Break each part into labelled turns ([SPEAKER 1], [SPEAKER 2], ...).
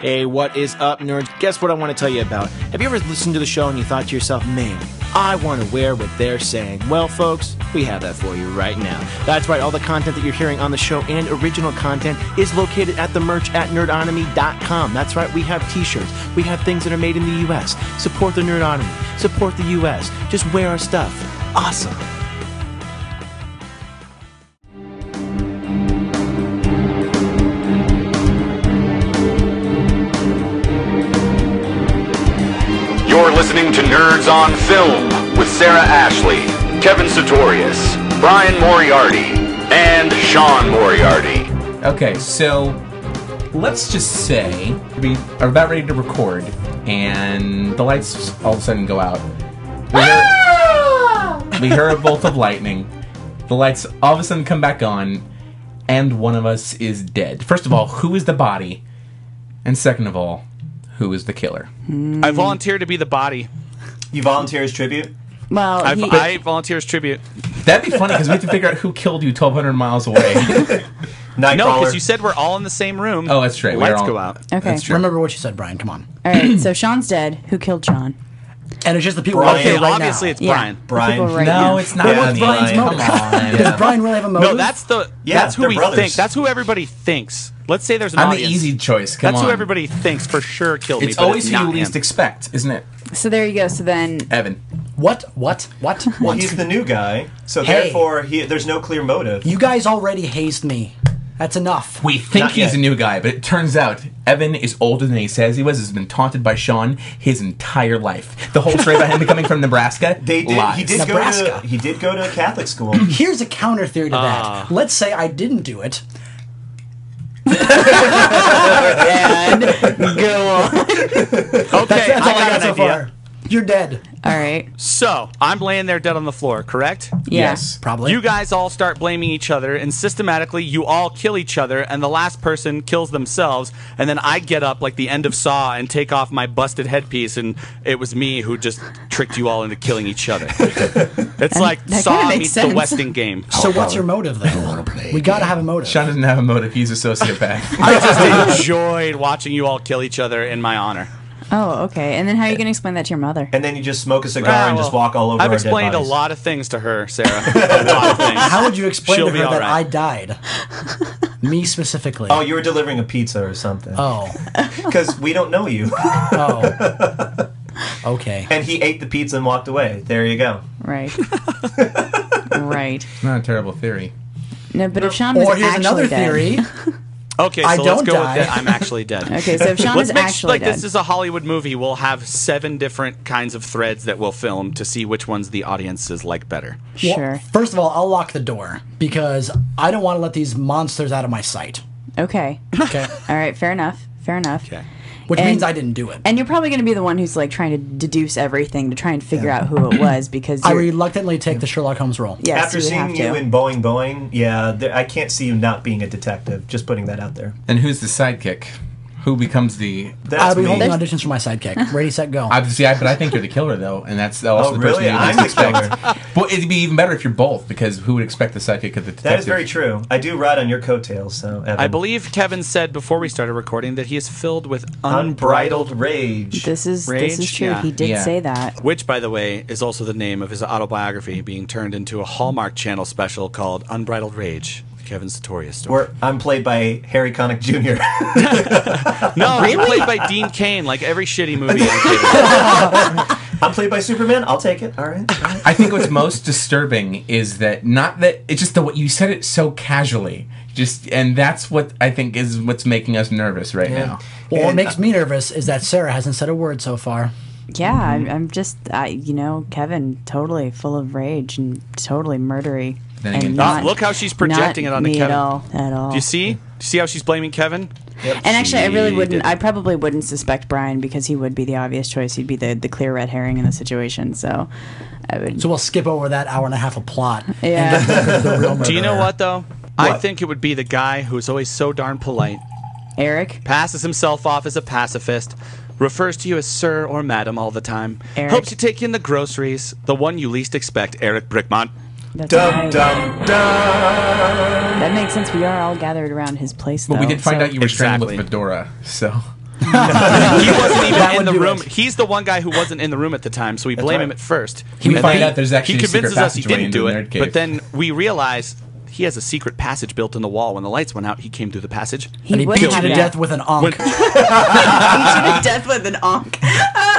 [SPEAKER 1] Hey, what is up, nerds? Guess what I want to tell you about? Have you ever listened to the show and you thought to yourself, man, I want to wear what they're saying? Well, folks, we have that for you right now. That's right, all the content that you're hearing on the show and original content is located at the merch at nerdonomy.com. That's right, we have t shirts, we have things that are made in the U.S. Support the nerdonomy, support the U.S., just wear our stuff. Awesome.
[SPEAKER 2] You're listening to Nerds on Film with Sarah Ashley, Kevin Sartorius, Brian Moriarty, and Sean Moriarty.
[SPEAKER 3] Okay, so let's just say we are about ready to record, and the lights all of a sudden go out. We hear, we hear a bolt of lightning. The lights all of a sudden come back on, and one of us is dead. First of all, who is the body? And second of all, who is the killer?
[SPEAKER 4] I volunteer to be the body.
[SPEAKER 5] You volunteer as tribute?
[SPEAKER 6] Well,
[SPEAKER 4] I,
[SPEAKER 6] he,
[SPEAKER 4] I volunteer as tribute.
[SPEAKER 3] That'd be funny because we have to figure out who killed you 1,200 miles away.
[SPEAKER 5] Nightcrawler.
[SPEAKER 4] No, because you said we're all in the same room.
[SPEAKER 3] Oh, that's right. we are
[SPEAKER 4] Lights
[SPEAKER 3] all-
[SPEAKER 4] go out.
[SPEAKER 6] okay.
[SPEAKER 3] That's true.
[SPEAKER 7] Remember what she said, Brian. Come on.
[SPEAKER 6] All right, so Sean's dead. Who killed Sean?
[SPEAKER 7] And it's just the people
[SPEAKER 5] Brian.
[SPEAKER 7] right
[SPEAKER 4] Okay,
[SPEAKER 7] here, right
[SPEAKER 4] obviously
[SPEAKER 7] now.
[SPEAKER 4] it's
[SPEAKER 6] Yeah.
[SPEAKER 4] Brian.
[SPEAKER 5] Brian.
[SPEAKER 6] People right
[SPEAKER 3] No,
[SPEAKER 6] now.
[SPEAKER 3] it's not.
[SPEAKER 7] Well, what's
[SPEAKER 3] me.
[SPEAKER 7] Brian's
[SPEAKER 3] Come
[SPEAKER 7] motive?
[SPEAKER 3] on.
[SPEAKER 7] Does Brian really have a motive?
[SPEAKER 4] No, that's the
[SPEAKER 5] Yeah,
[SPEAKER 4] that's who
[SPEAKER 5] they're
[SPEAKER 4] we
[SPEAKER 5] brothers.
[SPEAKER 4] think. That's who everybody thinks. Let's say there's an
[SPEAKER 3] I'm
[SPEAKER 4] audience.
[SPEAKER 3] the easy choice. Come
[SPEAKER 4] that's
[SPEAKER 3] on.
[SPEAKER 4] who everybody thinks for sure killed me.
[SPEAKER 3] It's
[SPEAKER 4] but
[SPEAKER 3] always who
[SPEAKER 4] not
[SPEAKER 3] you least
[SPEAKER 4] him.
[SPEAKER 3] expect, isn't it,
[SPEAKER 6] So there you go. So then,
[SPEAKER 4] Uh,
[SPEAKER 3] Evan?
[SPEAKER 7] what? What? What?
[SPEAKER 5] Well,
[SPEAKER 7] What?
[SPEAKER 5] he's the new guy, so
[SPEAKER 7] Hey.
[SPEAKER 5] therefore he, there's no clear motive.
[SPEAKER 7] you guys already hazed me. That's enough.
[SPEAKER 3] We think
[SPEAKER 5] Not
[SPEAKER 3] he's
[SPEAKER 5] yet.
[SPEAKER 3] a new guy, but it turns out Evan is older than he says he was. Has been taunted by Sean his entire life. The whole story about him becoming from Nebraska.
[SPEAKER 5] they did.
[SPEAKER 3] Lies.
[SPEAKER 5] He did go
[SPEAKER 7] Nebraska.
[SPEAKER 5] to. He did go to a Catholic school.
[SPEAKER 7] Here's a counter theory to
[SPEAKER 4] Ah.
[SPEAKER 7] that. Let's say I didn't do it.
[SPEAKER 6] go on.
[SPEAKER 4] Okay,
[SPEAKER 7] That's
[SPEAKER 4] I
[SPEAKER 7] all I
[SPEAKER 4] got
[SPEAKER 7] got
[SPEAKER 4] an
[SPEAKER 7] so
[SPEAKER 4] idea.
[SPEAKER 7] far. You're dead.
[SPEAKER 6] All right.
[SPEAKER 4] So I'm laying there dead on the floor. Correct.
[SPEAKER 6] Yeah.
[SPEAKER 3] Yes.
[SPEAKER 7] Probably.
[SPEAKER 4] You guys all start blaming each other, and systematically, you all kill each other, and the last person kills themselves. And then I get up like the end of Saw and take off my busted headpiece, and it was me who just tricked you all into killing each other. It's like
[SPEAKER 6] that
[SPEAKER 4] Saw
[SPEAKER 6] kinda makes
[SPEAKER 4] meets
[SPEAKER 6] sense.
[SPEAKER 4] the Westing game.
[SPEAKER 7] so what's your motive, though? We gotta have a motive.
[SPEAKER 3] Sean doesn't have a motive. He's a sociopath.
[SPEAKER 4] I just enjoyed watching you all kill each other in my honor.
[SPEAKER 6] Oh, okay. And then how are you going to explain that to your mother?
[SPEAKER 4] Uh,
[SPEAKER 5] and then you just smoke a cigar
[SPEAKER 4] Ah,
[SPEAKER 5] and
[SPEAKER 4] well,
[SPEAKER 5] just walk all over.
[SPEAKER 4] I've
[SPEAKER 5] our
[SPEAKER 4] explained
[SPEAKER 5] dead
[SPEAKER 4] a
[SPEAKER 5] bodies.
[SPEAKER 4] lot of things to her, Sarah. a lot of things.
[SPEAKER 7] How would you explain
[SPEAKER 4] She'll
[SPEAKER 7] to
[SPEAKER 4] be
[SPEAKER 7] her that
[SPEAKER 4] alright.
[SPEAKER 7] I died? me specifically.
[SPEAKER 5] Oh, you were delivering a pizza or something.
[SPEAKER 7] Oh.
[SPEAKER 5] Because we don't know you.
[SPEAKER 7] Oh. Okay.
[SPEAKER 5] and he ate the pizza and walked away. There you go.
[SPEAKER 6] Right. right.
[SPEAKER 3] Not a terrible theory.
[SPEAKER 6] No, but if Sean was
[SPEAKER 7] Or here's
[SPEAKER 6] actually
[SPEAKER 7] another
[SPEAKER 6] dead-
[SPEAKER 7] theory.
[SPEAKER 4] Okay, so
[SPEAKER 7] I
[SPEAKER 4] let's
[SPEAKER 7] don't
[SPEAKER 4] go
[SPEAKER 7] die.
[SPEAKER 4] with that. I'm actually dead.
[SPEAKER 6] Okay, so if Sean
[SPEAKER 4] Let's
[SPEAKER 6] is
[SPEAKER 4] make s-
[SPEAKER 6] actually
[SPEAKER 4] like
[SPEAKER 6] dead,
[SPEAKER 4] this is a Hollywood movie. We'll have seven different kinds of threads that we'll film to see which ones the audiences like better.
[SPEAKER 7] Well,
[SPEAKER 6] sure.
[SPEAKER 7] first of all, I'll lock the door because I don't want to let these monsters out of my sight.
[SPEAKER 6] Okay.
[SPEAKER 7] Okay.
[SPEAKER 6] All right. Fair enough. Fair enough.
[SPEAKER 4] Okay.
[SPEAKER 7] Which
[SPEAKER 6] And-
[SPEAKER 7] means I didn't do it.
[SPEAKER 6] And you're probably going to be the one who's like trying to deduce everything to try and figure out who it was because
[SPEAKER 7] I
[SPEAKER 6] you're,
[SPEAKER 7] reluctantly take the Sherlock Holmes role.
[SPEAKER 6] yes,
[SPEAKER 5] After
[SPEAKER 6] you would
[SPEAKER 5] seeing
[SPEAKER 6] have to.
[SPEAKER 5] you in Boeing Boeing, yeah, there, I can't see you not being a detective. Just putting that out there.
[SPEAKER 3] And who's the sidekick? Who becomes the?
[SPEAKER 5] That's
[SPEAKER 7] I'll be
[SPEAKER 5] me.
[SPEAKER 7] holding auditions for my sidekick. Ready, set, go.
[SPEAKER 3] I see. I, but I think you're the killer though, and that's also
[SPEAKER 5] Oh,
[SPEAKER 3] the person
[SPEAKER 5] really?
[SPEAKER 3] you
[SPEAKER 5] I'm
[SPEAKER 3] least
[SPEAKER 5] the
[SPEAKER 3] expect. Well, it'd be even better if you're both, because who would expect the sidekick of the detective?
[SPEAKER 5] That is very true. I do ride on your coattails, so Evan.
[SPEAKER 4] I believe Kevin said before we started recording that he is filled with unbridled,
[SPEAKER 5] unbridled rage.
[SPEAKER 6] This is this is
[SPEAKER 4] Rage?
[SPEAKER 6] true.
[SPEAKER 4] Yeah.
[SPEAKER 6] He did
[SPEAKER 3] Yeah.
[SPEAKER 6] say that.
[SPEAKER 4] which, by the way, is also the name of his autobiography being turned into a Hallmark Channel special called Unbridled Rage. Kevin Sartorius story.
[SPEAKER 5] Where I'm played by Harry Connick Jr.
[SPEAKER 4] No, really? played by Dean Kane, like every shitty movie. I'm kidding.
[SPEAKER 5] I'm played by Superman. I'll take it. All right. All right.
[SPEAKER 3] I think what's most disturbing is that not that it's just the way you said it so casually. Just and that's what I think is what's making us nervous right now.
[SPEAKER 7] well, what
[SPEAKER 5] and-
[SPEAKER 7] makes me nervous is that Sarah hasn't said a word so far.
[SPEAKER 6] Yeah,
[SPEAKER 3] Mm-hmm.
[SPEAKER 6] I'm, I'm just I, you know Kevin totally full of rage and totally murdery.
[SPEAKER 3] Then
[SPEAKER 6] and
[SPEAKER 3] again-
[SPEAKER 6] not,
[SPEAKER 4] Ah, look how she's projecting
[SPEAKER 6] not
[SPEAKER 4] it onto
[SPEAKER 6] me
[SPEAKER 4] Kevin.
[SPEAKER 6] at all. At all.
[SPEAKER 4] Do you see? Do you see how she's blaming Kevin?
[SPEAKER 6] And actually, I really
[SPEAKER 4] She
[SPEAKER 6] wouldn't.
[SPEAKER 4] didn't.
[SPEAKER 6] I probably wouldn't suspect Brian because he would be the obvious choice. He'd be the, the clear red herring in the situation. So I would.
[SPEAKER 7] So we'll skip over that hour and a half of plot.
[SPEAKER 6] yeah,
[SPEAKER 7] The real
[SPEAKER 4] Do you know
[SPEAKER 7] murderer.
[SPEAKER 4] what though? I think it would be the guy who's always so darn polite,
[SPEAKER 6] Eric.
[SPEAKER 4] passes himself off as a pacifist, refers to you as sir or madam all the time,
[SPEAKER 6] Eric.
[SPEAKER 4] hopes you take in the groceries, the one you least expect, Eric Brickmont.
[SPEAKER 6] That's
[SPEAKER 5] Dum
[SPEAKER 6] right.
[SPEAKER 5] dum dum.
[SPEAKER 6] That makes sense. We are all gathered around his place. Though,
[SPEAKER 3] But we did find
[SPEAKER 6] so-
[SPEAKER 3] out you were strangled
[SPEAKER 4] Exactly.
[SPEAKER 3] with Fedora, so
[SPEAKER 4] he wasn't even
[SPEAKER 7] That
[SPEAKER 4] in
[SPEAKER 7] would
[SPEAKER 4] the
[SPEAKER 7] do
[SPEAKER 4] room.
[SPEAKER 7] it.
[SPEAKER 4] He's the one guy who wasn't in the room at the time, so we blame
[SPEAKER 5] right.
[SPEAKER 4] him at first.
[SPEAKER 3] We
[SPEAKER 4] And
[SPEAKER 3] find
[SPEAKER 4] then
[SPEAKER 3] out there's actually
[SPEAKER 4] he
[SPEAKER 3] a secret
[SPEAKER 4] convinces us he
[SPEAKER 3] passageway
[SPEAKER 4] didn't
[SPEAKER 3] into
[SPEAKER 4] do
[SPEAKER 3] the
[SPEAKER 4] it,
[SPEAKER 3] nerd cave.
[SPEAKER 4] but then we realize he has a secret passage built in the wall. When the lights went out, he came through the passage.
[SPEAKER 7] and
[SPEAKER 6] He
[SPEAKER 7] he
[SPEAKER 6] would
[SPEAKER 7] beat you
[SPEAKER 6] have
[SPEAKER 7] to
[SPEAKER 6] that.
[SPEAKER 7] death with an onk.
[SPEAKER 6] Beat you to death with an onk.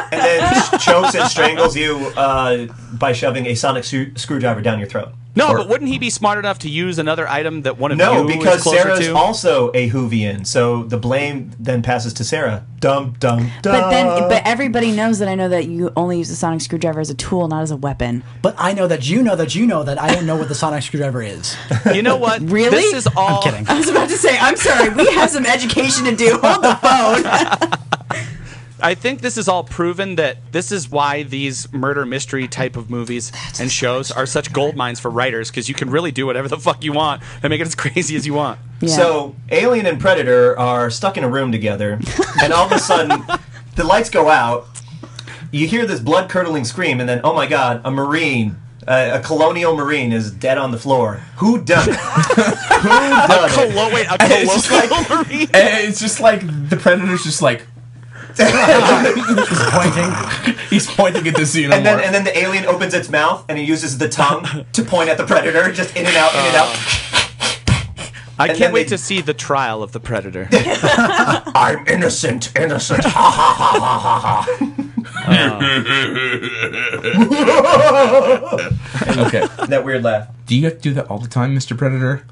[SPEAKER 5] And then chokes and strangles you uh, by shoving a sonic screw- screwdriver down your throat.
[SPEAKER 4] No, but wouldn't he be smart enough to use another item that one of
[SPEAKER 5] No,
[SPEAKER 4] you is
[SPEAKER 5] because
[SPEAKER 4] closer
[SPEAKER 5] Sarah's
[SPEAKER 4] to?
[SPEAKER 5] also a Hoovian, so the blame then passes to Sarah. Dum dum dum.
[SPEAKER 6] But then, but everybody knows that I know that you only use the sonic screwdriver as a tool, not as a weapon.
[SPEAKER 7] But I know that you know that you know that I don't know what the sonic screwdriver is.
[SPEAKER 4] you know what?
[SPEAKER 6] Really?
[SPEAKER 4] This is all.
[SPEAKER 7] I'm kidding.
[SPEAKER 6] I was about to say, I'm sorry, we have some education to do. Hold the phone.
[SPEAKER 4] I think this is all proven that this is why these murder mystery type of movies and shows are such gold mines for writers because you can really do whatever the fuck you want and make it as crazy as you want.
[SPEAKER 5] So Alien and Predator are stuck in a room together, and all of a sudden the lights go out. You hear this blood curdling scream, and then oh my god, a Marine, uh, a colonial Marine, is dead on the floor. Who done it? Who done it?
[SPEAKER 4] Colo- wait, a
[SPEAKER 3] It's just
[SPEAKER 4] colloquial marine?
[SPEAKER 3] And it's just like the predator's just like
[SPEAKER 7] Pointing.
[SPEAKER 3] he's pointing at the xenomorph.
[SPEAKER 5] And then, and then the alien opens its mouth and it uses the tongue to point at the predator, just in and out, in and out.
[SPEAKER 4] I
[SPEAKER 5] then
[SPEAKER 4] can't wait
[SPEAKER 5] they-
[SPEAKER 4] to see the trial of the predator.
[SPEAKER 5] I'm innocent, innocent. Ha ha ha ha ha ha.
[SPEAKER 3] okay.
[SPEAKER 5] That weird laugh.
[SPEAKER 3] Do you have to do that all the time, Mr. Predator?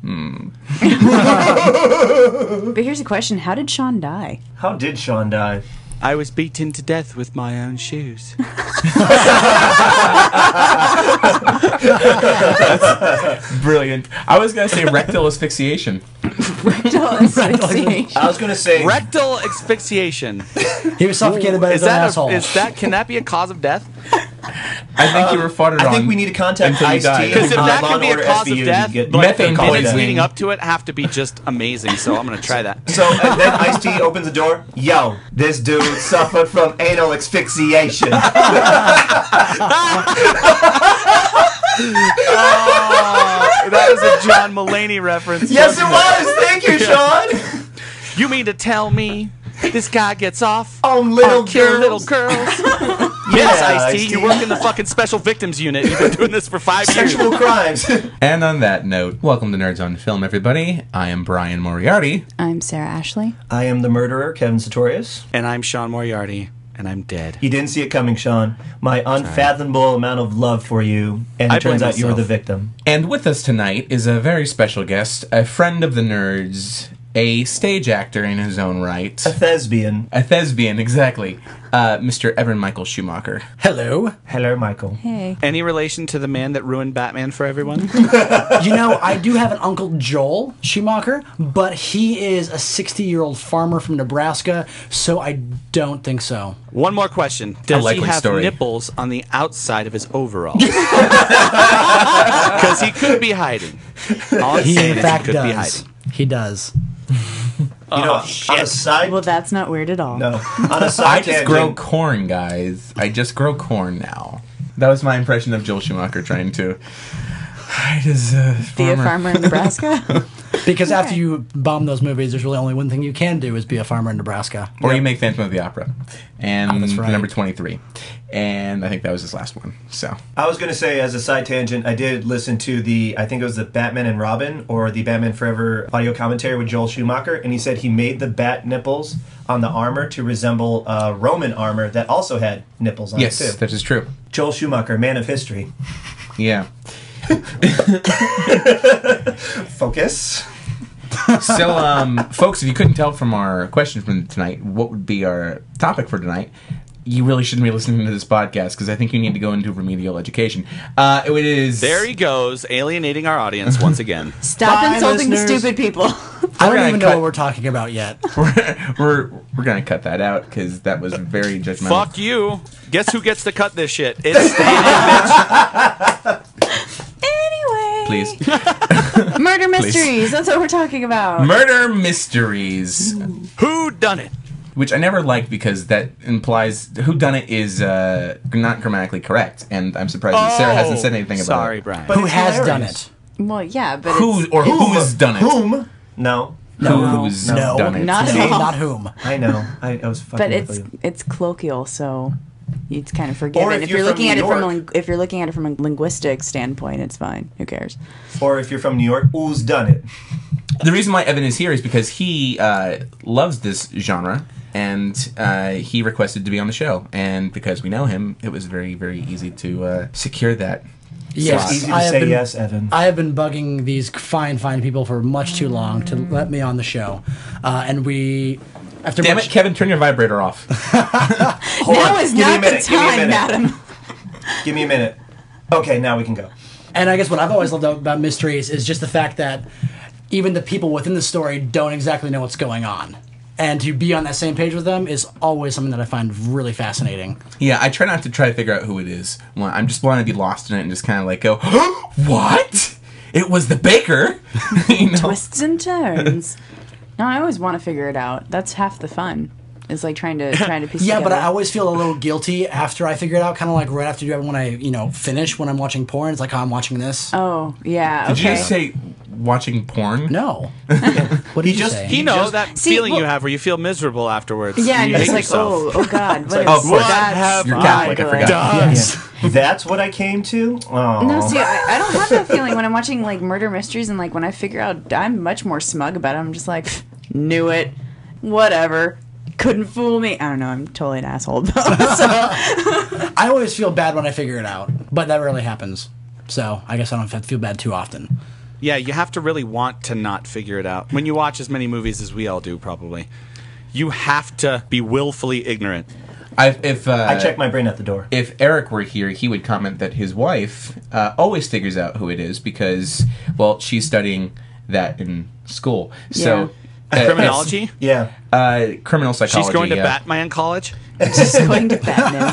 [SPEAKER 6] But here's a question: How did Sean die?
[SPEAKER 5] How did Sean die?
[SPEAKER 4] I was beaten to death with my own shoes.
[SPEAKER 3] Brilliant. I was gonna say rectal asphyxiation.
[SPEAKER 5] I was gonna say
[SPEAKER 4] Rectal asphyxiation.
[SPEAKER 7] He was suffocated by
[SPEAKER 4] Is
[SPEAKER 7] his own
[SPEAKER 4] that,
[SPEAKER 7] asshole.
[SPEAKER 4] a, is that can that be a cause of death?
[SPEAKER 3] I think you were foddered on.
[SPEAKER 5] Um, I think we need to contact
[SPEAKER 3] until you
[SPEAKER 5] Ice T.
[SPEAKER 3] die.
[SPEAKER 5] and
[SPEAKER 4] Because if
[SPEAKER 5] Law
[SPEAKER 4] that
[SPEAKER 5] and
[SPEAKER 4] can be a
[SPEAKER 5] Order
[SPEAKER 4] cause
[SPEAKER 5] SVU
[SPEAKER 4] of
[SPEAKER 5] to
[SPEAKER 4] death, like
[SPEAKER 5] get-
[SPEAKER 4] the
[SPEAKER 3] Methane
[SPEAKER 4] minutes
[SPEAKER 3] poisoning.
[SPEAKER 4] leading up to it have to be just amazing. So I'm gonna try that.
[SPEAKER 5] So and then Ice T opens the door. Yo, this dude suffered from anal asphyxiation.
[SPEAKER 4] that is a John Mulaney reference.
[SPEAKER 5] yes, it was. Thank you, Sean.
[SPEAKER 4] You mean to tell me this guy gets off
[SPEAKER 5] On little
[SPEAKER 4] on killing
[SPEAKER 5] Oh,
[SPEAKER 4] little
[SPEAKER 5] girls.
[SPEAKER 4] girls? yes, Ice T.
[SPEAKER 5] Ice-T.
[SPEAKER 4] You work in the fucking special victims unit. You've been doing this for five years.
[SPEAKER 5] Sexual crimes.
[SPEAKER 3] And on that note, welcome to Nerds on Film, everybody. I am Brian Moriarty.
[SPEAKER 6] I'm Sarah Ashley.
[SPEAKER 5] I am the murderer, Kevin Sartorius.
[SPEAKER 4] And I'm Sean Moriarty, and I'm dead.
[SPEAKER 5] You didn't see it coming, Sean. My unfathomable amount of love for you, and it
[SPEAKER 4] I blame
[SPEAKER 5] turns out you were the
[SPEAKER 4] myself.
[SPEAKER 5] victim.
[SPEAKER 3] And with us tonight is a very special guest, a friend of the nerds, a stage actor in his own right,
[SPEAKER 5] Thespian.
[SPEAKER 3] a thespian, exactly, uh, Mr. Evan Michael Schumacher.
[SPEAKER 7] Hello.
[SPEAKER 5] Hello, Michael.
[SPEAKER 6] Hey.
[SPEAKER 4] Any relation to the man that ruined Batman for everyone?
[SPEAKER 7] You know, I do have an uncle Joel Schumacher, but he is a 60 year old farmer from Nebraska, so I don't think so.
[SPEAKER 4] One more question. Does he
[SPEAKER 3] likely
[SPEAKER 4] have
[SPEAKER 3] story.
[SPEAKER 4] nipples on the outside of his overalls? Because he could be hiding. All I'm
[SPEAKER 7] He
[SPEAKER 4] saying
[SPEAKER 7] in
[SPEAKER 4] is
[SPEAKER 7] fact
[SPEAKER 4] he could be
[SPEAKER 7] does.
[SPEAKER 4] hiding.
[SPEAKER 7] He does.
[SPEAKER 5] You know, on a side
[SPEAKER 6] Well, that's not weird at all.
[SPEAKER 5] no, on a
[SPEAKER 3] I
[SPEAKER 5] side
[SPEAKER 3] just
[SPEAKER 5] tangent,
[SPEAKER 3] grow corn, guys. I just grow corn now. That was my impression of Joel Schumacher trying to hide his uh,
[SPEAKER 6] Be a
[SPEAKER 3] farmer.
[SPEAKER 6] farmer in Nebraska.
[SPEAKER 7] Because after you bomb those movies, there's really only one thing you can do is be a farmer in Nebraska.
[SPEAKER 3] Or you make Phantom of the Opera. And
[SPEAKER 7] Ah, that's right.
[SPEAKER 3] number 23. And I think that was his last one. So,
[SPEAKER 5] I was going to say, as a side tangent, I did listen to the, I think it was the Batman and Robin or the Batman Forever audio commentary with Joel Schumacher, and he said he made the bat nipples on the armor to resemble uh, Roman armor that also had nipples on
[SPEAKER 3] yes,
[SPEAKER 5] it, too.
[SPEAKER 3] that is true.
[SPEAKER 5] Joel Schumacher, man of history.
[SPEAKER 3] Yeah.
[SPEAKER 5] Focus.
[SPEAKER 3] So, um, folks, if you couldn't tell from our question from tonight, what would be our topic for tonight? You really shouldn't be listening to this podcast because I think you need to go into remedial education. Uh, it is
[SPEAKER 4] There he goes, alienating our audience once again.
[SPEAKER 6] Stop
[SPEAKER 5] Bye,
[SPEAKER 6] insulting the
[SPEAKER 5] listeners.
[SPEAKER 6] stupid people.
[SPEAKER 7] I don't
[SPEAKER 3] gonna
[SPEAKER 7] even
[SPEAKER 3] cut-
[SPEAKER 7] know what we're talking about yet.
[SPEAKER 3] we're, we're we're gonna cut that out because that was very judgmental.
[SPEAKER 4] Fuck you. Guess who gets to cut this shit? It's
[SPEAKER 6] anyway.
[SPEAKER 3] please.
[SPEAKER 6] Murder mysteries. That's what we're talking about.
[SPEAKER 3] Murder mysteries,
[SPEAKER 4] who done it.
[SPEAKER 3] which I never liked because that implies who done it is uh, not grammatically correct, and I'm surprised that Sarah hasn't said anything about
[SPEAKER 4] Oh, Sorry,
[SPEAKER 3] it.
[SPEAKER 4] Brian.
[SPEAKER 5] But
[SPEAKER 7] Who
[SPEAKER 5] it's
[SPEAKER 7] has done
[SPEAKER 5] hilarious.
[SPEAKER 7] it?
[SPEAKER 6] well, yeah, but
[SPEAKER 3] Who
[SPEAKER 6] it's,
[SPEAKER 3] or who's done it?
[SPEAKER 5] Whom? No.
[SPEAKER 3] who, who's
[SPEAKER 7] No,
[SPEAKER 3] done it.
[SPEAKER 6] Not at
[SPEAKER 7] See?
[SPEAKER 6] all.
[SPEAKER 7] Not whom.
[SPEAKER 5] I know. I, I was fucking.
[SPEAKER 6] but
[SPEAKER 5] with
[SPEAKER 6] it's
[SPEAKER 5] you.
[SPEAKER 6] it's colloquial, so it's kind of forgiven.
[SPEAKER 5] Or if
[SPEAKER 6] if,
[SPEAKER 5] you're
[SPEAKER 6] you're,
[SPEAKER 5] from
[SPEAKER 6] looking
[SPEAKER 5] New
[SPEAKER 6] at it from a,
[SPEAKER 5] York.
[SPEAKER 6] lin- if you're looking at it from a linguistic standpoint, it's fine. Who cares?
[SPEAKER 5] or if you're from New York, who's done it?
[SPEAKER 3] the reason why Evan is here is because he uh, loves this genre, and uh, he requested to be on the show. And because we know him, it was very, very easy to uh, secure that.
[SPEAKER 7] Yes,
[SPEAKER 5] It's easy to
[SPEAKER 7] I have
[SPEAKER 5] say
[SPEAKER 7] been,
[SPEAKER 5] yes, Evan.
[SPEAKER 7] I have been bugging these fine, fine people for much too long to let me on the show, uh, and we after
[SPEAKER 3] Damn
[SPEAKER 7] much,
[SPEAKER 3] it, Kevin, turn your vibrator off.
[SPEAKER 5] Hold
[SPEAKER 6] now
[SPEAKER 5] on.
[SPEAKER 6] is
[SPEAKER 5] Give me a
[SPEAKER 6] not
[SPEAKER 5] minute. Give
[SPEAKER 6] the
[SPEAKER 5] me a
[SPEAKER 6] time,
[SPEAKER 5] minute.
[SPEAKER 6] madam.
[SPEAKER 5] Give me a minute. Okay, now we can go.
[SPEAKER 7] and I guess what I've always loved about mysteries is just the fact that even the people within the story don't exactly know what's going on, and to be on that same page with them is always something that I find really fascinating.
[SPEAKER 3] yeah, I try not to try to figure out who it is. Well, I'm just want to be lost in it and just kind of like go, what? It was the baker. you know?
[SPEAKER 6] Twists and turns. no, I always want to figure it out. That's half the fun. It's like trying to trying to piece.
[SPEAKER 7] Yeah, but
[SPEAKER 6] together.
[SPEAKER 7] I always feel a little guilty after I figure it out. Kind of like right after you when I you know finish when I'm watching porn. It's like oh, I'm watching this.
[SPEAKER 6] Oh yeah.
[SPEAKER 3] Did you
[SPEAKER 6] Okay.
[SPEAKER 3] just say watching porn?
[SPEAKER 7] no, what did you
[SPEAKER 5] just-
[SPEAKER 7] say?
[SPEAKER 4] You know that
[SPEAKER 6] See,
[SPEAKER 4] feeling you
[SPEAKER 6] well-
[SPEAKER 4] have where you feel miserable afterwards.
[SPEAKER 6] yeah,
[SPEAKER 4] you
[SPEAKER 6] and it's
[SPEAKER 4] hate
[SPEAKER 6] like,
[SPEAKER 4] yourself.
[SPEAKER 6] oh, oh God, what
[SPEAKER 3] oh, of
[SPEAKER 6] is
[SPEAKER 3] course.
[SPEAKER 6] that?
[SPEAKER 3] You're Catholic, I
[SPEAKER 6] God.
[SPEAKER 3] forgot.
[SPEAKER 5] That's what I came to. Oh,
[SPEAKER 6] No, see, I, I don't have that feeling when I'm watching like murder mysteries and like when I figure out, I'm much more smug about it. I'm just like, knew it, whatever, couldn't fool me. I don't know. I'm totally an asshole. About so,
[SPEAKER 7] I always feel bad when I figure it out, but that rarely happens. So I guess I don't have to feel bad too often.
[SPEAKER 4] Yeah, you have to really want to not figure it out. When you watch as many movies as we all do, probably, you have to be willfully ignorant.
[SPEAKER 3] I, if uh,
[SPEAKER 5] I checked my brain at the door.
[SPEAKER 3] if Eric were here, he would comment that his wife uh, always figures out who it is because, well, she's studying that in school. So, uh,
[SPEAKER 4] Criminology?
[SPEAKER 5] Yeah.
[SPEAKER 3] Uh, criminal psychology.
[SPEAKER 4] She's going to
[SPEAKER 3] yeah.
[SPEAKER 4] Batman College?
[SPEAKER 6] just going to Batman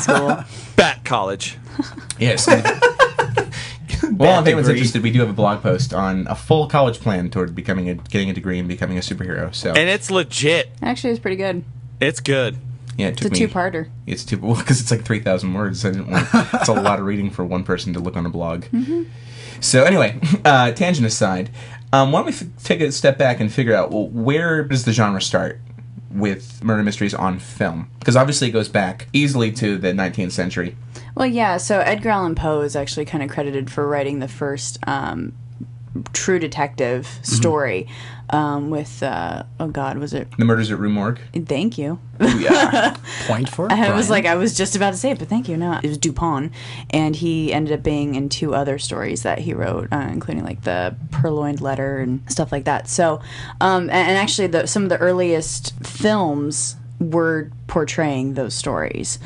[SPEAKER 6] school.
[SPEAKER 4] Bat College.
[SPEAKER 3] Yes. well, if anyone's
[SPEAKER 5] degree.
[SPEAKER 3] interested, we do have a blog post on a full college plan toward becoming a getting a degree and becoming a superhero. So,
[SPEAKER 4] And it's legit.
[SPEAKER 6] Actually, it's pretty good.
[SPEAKER 4] It's good.
[SPEAKER 3] yeah, it
[SPEAKER 6] It's a
[SPEAKER 3] took me-
[SPEAKER 6] two-parter.
[SPEAKER 3] It's two because it's like three thousand words. I didn't want. it's a lot of reading for one person to look on a blog. So anyway, uh, tangent aside, um, why don't we f- take a step back and figure out well where does the genre start with murder mysteries on film? Because obviously it goes back easily to the nineteenth century.
[SPEAKER 6] Well, yeah. So Edgar Allan Poe is actually kind of credited for writing the first um, true detective story um, with. Uh, oh God, was it?
[SPEAKER 3] The murders at Rue Morgue.
[SPEAKER 6] Thank you.
[SPEAKER 3] Yeah,
[SPEAKER 7] Point for it.
[SPEAKER 6] I was
[SPEAKER 7] Brian.
[SPEAKER 6] like, I was just about to say it, but thank you. No, it was Dupont, and he ended up being in two other stories that he wrote, uh, including like the Purloined Letter and stuff like that. So, um, and, and actually, the, some of the earliest films were portraying those stories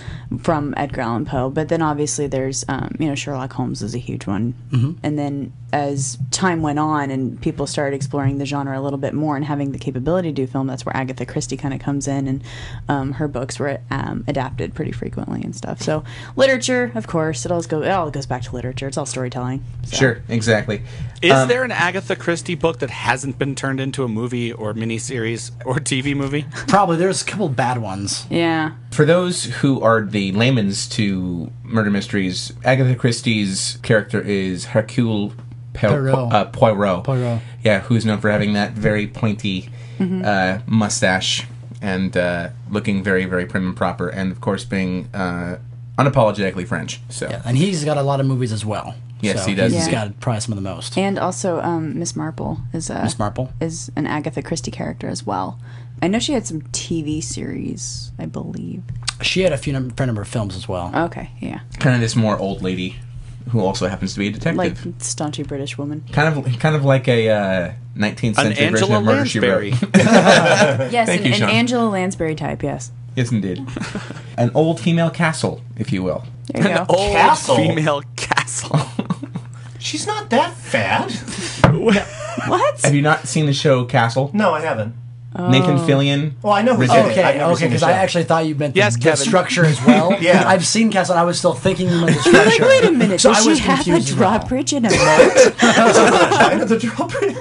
[SPEAKER 6] from Edgar Allan Poe. But then obviously, there's um, you know Sherlock Holmes is a huge one, and then as time went on and people started exploring the genre a little bit more and having the capability to do film, that's where Agatha Christie kind of comes in, and um, her books were um, adapted pretty frequently and stuff. So literature, of course, it all go it all goes back to literature. It's all storytelling. So.
[SPEAKER 3] sure, exactly.
[SPEAKER 4] Is
[SPEAKER 3] Um,
[SPEAKER 4] there an Agatha Christie book that hasn't been turned into a movie or miniseries or TV movie?
[SPEAKER 7] probably there's a couple bad ones.
[SPEAKER 6] Yeah.
[SPEAKER 3] For those who are the layman's to murder mysteries, Agatha Christie's character is Hercule Poirot.
[SPEAKER 7] Poirot.
[SPEAKER 3] Uh, Poirot.
[SPEAKER 7] Poirot.
[SPEAKER 3] Yeah, who's known for having that very pointy uh, mustache and uh, looking very, very prim and proper, and of course being uh, unapologetically French. So
[SPEAKER 7] And he's got a lot of movies as well.
[SPEAKER 3] Yes,
[SPEAKER 7] So
[SPEAKER 3] he does.
[SPEAKER 7] He's
[SPEAKER 6] Yeah.
[SPEAKER 7] got probably some of the most.
[SPEAKER 6] And also, um, Miss Marple is a
[SPEAKER 7] Miss Marple.
[SPEAKER 6] is an Agatha Christie character as well. I know she had some TV series, I believe.
[SPEAKER 7] She had a few num- fair number of films as well.
[SPEAKER 6] Okay, yeah,
[SPEAKER 3] kind of this more old lady who also happens to be a detective.
[SPEAKER 6] like staunchy British woman.
[SPEAKER 3] kind of, kind of like a uh, 19th
[SPEAKER 4] An
[SPEAKER 3] century version
[SPEAKER 4] Angela
[SPEAKER 3] of Murder She Wrote.
[SPEAKER 4] Lansbury.
[SPEAKER 6] Yes,
[SPEAKER 3] Thank
[SPEAKER 6] an,
[SPEAKER 3] you,
[SPEAKER 6] an
[SPEAKER 3] Sean.
[SPEAKER 6] Angela Lansbury type. Yes,
[SPEAKER 3] yes, indeed. An old female castle, if you will.
[SPEAKER 6] there you go.
[SPEAKER 3] Oh,
[SPEAKER 4] Old
[SPEAKER 5] Castle?
[SPEAKER 4] female castle.
[SPEAKER 5] She's not that fat.
[SPEAKER 3] Have
[SPEAKER 6] What?
[SPEAKER 3] you not seen the show Castle?
[SPEAKER 5] No, I haven't.
[SPEAKER 3] Nathan Fillion.
[SPEAKER 5] Well, I know who's
[SPEAKER 3] Richard.
[SPEAKER 5] in it. I've
[SPEAKER 7] Okay,
[SPEAKER 5] never
[SPEAKER 7] okay,
[SPEAKER 5] seen the
[SPEAKER 7] because I
[SPEAKER 5] show.
[SPEAKER 7] actually thought you meant the,
[SPEAKER 4] Yes,
[SPEAKER 7] the
[SPEAKER 4] Kevin.
[SPEAKER 7] structure as well.
[SPEAKER 5] Yeah.
[SPEAKER 7] I've seen Castle, and I was still thinking you meant the
[SPEAKER 6] You're like,
[SPEAKER 7] structure.
[SPEAKER 6] wait a minute.
[SPEAKER 7] So
[SPEAKER 6] does
[SPEAKER 7] I
[SPEAKER 6] she
[SPEAKER 7] was
[SPEAKER 6] have a
[SPEAKER 7] confused as well.
[SPEAKER 6] drawbridge in her mouth?
[SPEAKER 5] I know the drawbridge.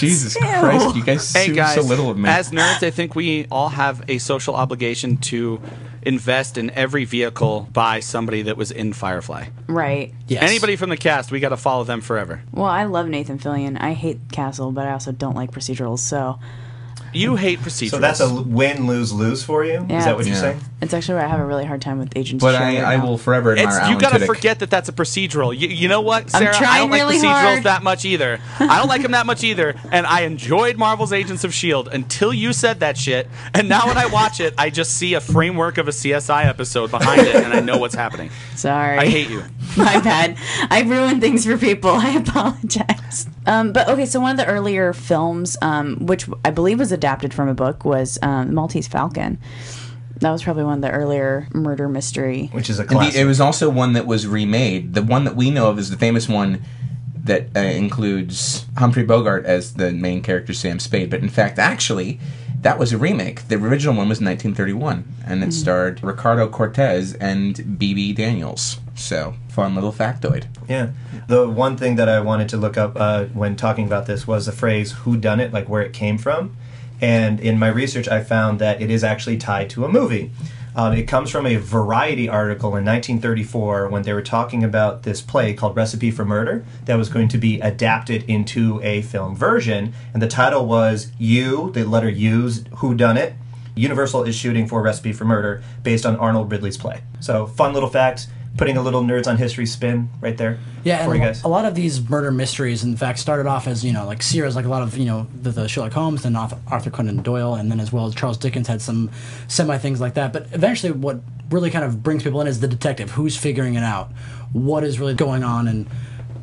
[SPEAKER 3] Jesus
[SPEAKER 6] Ew.
[SPEAKER 3] Christ, you guys
[SPEAKER 4] Hey
[SPEAKER 3] sue
[SPEAKER 4] guys,
[SPEAKER 3] so little of me.
[SPEAKER 4] as nerds, I think we all have a social obligation to invest in every vehicle by somebody that was in Firefly.
[SPEAKER 6] Right.
[SPEAKER 7] Yes.
[SPEAKER 4] Anybody from the cast, we got to follow them forever.
[SPEAKER 6] Well, I love Nathan Fillion. I hate Castle, but I also don't like procedurals, so
[SPEAKER 4] You hate procedurals.
[SPEAKER 5] So that's a win, lose, lose for you. Is
[SPEAKER 6] Yeah.
[SPEAKER 5] that what you're
[SPEAKER 3] Yeah.
[SPEAKER 5] saying?
[SPEAKER 6] it's actually where I have a really hard time with agents.
[SPEAKER 3] but
[SPEAKER 6] of
[SPEAKER 3] I,
[SPEAKER 6] Shield right
[SPEAKER 3] I
[SPEAKER 6] now.
[SPEAKER 3] will forever admire
[SPEAKER 4] It's,
[SPEAKER 3] Alan
[SPEAKER 4] you gotta
[SPEAKER 3] Tudyk.
[SPEAKER 4] forget that that's a procedural. You, you know what, Sarah? I
[SPEAKER 6] trying
[SPEAKER 4] don't like
[SPEAKER 6] really
[SPEAKER 4] procedurals
[SPEAKER 6] hard.
[SPEAKER 4] that much either. I don't like them that much either. And I enjoyed Marvel's Agents of S.H.I.E.L.D. E until you said that shit. And now when I watch it, I just see a framework of a CSI episode behind it and I know what's happening.
[SPEAKER 6] Sorry.
[SPEAKER 4] I hate you.
[SPEAKER 6] My bad. I ruin things for people. I apologize. Um, but okay, so one of the earlier films, um, which I believe was adapted from a book, was um, Maltese Falcon. That was probably one of the earlier murder mystery.
[SPEAKER 5] Which is a
[SPEAKER 3] And the-
[SPEAKER 5] classic.
[SPEAKER 3] it was also one that was remade. The one that we know of is the famous one that uh, includes Humphrey Bogart as the main character, Sam Spade. But in fact, actually, that was a remake. The original one was 1931, and it starred Ricardo Cortez and BB Daniels. So, fun little factoid.
[SPEAKER 5] Yeah. The one thing that I wanted to look up uh, when talking about this was the phrase "who done it," like where it came from. And in my research, I found that it is actually tied to a movie. Um, it comes from a Variety article in 1934 when they were talking about this play called Recipe for Murder that was going to be adapted into a film version, and the title was "You," the letter U's "Who Done It." Universal is shooting for Recipe for Murder based on Arnold Ridley's play. So, fun little fact, putting a little nerds on history spin right there.
[SPEAKER 7] Yeah, and
[SPEAKER 5] for you
[SPEAKER 7] a lo-
[SPEAKER 5] guys.
[SPEAKER 7] a lot of these murder mysteries, in fact, started off as you know, like series, like a lot of you know, the, the Sherlock Holmes, then Arthur, Arthur Conan Doyle, and then as well as Charles Dickens had some semi things like that. But eventually, what really kind of brings people in is the detective, who's figuring it out, what is really going on, and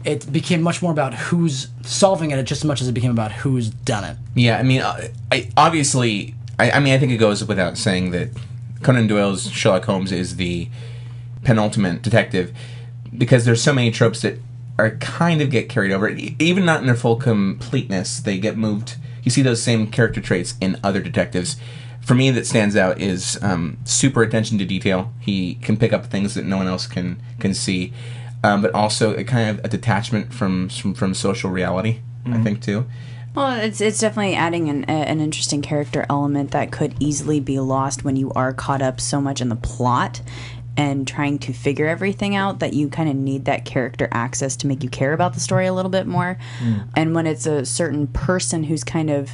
[SPEAKER 7] it became much more about who's solving it, just as much as it became about who's done it.
[SPEAKER 3] Yeah, I mean, I, I obviously, I, I mean, I think it goes without saying that Conan Doyle's Sherlock Holmes is the penultimate detective because there's so many tropes that are kind of get carried over, E- even not in their full completeness. They get moved. You see those same character traits in other detectives. For me, that stands out is um, super attention to detail. He can pick up things that no one else can can see, um, but also a kind of a detachment from from, from social reality. I think too.
[SPEAKER 6] Well, it's it's definitely adding an, a, an interesting character element that could easily be lost when you are caught up so much in the plot and trying to figure everything out that you kind of need that character access to make you care about the story a little bit more. And when it's a certain person who's kind of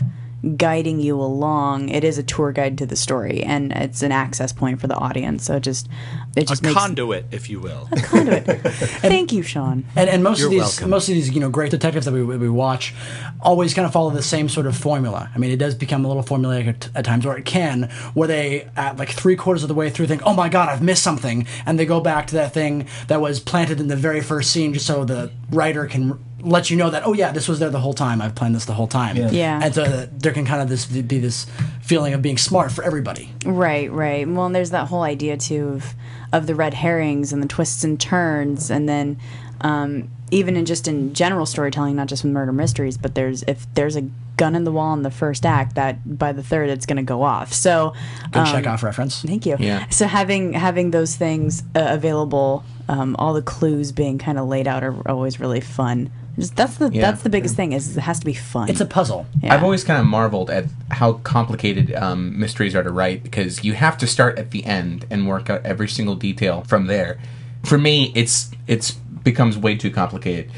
[SPEAKER 6] guiding you along, it is a tour guide to the story and it's an access point for the audience. So it just it
[SPEAKER 4] a
[SPEAKER 6] just makes
[SPEAKER 4] conduit, if you will.
[SPEAKER 6] Thank you, Sean.
[SPEAKER 7] And, and most
[SPEAKER 4] You're
[SPEAKER 7] of these,
[SPEAKER 4] welcome.
[SPEAKER 7] most of these, you know, great detectives that we, we watch, always kind of follow the same sort of formula. I mean, it does become a little formulaic at, at times, or it can, where they at like three quarters of the way through think, "Oh my God, I've missed something," and they go back to that thing that was planted in the very first scene, just so the writer can let you know that, "Oh yeah, this was there the whole time. I've planned this the whole time."
[SPEAKER 6] Yeah.
[SPEAKER 7] And so that there can kind of this be this feeling of being smart for everybody.
[SPEAKER 6] Right, right. Well, and there's that whole idea too of of the red herrings and the twists and turns, and then um, even in just in general storytelling, not just with murder mysteries, but there's if there's a gun in the wall in the first act, that by the third it's going to go off. So, uh,
[SPEAKER 7] Good check off reference.
[SPEAKER 6] Um, thank you.
[SPEAKER 3] Yeah.
[SPEAKER 6] So having having those things uh, available, um, all the clues being kind of laid out are always really fun. Just, that's the that's the biggest thing is it has to be fun.
[SPEAKER 7] It's a puzzle.
[SPEAKER 3] I've always kind of marveled at how complicated um, mysteries are to write because you have to start at the end and work out every single detail from there. For me, it's it's becomes way too complicated.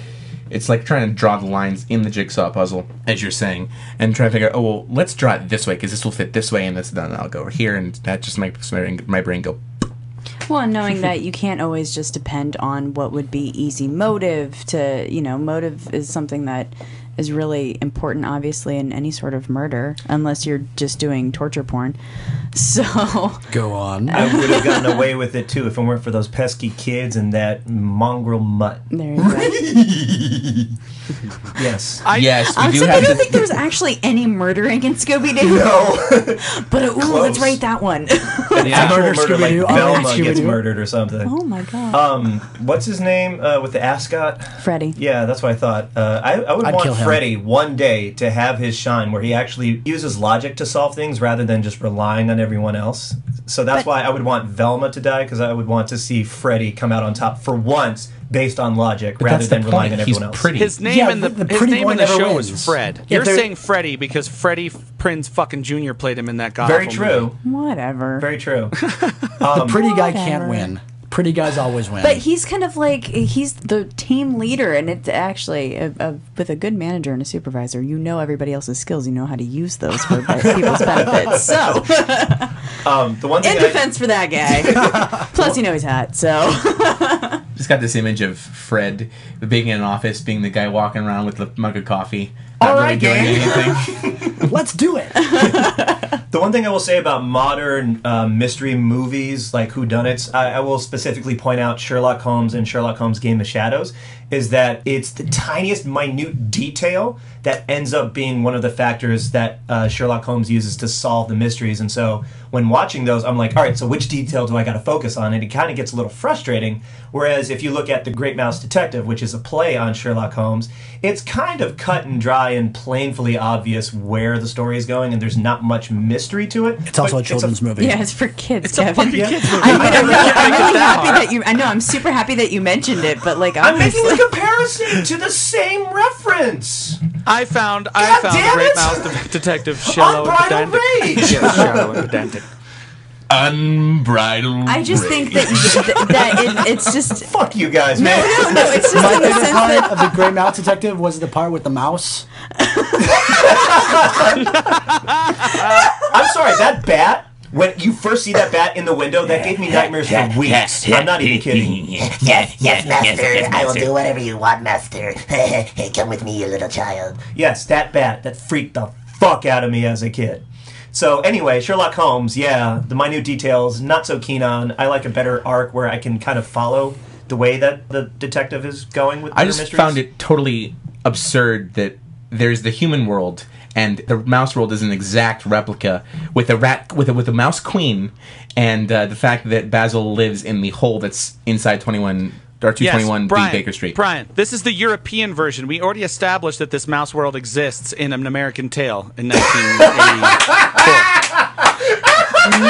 [SPEAKER 3] It's like trying to draw the lines in the jigsaw puzzle, as you're saying, and trying to figure out, oh, well, let's draw it this way because this will fit this way, and this, then I'll go over here, and that just makes my, my brain go
[SPEAKER 6] Well, and knowing that you can't always just depend on what would be easy motive to, you know, motive is something that is really important, obviously, in any sort of murder, unless you're just doing torture porn. So,
[SPEAKER 7] Go on.
[SPEAKER 5] I would have gotten away with it too if it weren't for those pesky kids and that mongrel mutt.
[SPEAKER 6] there you go.
[SPEAKER 5] Yes.
[SPEAKER 3] yes. We do
[SPEAKER 6] Honestly, I
[SPEAKER 3] have
[SPEAKER 6] don't
[SPEAKER 3] to,
[SPEAKER 6] think there was actually any murdering in Scooby Doo. No. but, ooh,
[SPEAKER 5] Close.
[SPEAKER 6] let's write that one.
[SPEAKER 5] An actual
[SPEAKER 7] Murder
[SPEAKER 5] murder,
[SPEAKER 7] Scooby-Doo.
[SPEAKER 5] like
[SPEAKER 7] I
[SPEAKER 5] Velma
[SPEAKER 7] like
[SPEAKER 5] gets
[SPEAKER 7] Scooby-Doo. Uh-huh.
[SPEAKER 5] murdered or something.
[SPEAKER 6] oh, my God.
[SPEAKER 5] Um, what's his name uh, with the ascot?
[SPEAKER 6] Freddie.
[SPEAKER 5] Yeah, that's what I thought. Uh, I, I would
[SPEAKER 7] I'd
[SPEAKER 5] want
[SPEAKER 7] kill him.
[SPEAKER 5] Freddy one day to have his shine where he actually uses logic to solve things rather than just relying on everyone else. So that's why I would want Velma to die because I would want to see Freddy come out on top for once based on logic rather
[SPEAKER 3] That's the
[SPEAKER 5] than relying
[SPEAKER 3] point.
[SPEAKER 5] on
[SPEAKER 3] He's
[SPEAKER 5] everyone else.
[SPEAKER 3] pretty.
[SPEAKER 4] His name
[SPEAKER 7] Yeah,
[SPEAKER 4] in the,
[SPEAKER 7] the
[SPEAKER 4] his
[SPEAKER 7] pretty
[SPEAKER 4] name
[SPEAKER 7] boy
[SPEAKER 4] in the
[SPEAKER 7] never
[SPEAKER 4] show
[SPEAKER 7] wins.
[SPEAKER 4] is Fred.
[SPEAKER 7] Yeah,
[SPEAKER 4] You're
[SPEAKER 7] they're-
[SPEAKER 4] saying Freddy because Freddie Prinz fucking Jr. played him in that Godfrey.
[SPEAKER 5] Very true.
[SPEAKER 6] Whatever.
[SPEAKER 5] Very true.
[SPEAKER 7] Pretty guy
[SPEAKER 6] Um, Whatever.
[SPEAKER 7] can't win. Pretty guys always win.
[SPEAKER 6] But he's kind of like he's the team leader, and it's actually a, a, with a good manager and a supervisor, you know everybody else's skills. You know how to use those for be- people's benefits. So,
[SPEAKER 5] Um, The one thing
[SPEAKER 6] in
[SPEAKER 5] I-
[SPEAKER 6] defense for that guy, plus you know he's hot. So,
[SPEAKER 3] Just got this image of Fred being in an office, being the guy walking around with the mug of coffee, not
[SPEAKER 5] All
[SPEAKER 3] really
[SPEAKER 5] right,
[SPEAKER 3] doing
[SPEAKER 5] gang.
[SPEAKER 3] anything.
[SPEAKER 7] Let's do it.
[SPEAKER 5] The one thing I will say about modern uh, mystery movies, like whodunits, I, I will specifically point out Sherlock Holmes and Sherlock Holmes Game of Shadows, is that it's the tiniest minute detail that ends up being one of the factors that uh, Sherlock Holmes uses to solve the mysteries. And so when watching those, I'm like, all right, so which detail do I got to focus on? And it kind of gets a little frustrating. Whereas if you look at The Great Mouse Detective, which is a play on Sherlock Holmes, it's kind of cut and dry and plainly obvious where the story is going, and there's not much mystery to it.
[SPEAKER 7] It's also a children's movie.
[SPEAKER 6] yeah, it's for kids,
[SPEAKER 4] It's a
[SPEAKER 6] Kevin.
[SPEAKER 4] fucking kids movie.
[SPEAKER 6] I'm, I'm really, I'm
[SPEAKER 4] Get
[SPEAKER 6] really
[SPEAKER 4] that
[SPEAKER 6] happy that you. I know I'm super happy that you mentioned it, but like
[SPEAKER 5] I'm making
[SPEAKER 6] obviously,
[SPEAKER 5] a comparison to the same reference
[SPEAKER 4] I found I
[SPEAKER 5] God
[SPEAKER 4] found
[SPEAKER 5] damn
[SPEAKER 4] Great
[SPEAKER 5] it!
[SPEAKER 4] Mouse De- Detective Shallow and
[SPEAKER 5] Unbridled
[SPEAKER 4] Pedantic.
[SPEAKER 5] Rage.
[SPEAKER 4] Yes, Shallow and Pedantic.
[SPEAKER 3] Unbridled.
[SPEAKER 6] I just think that you- that it, it's just
[SPEAKER 5] Fuck you guys, man.
[SPEAKER 6] no, no, it's just
[SPEAKER 7] My
[SPEAKER 6] in the
[SPEAKER 7] favorite
[SPEAKER 6] sense
[SPEAKER 7] part
[SPEAKER 6] that
[SPEAKER 7] of the Grey Mouse Detective was the part with the mouse.
[SPEAKER 5] I'm sorry, that bat. When you first see that bat in the window, that gave me nightmares for weeks. I'm not even kidding.
[SPEAKER 8] Yes, yes, master. I will do whatever you want, master. Come with me, you little child.
[SPEAKER 5] Yes, that bat that freaked the fuck out of me as a kid. So anyway, Sherlock Holmes, yeah, the minute details, not so keen on. I like a better arc where I can kind of follow the way that the detective is going with.
[SPEAKER 3] I
[SPEAKER 5] their
[SPEAKER 3] just
[SPEAKER 5] mysteries.
[SPEAKER 3] found it totally absurd that there's the human world and the mouse world is an exact replica with a rat with a with a mouse queen and uh, the fact that Basil lives in the hole that's inside 21 or 221 B
[SPEAKER 4] Brian,
[SPEAKER 3] Baker Street.
[SPEAKER 4] Brian, this is the European version. We already established that this mouse world exists in an American Tale in 1980.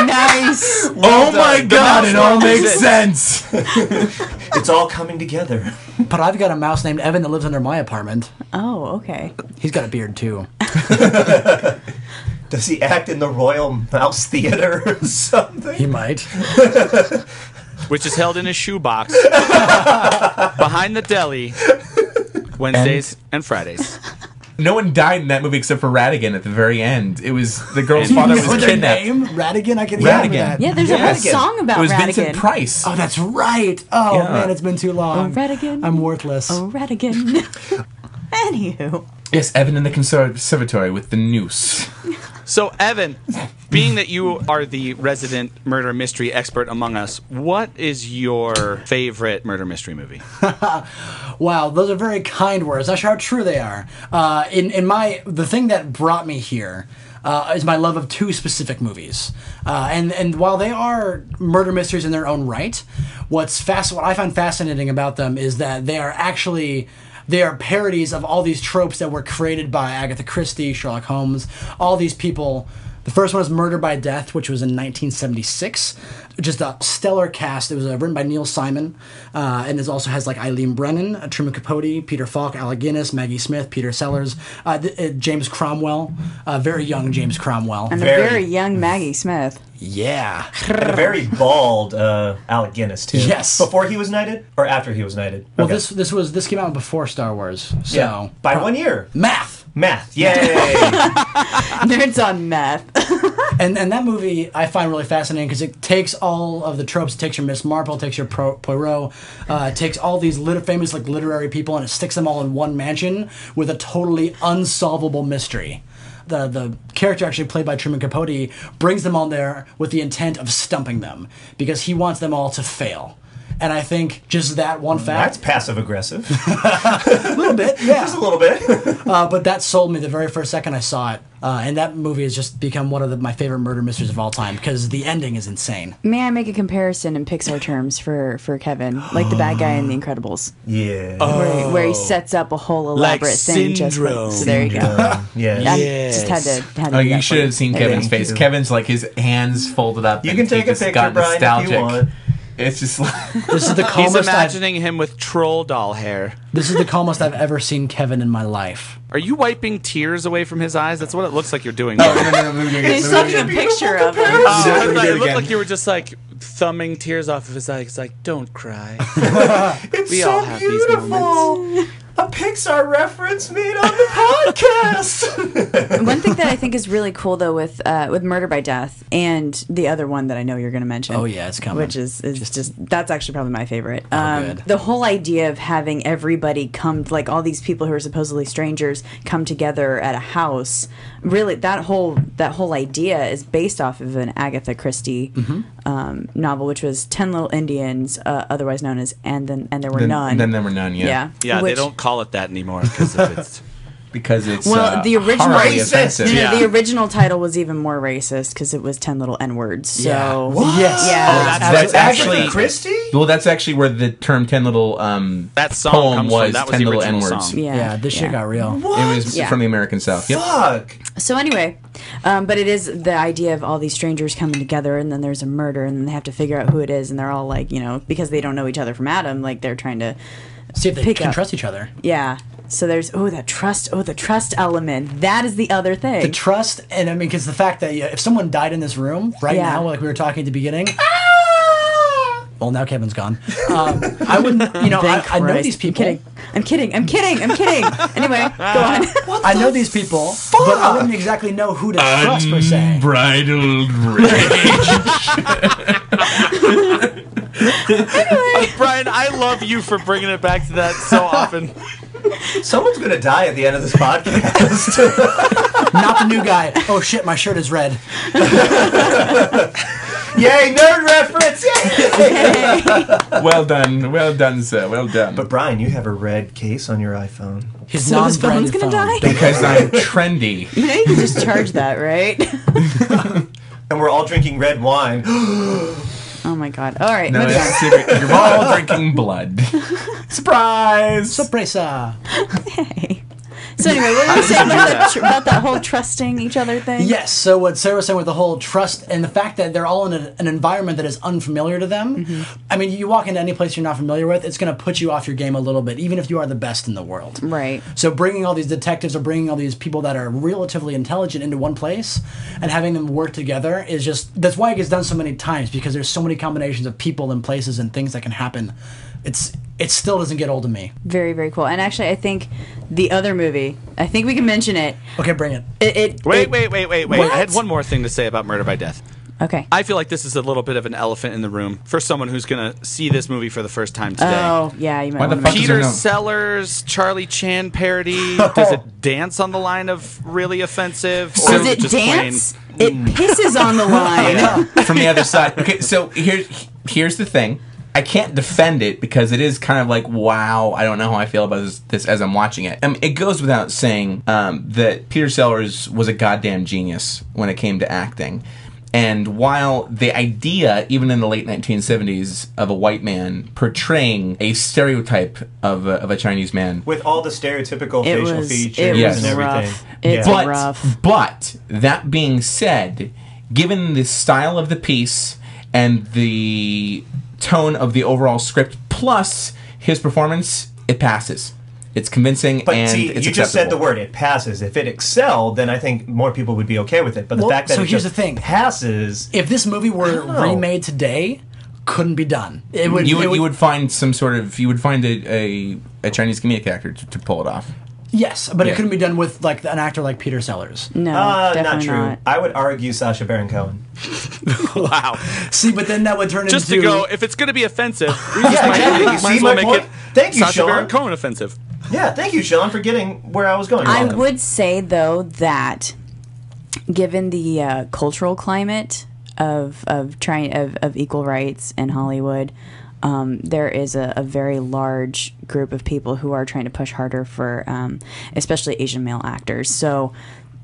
[SPEAKER 6] nice.
[SPEAKER 3] oh
[SPEAKER 5] my
[SPEAKER 3] god,
[SPEAKER 4] it all makes
[SPEAKER 3] sense.
[SPEAKER 5] It's all coming together.
[SPEAKER 7] But I've got a mouse named Evan that lives under my apartment.
[SPEAKER 6] Oh, okay.
[SPEAKER 7] He's got a beard too.
[SPEAKER 5] Does he act in the Royal Mouse Theater or something?
[SPEAKER 7] He might.
[SPEAKER 4] which is held in a shoebox behind the deli Wednesdays and, Fridays.
[SPEAKER 3] no one died in that movie except for Radigan at the very end. It was the girl's
[SPEAKER 4] And-
[SPEAKER 3] father
[SPEAKER 4] You
[SPEAKER 7] Or
[SPEAKER 3] was
[SPEAKER 7] their
[SPEAKER 3] kidnapped.
[SPEAKER 7] name? Radigan? I can
[SPEAKER 3] Radigan.
[SPEAKER 7] remember that.
[SPEAKER 6] Yeah, there's
[SPEAKER 5] Yes.
[SPEAKER 6] a whole song about
[SPEAKER 3] It was
[SPEAKER 6] Radigan.
[SPEAKER 3] Vincent Price.
[SPEAKER 7] Oh, that's right. Oh,
[SPEAKER 3] Yeah.
[SPEAKER 7] man, it's been too long.
[SPEAKER 6] Oh, Radigan. Oh,
[SPEAKER 7] I'm worthless.
[SPEAKER 6] Radigan. Anywho,
[SPEAKER 3] Yes, Evan in the conservatory with the noose.
[SPEAKER 4] So, Evan, being that you are the resident murder mystery expert among us, what is your favorite murder mystery movie?
[SPEAKER 7] Wow, those are very kind words. Not sure how true they are. Uh, in in my the thing that brought me here uh, is my love of two specific movies, uh, and and while they are murder mysteries in their own right, what's fast what I find fascinating about them is that they are actually. They are parodies of all these tropes that were created by Agatha Christie, Sherlock Holmes, all these people. The first one is Murder by Death, which was in 1976. Just a stellar cast. It was uh, written by Neil Simon, uh, and it also has like Eileen Brennan, uh, Truman Capote, Peter Falk, Alec Guinness, Maggie Smith, Peter Sellers, uh, th- uh, James Cromwell, uh, very young James Cromwell.
[SPEAKER 6] and
[SPEAKER 5] Very.
[SPEAKER 6] a very young Maggie Smith.
[SPEAKER 7] Yeah.
[SPEAKER 5] And a very bald uh, Alec Guinness too.
[SPEAKER 7] Yes.
[SPEAKER 5] Before he was knighted or after he was knighted.
[SPEAKER 7] Well,
[SPEAKER 5] Okay.
[SPEAKER 7] this this was this came out before Star Wars, so
[SPEAKER 5] yeah. by one year.
[SPEAKER 7] math.
[SPEAKER 5] Math. Yay.
[SPEAKER 6] Nerds on meth.
[SPEAKER 7] And and that movie I find really fascinating because it takes all of the tropes. It takes your Miss Marple, it takes your Pro- Poirot, uh, it takes all these lit- famous like literary people, and it sticks them all in one mansion with a totally unsolvable mystery. The the character actually played by Truman Capote brings them on there with the intent of stumping them because he wants them all to fail. And I think just that one
[SPEAKER 5] That's
[SPEAKER 7] fact,
[SPEAKER 5] passive aggressive.
[SPEAKER 7] a little bit, yeah,
[SPEAKER 5] Just a little bit.
[SPEAKER 7] uh, but that sold me the very first second I saw it. Uh, and that movie has just become one of the, my favorite murder mysteries of all time because the ending is insane.
[SPEAKER 6] May I make a comparison in Pixar terms for for Kevin, like the bad guy in The Incredibles,
[SPEAKER 5] Yeah.
[SPEAKER 6] where, where he sets up a whole
[SPEAKER 1] Oh. Like
[SPEAKER 6] elaborate thing just for,
[SPEAKER 1] Syndrome.
[SPEAKER 6] so there you go.
[SPEAKER 5] yeah.
[SPEAKER 6] I
[SPEAKER 1] Yes.
[SPEAKER 6] just had to. Had to
[SPEAKER 3] Oh,
[SPEAKER 6] do
[SPEAKER 3] you
[SPEAKER 6] that
[SPEAKER 3] should
[SPEAKER 6] for
[SPEAKER 3] have seen
[SPEAKER 6] There you
[SPEAKER 3] Kevin's
[SPEAKER 6] go.
[SPEAKER 3] face. Kevin's like his hands folded up.
[SPEAKER 5] You
[SPEAKER 3] and
[SPEAKER 5] can
[SPEAKER 3] he
[SPEAKER 5] take a
[SPEAKER 3] just
[SPEAKER 5] picture,
[SPEAKER 3] got
[SPEAKER 5] Brian, if you
[SPEAKER 3] nostalgic.
[SPEAKER 5] want.
[SPEAKER 3] It's just like
[SPEAKER 7] This is the
[SPEAKER 4] He's
[SPEAKER 7] calmest. I've,
[SPEAKER 4] imagining him with troll doll hair.
[SPEAKER 7] this is the calmest I've ever seen Kevin in my life.
[SPEAKER 4] Are you wiping tears away from his eyes? That's what it looks like you're doing.
[SPEAKER 3] no, no, no, no, no, no, no,
[SPEAKER 6] There's
[SPEAKER 3] no,
[SPEAKER 6] such
[SPEAKER 3] no,
[SPEAKER 6] a
[SPEAKER 3] no.
[SPEAKER 6] picture of him.
[SPEAKER 4] Oh, I
[SPEAKER 3] do
[SPEAKER 4] thought
[SPEAKER 3] it
[SPEAKER 4] it looked
[SPEAKER 3] again.
[SPEAKER 4] like you were just like thumbing tears off of his eyes. It's like, don't cry.
[SPEAKER 5] It's
[SPEAKER 4] We
[SPEAKER 5] so
[SPEAKER 4] all have these
[SPEAKER 5] beautiful. A Pixar reference made on the podcast.
[SPEAKER 6] One thing that I think is really cool though with uh, with Murder by Death and the other one that I know you're going to mention.
[SPEAKER 7] Oh, yeah, it's coming.
[SPEAKER 6] Which is, is just, that's actually probably my favorite. Um,
[SPEAKER 7] good.
[SPEAKER 6] the whole idea of having everybody come like all these people who are supposedly strangers come together at a house. Really, that whole that whole idea is based off of an Agatha Christie um, novel, which was Ten Little Indians, uh, otherwise known as and then and there were
[SPEAKER 3] Then-
[SPEAKER 6] none.
[SPEAKER 3] then there were none, yeah.
[SPEAKER 6] Yeah.
[SPEAKER 4] yeah, they
[SPEAKER 6] which-
[SPEAKER 4] don't call it that anymore because it's.
[SPEAKER 3] because it's
[SPEAKER 6] Well,
[SPEAKER 3] uh,
[SPEAKER 6] the original
[SPEAKER 3] horribly
[SPEAKER 5] Racist.
[SPEAKER 3] offensive.
[SPEAKER 6] No, no,
[SPEAKER 4] Yeah.
[SPEAKER 6] the original title was even more racist because it was ten little n words. So
[SPEAKER 7] Yeah.
[SPEAKER 6] yes,
[SPEAKER 4] Oh,
[SPEAKER 6] yeah,
[SPEAKER 4] that's-
[SPEAKER 3] That's actually
[SPEAKER 5] Agatha Christie?
[SPEAKER 3] Well, that's actually where the term "ten little" um,
[SPEAKER 4] That song
[SPEAKER 3] poem
[SPEAKER 4] comes from-
[SPEAKER 3] was
[SPEAKER 4] that was
[SPEAKER 3] "ten
[SPEAKER 4] the
[SPEAKER 3] little
[SPEAKER 4] original
[SPEAKER 3] n-words."
[SPEAKER 4] song.
[SPEAKER 6] yeah,
[SPEAKER 7] Yeah, this shit
[SPEAKER 6] yeah.
[SPEAKER 7] got real.
[SPEAKER 3] It was
[SPEAKER 6] Yeah.
[SPEAKER 3] from the American South. Yep.
[SPEAKER 5] Fuck.
[SPEAKER 6] So anyway, um, but it is the idea of all these strangers coming together, and then there's a murder, and then they have to figure out who it is, and they're all like, you know, because they don't know each other from Adam, like they're trying to,
[SPEAKER 7] See if they
[SPEAKER 6] Pick
[SPEAKER 7] can
[SPEAKER 6] up.
[SPEAKER 7] trust each other.
[SPEAKER 6] yeah. So there's oh that trust, oh the trust element. That is the other thing.
[SPEAKER 7] The trust, and I mean, because the fact that yeah, if someone died in this room right
[SPEAKER 6] Yeah. Ah!
[SPEAKER 7] now, like we were talking at the beginning. Well, now Kevin's gone. Um, I wouldn't, you know, I,
[SPEAKER 6] Thank
[SPEAKER 7] I know
[SPEAKER 6] Christ.
[SPEAKER 7] these people.
[SPEAKER 6] I'm kidding. I'm kidding. I'm kidding. I'm kidding. anyway, go on.
[SPEAKER 7] I know these people, but I wouldn't exactly know who to trust per se.
[SPEAKER 3] Bridled rage.
[SPEAKER 4] Uh, Brian, I love you for bringing it back to that so often.
[SPEAKER 5] Someone's going to die at the end of this podcast.
[SPEAKER 7] Not the new guy. Oh shit, my shirt is red.
[SPEAKER 5] Yay, nerd reference! Yay!
[SPEAKER 3] well done, well done, sir, well done.
[SPEAKER 5] but Brian, you have a red case on your iPhone.
[SPEAKER 7] His
[SPEAKER 6] So his
[SPEAKER 7] non-branded
[SPEAKER 6] phone's gonna
[SPEAKER 7] phone.
[SPEAKER 6] die.
[SPEAKER 3] because I'm trendy.
[SPEAKER 6] you can just charge that, right?
[SPEAKER 5] And we're all drinking red wine.
[SPEAKER 6] Oh my god. All right.
[SPEAKER 3] No,
[SPEAKER 6] moving on.
[SPEAKER 3] it's secret. You're all drinking blood. Surprise!
[SPEAKER 7] Sorpresa.
[SPEAKER 6] So anyway, what were you saying about, that tr- about that whole trusting each other thing?
[SPEAKER 7] Yes. So what Sarah was saying with the whole trust and the fact that they're all in a, an environment that is unfamiliar to them.
[SPEAKER 5] Mm-hmm.
[SPEAKER 7] I mean, you walk into any place you're not familiar with, it's going to put you off your game a little bit, even if you are the best in the world.
[SPEAKER 6] Right.
[SPEAKER 7] So bringing all these detectives or bringing all these people that are relatively intelligent into one place and having them work together is just that's why it gets done so many times because there's so many combinations of people and places and things that can happen. It's it still doesn't get old to me.
[SPEAKER 6] Very, very cool. And actually, I think the other movie, I think we can mention it.
[SPEAKER 7] Okay, bring it.
[SPEAKER 6] It. it
[SPEAKER 4] Wait,
[SPEAKER 6] it-
[SPEAKER 4] wait, wait, wait, wait. I had one more thing to say about Murder by Death.
[SPEAKER 6] Okay.
[SPEAKER 4] I feel like this is a little bit of an elephant in the room for someone who's going to see this movie for the first time today.
[SPEAKER 6] oh, yeah, you might
[SPEAKER 3] Why the
[SPEAKER 6] want
[SPEAKER 3] fuck
[SPEAKER 6] to
[SPEAKER 3] is
[SPEAKER 4] Peter
[SPEAKER 3] No, no.
[SPEAKER 4] Sellers, Charlie Chan parody. Does it dance on the line of really offensive? Or
[SPEAKER 6] Does it
[SPEAKER 4] just
[SPEAKER 6] dance? It pisses on the line.
[SPEAKER 3] from the other side. Okay, so here's here's the thing. I can't defend it because it is kind of like, wow, I don't know how I feel about this, this as I'm watching it. I mean, it goes without saying um, that Peter Sellers was a goddamn genius when it came to acting. And while the idea, even in the late 1970s, of a white man portraying a stereotype of a, of a Chinese man
[SPEAKER 5] With all the stereotypical
[SPEAKER 6] It
[SPEAKER 5] facial
[SPEAKER 6] was.
[SPEAKER 5] features
[SPEAKER 6] It
[SPEAKER 3] Yes.
[SPEAKER 6] was
[SPEAKER 5] and everything.
[SPEAKER 6] rough. It's
[SPEAKER 5] Yeah.
[SPEAKER 3] but,
[SPEAKER 6] rough.
[SPEAKER 3] But that being said, given the style of the piece and the tone of the overall script, plus his performance, it passes. It's convincing
[SPEAKER 5] But
[SPEAKER 3] and
[SPEAKER 5] see, you
[SPEAKER 3] it's
[SPEAKER 5] just said the
[SPEAKER 3] acceptable.
[SPEAKER 5] word. It passes. If it excelled, then I think more people would be okay with it. But the
[SPEAKER 7] Well,
[SPEAKER 5] fact that
[SPEAKER 7] so
[SPEAKER 5] it
[SPEAKER 7] here's
[SPEAKER 5] just
[SPEAKER 7] the thing.
[SPEAKER 5] passes,
[SPEAKER 7] If this movie were
[SPEAKER 5] don't know.
[SPEAKER 7] remade today, couldn't be done. It would.
[SPEAKER 3] You
[SPEAKER 7] it
[SPEAKER 3] would, you would find some sort of you would find a, a, a Chinese comedic actor to, to pull it off.
[SPEAKER 7] Yes, but
[SPEAKER 3] Yeah.
[SPEAKER 7] it couldn't be done with like an actor like Peter Sellers.
[SPEAKER 6] No,
[SPEAKER 5] uh, not
[SPEAKER 6] definitely
[SPEAKER 5] true. I would argue Sasha Baron Cohen.
[SPEAKER 4] Plain? Wow.
[SPEAKER 7] See, but then that would turn
[SPEAKER 4] Just to
[SPEAKER 7] into
[SPEAKER 4] go, if it's going to be offensive, we just
[SPEAKER 5] Yeah,
[SPEAKER 4] might,
[SPEAKER 5] exactly.
[SPEAKER 4] might
[SPEAKER 5] See
[SPEAKER 4] as well
[SPEAKER 5] my
[SPEAKER 4] make
[SPEAKER 5] point?
[SPEAKER 4] it
[SPEAKER 5] Thank you,
[SPEAKER 4] Sacha
[SPEAKER 5] Sean.
[SPEAKER 4] Baron Cohen offensive.
[SPEAKER 5] Yeah, thank you, Sean, for getting where I was going.
[SPEAKER 6] I
[SPEAKER 5] with it.
[SPEAKER 6] would say though that, given the uh, cultural climate of of trying of, of equal rights in Hollywood, um, there is a, a very large group of people who are trying to push harder for, um, especially Asian male actors. So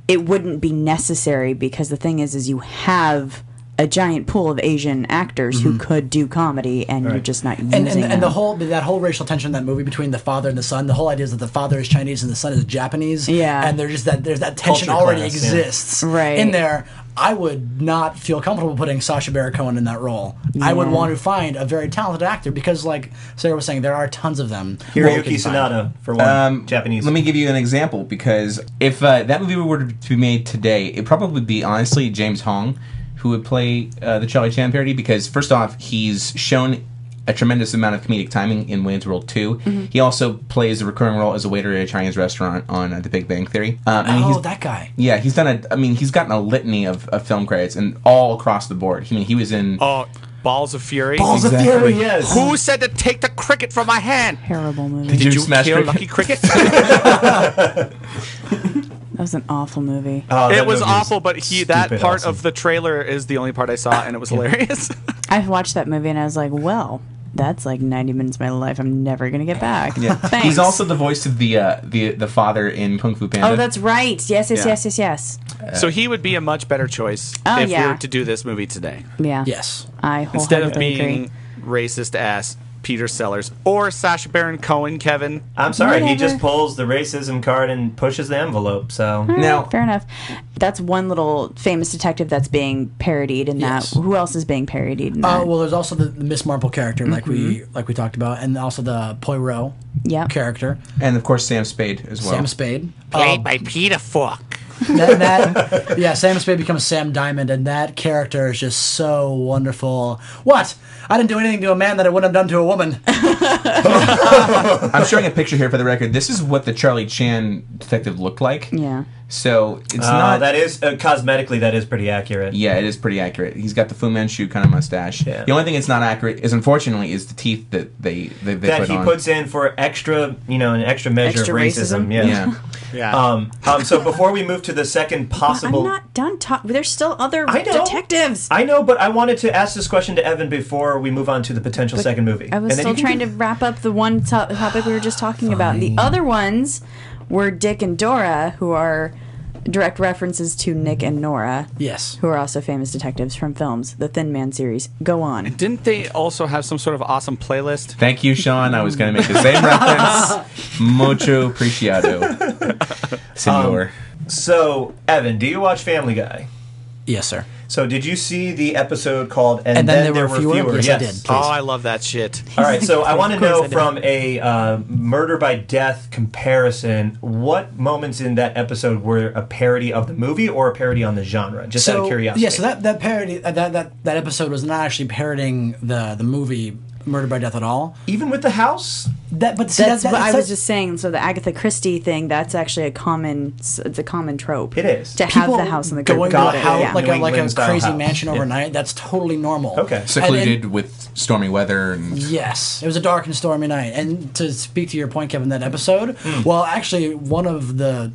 [SPEAKER 6] it wouldn't be necessary because the thing is, is you have a giant pool of Asian actors who could do comedy, and you're just not using
[SPEAKER 7] Mm-hmm. and, and, and the
[SPEAKER 6] them.
[SPEAKER 7] whole that whole racial tension in that movie between the father and the son the whole idea is that the father is chinese and the son is japanese
[SPEAKER 6] Yeah.
[SPEAKER 7] and there's just that there's that tension
[SPEAKER 5] Culture
[SPEAKER 7] already
[SPEAKER 5] clash, yeah.
[SPEAKER 7] exists
[SPEAKER 6] Right.
[SPEAKER 7] in there i would not feel comfortable putting sasha baron cohen in that role i would
[SPEAKER 6] Yeah.
[SPEAKER 7] want to find a very talented actor because like sarah was saying there are tons of them Well, we
[SPEAKER 5] Hiroyuki
[SPEAKER 7] can find.
[SPEAKER 5] Sanada for one
[SPEAKER 3] Um,
[SPEAKER 5] Japanese.
[SPEAKER 3] Let me give you an example because if uh, that movie were to be made today, it'd probably be honestly James Hong who would play uh, the Charlie Chan parody because first off, he's shown a tremendous amount of comedic timing in Wayne's World 2. He also plays a recurring role as a waiter at a Chinese restaurant on uh, The Big Bang Theory. Um, I mean,
[SPEAKER 7] oh
[SPEAKER 3] he's-
[SPEAKER 7] that guy
[SPEAKER 3] Yeah, he's done a. I mean, he's gotten a litany of, of film credits and all across the board. I mean, he was in.
[SPEAKER 4] Oh, Balls of Fury.
[SPEAKER 5] Balls of
[SPEAKER 3] Exactly.
[SPEAKER 5] Fury, yes.
[SPEAKER 4] Who said to take the cricket from my hand?
[SPEAKER 6] terrible movie.
[SPEAKER 3] Did
[SPEAKER 4] Did
[SPEAKER 3] you
[SPEAKER 4] you
[SPEAKER 3] smash
[SPEAKER 4] kill
[SPEAKER 3] cricket?
[SPEAKER 4] Lucky Cricket?
[SPEAKER 6] that was an awful movie.
[SPEAKER 5] Oh, that
[SPEAKER 4] it was
[SPEAKER 5] movie
[SPEAKER 4] awful, but he that
[SPEAKER 5] stupid
[SPEAKER 4] part
[SPEAKER 5] awesome.
[SPEAKER 4] of the trailer is the only part I saw, and it was hilarious.
[SPEAKER 6] I watched that movie and I was like, well, that's like 90 minutes of my life. I'm never gonna get back.
[SPEAKER 3] Yeah.
[SPEAKER 6] Thanks.
[SPEAKER 3] He's also the voice of the uh, the the father in Kung Fu Panda.
[SPEAKER 6] Oh, that's right. Yes, yes,
[SPEAKER 4] Yeah.
[SPEAKER 6] yes, yes, yes.
[SPEAKER 4] so he would be a much better choice
[SPEAKER 6] Oh,
[SPEAKER 4] if we
[SPEAKER 6] yeah.
[SPEAKER 4] were to do this movie today,
[SPEAKER 6] Yeah.
[SPEAKER 7] yes
[SPEAKER 6] I
[SPEAKER 4] instead of
[SPEAKER 6] wholeheartedly
[SPEAKER 4] being racist ass Peter Sellers or Sacha Baron Cohen. Kevin,
[SPEAKER 5] I'm sorry, he
[SPEAKER 6] Whatever. Hmm.
[SPEAKER 5] just pulls the racism card and pushes the envelope. So Uh,
[SPEAKER 3] now,
[SPEAKER 6] Fair enough. That's one little famous detective that's being parodied in
[SPEAKER 7] Yes.
[SPEAKER 6] that. Who else is being parodied in that?
[SPEAKER 7] Uh, well, there's also the, the Miss Marple character, like we like we talked about, and also the Poirot
[SPEAKER 6] Yep.
[SPEAKER 7] character,
[SPEAKER 3] and of course Sam Spade as well.
[SPEAKER 7] Sam Spade. Uh,
[SPEAKER 4] played by Peter Falk.
[SPEAKER 7] That- that- yeah, Sam Spade becomes Sam Diamond, and that character is just so wonderful. What? I didn't do anything to a man that I wouldn't have done to a woman.
[SPEAKER 3] I'm showing a picture here for the record. This is what the Charlie Chan detective looked like.
[SPEAKER 6] yeah.
[SPEAKER 3] So it's
[SPEAKER 5] uh,
[SPEAKER 3] not.
[SPEAKER 5] that is uh, cosmetically that is pretty accurate.
[SPEAKER 3] yeah, it is pretty accurate. He's got the Fu Manchu kind of mustache.
[SPEAKER 5] Yeah.
[SPEAKER 3] The only thing that's not accurate is unfortunately is the teeth that they they, they
[SPEAKER 5] that
[SPEAKER 3] put
[SPEAKER 5] he
[SPEAKER 3] on.
[SPEAKER 5] puts in for extra, you know, an extra measure
[SPEAKER 6] Extra
[SPEAKER 5] of racism.
[SPEAKER 6] racism?
[SPEAKER 5] Yeah.
[SPEAKER 3] yeah.
[SPEAKER 4] Yeah.
[SPEAKER 5] Um, um, so before we move to the second possible,
[SPEAKER 6] I'm not done talking. There's still other
[SPEAKER 5] I know.
[SPEAKER 6] detectives. I,
[SPEAKER 5] I know, but I wanted to ask this question to Evan before we move on to the potential second movie.
[SPEAKER 6] was
[SPEAKER 5] And then
[SPEAKER 6] still
[SPEAKER 5] you can
[SPEAKER 6] trying
[SPEAKER 5] do-
[SPEAKER 6] to wrap up the one to- topic we were just talking about. The other ones were Dick and Dora, who are direct references to Nick and Nora,
[SPEAKER 7] Yes.
[SPEAKER 6] who are also famous detectives from films, the Thin Man series. Go on.
[SPEAKER 4] Didn't they also have some sort of awesome playlist?
[SPEAKER 3] Thank you, Sean. I was going to make the same reference. Mucho apreciado, senor.
[SPEAKER 5] So, Evan, do you watch Family Guy?
[SPEAKER 7] Yes, sir.
[SPEAKER 5] So, did you see the episode called "And,
[SPEAKER 7] And
[SPEAKER 5] then, there, Were Fewer"?
[SPEAKER 7] Yes, I did.
[SPEAKER 4] Oh, I love that shit.
[SPEAKER 5] All right, so I want to
[SPEAKER 6] Of course I
[SPEAKER 5] know
[SPEAKER 6] did.
[SPEAKER 5] from a uh, murder by death comparison, what moments in that episode were a parody of the movie or a parody on the genre? Just out of curiosity.
[SPEAKER 7] Yeah, so that that parody uh, that that that episode was not actually parodying the the movie Murder by Death at all.
[SPEAKER 5] even with the house,
[SPEAKER 7] That but see,
[SPEAKER 6] That's
[SPEAKER 7] that,
[SPEAKER 6] what
[SPEAKER 7] that,
[SPEAKER 6] I
[SPEAKER 7] that-
[SPEAKER 6] was just saying. So the Agatha Christie thing, that's actually a common, it's a common trope.
[SPEAKER 5] It is.
[SPEAKER 6] To have
[SPEAKER 7] people
[SPEAKER 6] the house in the
[SPEAKER 7] going to
[SPEAKER 5] Got
[SPEAKER 7] a
[SPEAKER 5] it,
[SPEAKER 7] house,
[SPEAKER 5] yeah.
[SPEAKER 7] like
[SPEAKER 5] New
[SPEAKER 7] a, like a
[SPEAKER 5] England-style
[SPEAKER 7] crazy
[SPEAKER 5] house.
[SPEAKER 7] mansion
[SPEAKER 5] Yeah.
[SPEAKER 7] overnight. That's totally normal.
[SPEAKER 5] Okay.
[SPEAKER 7] And-
[SPEAKER 3] Secluded
[SPEAKER 7] and-
[SPEAKER 3] with stormy weather and
[SPEAKER 7] Yes, it was a dark and stormy night. And to speak to your point, Kevin, that episode, well, actually, one of the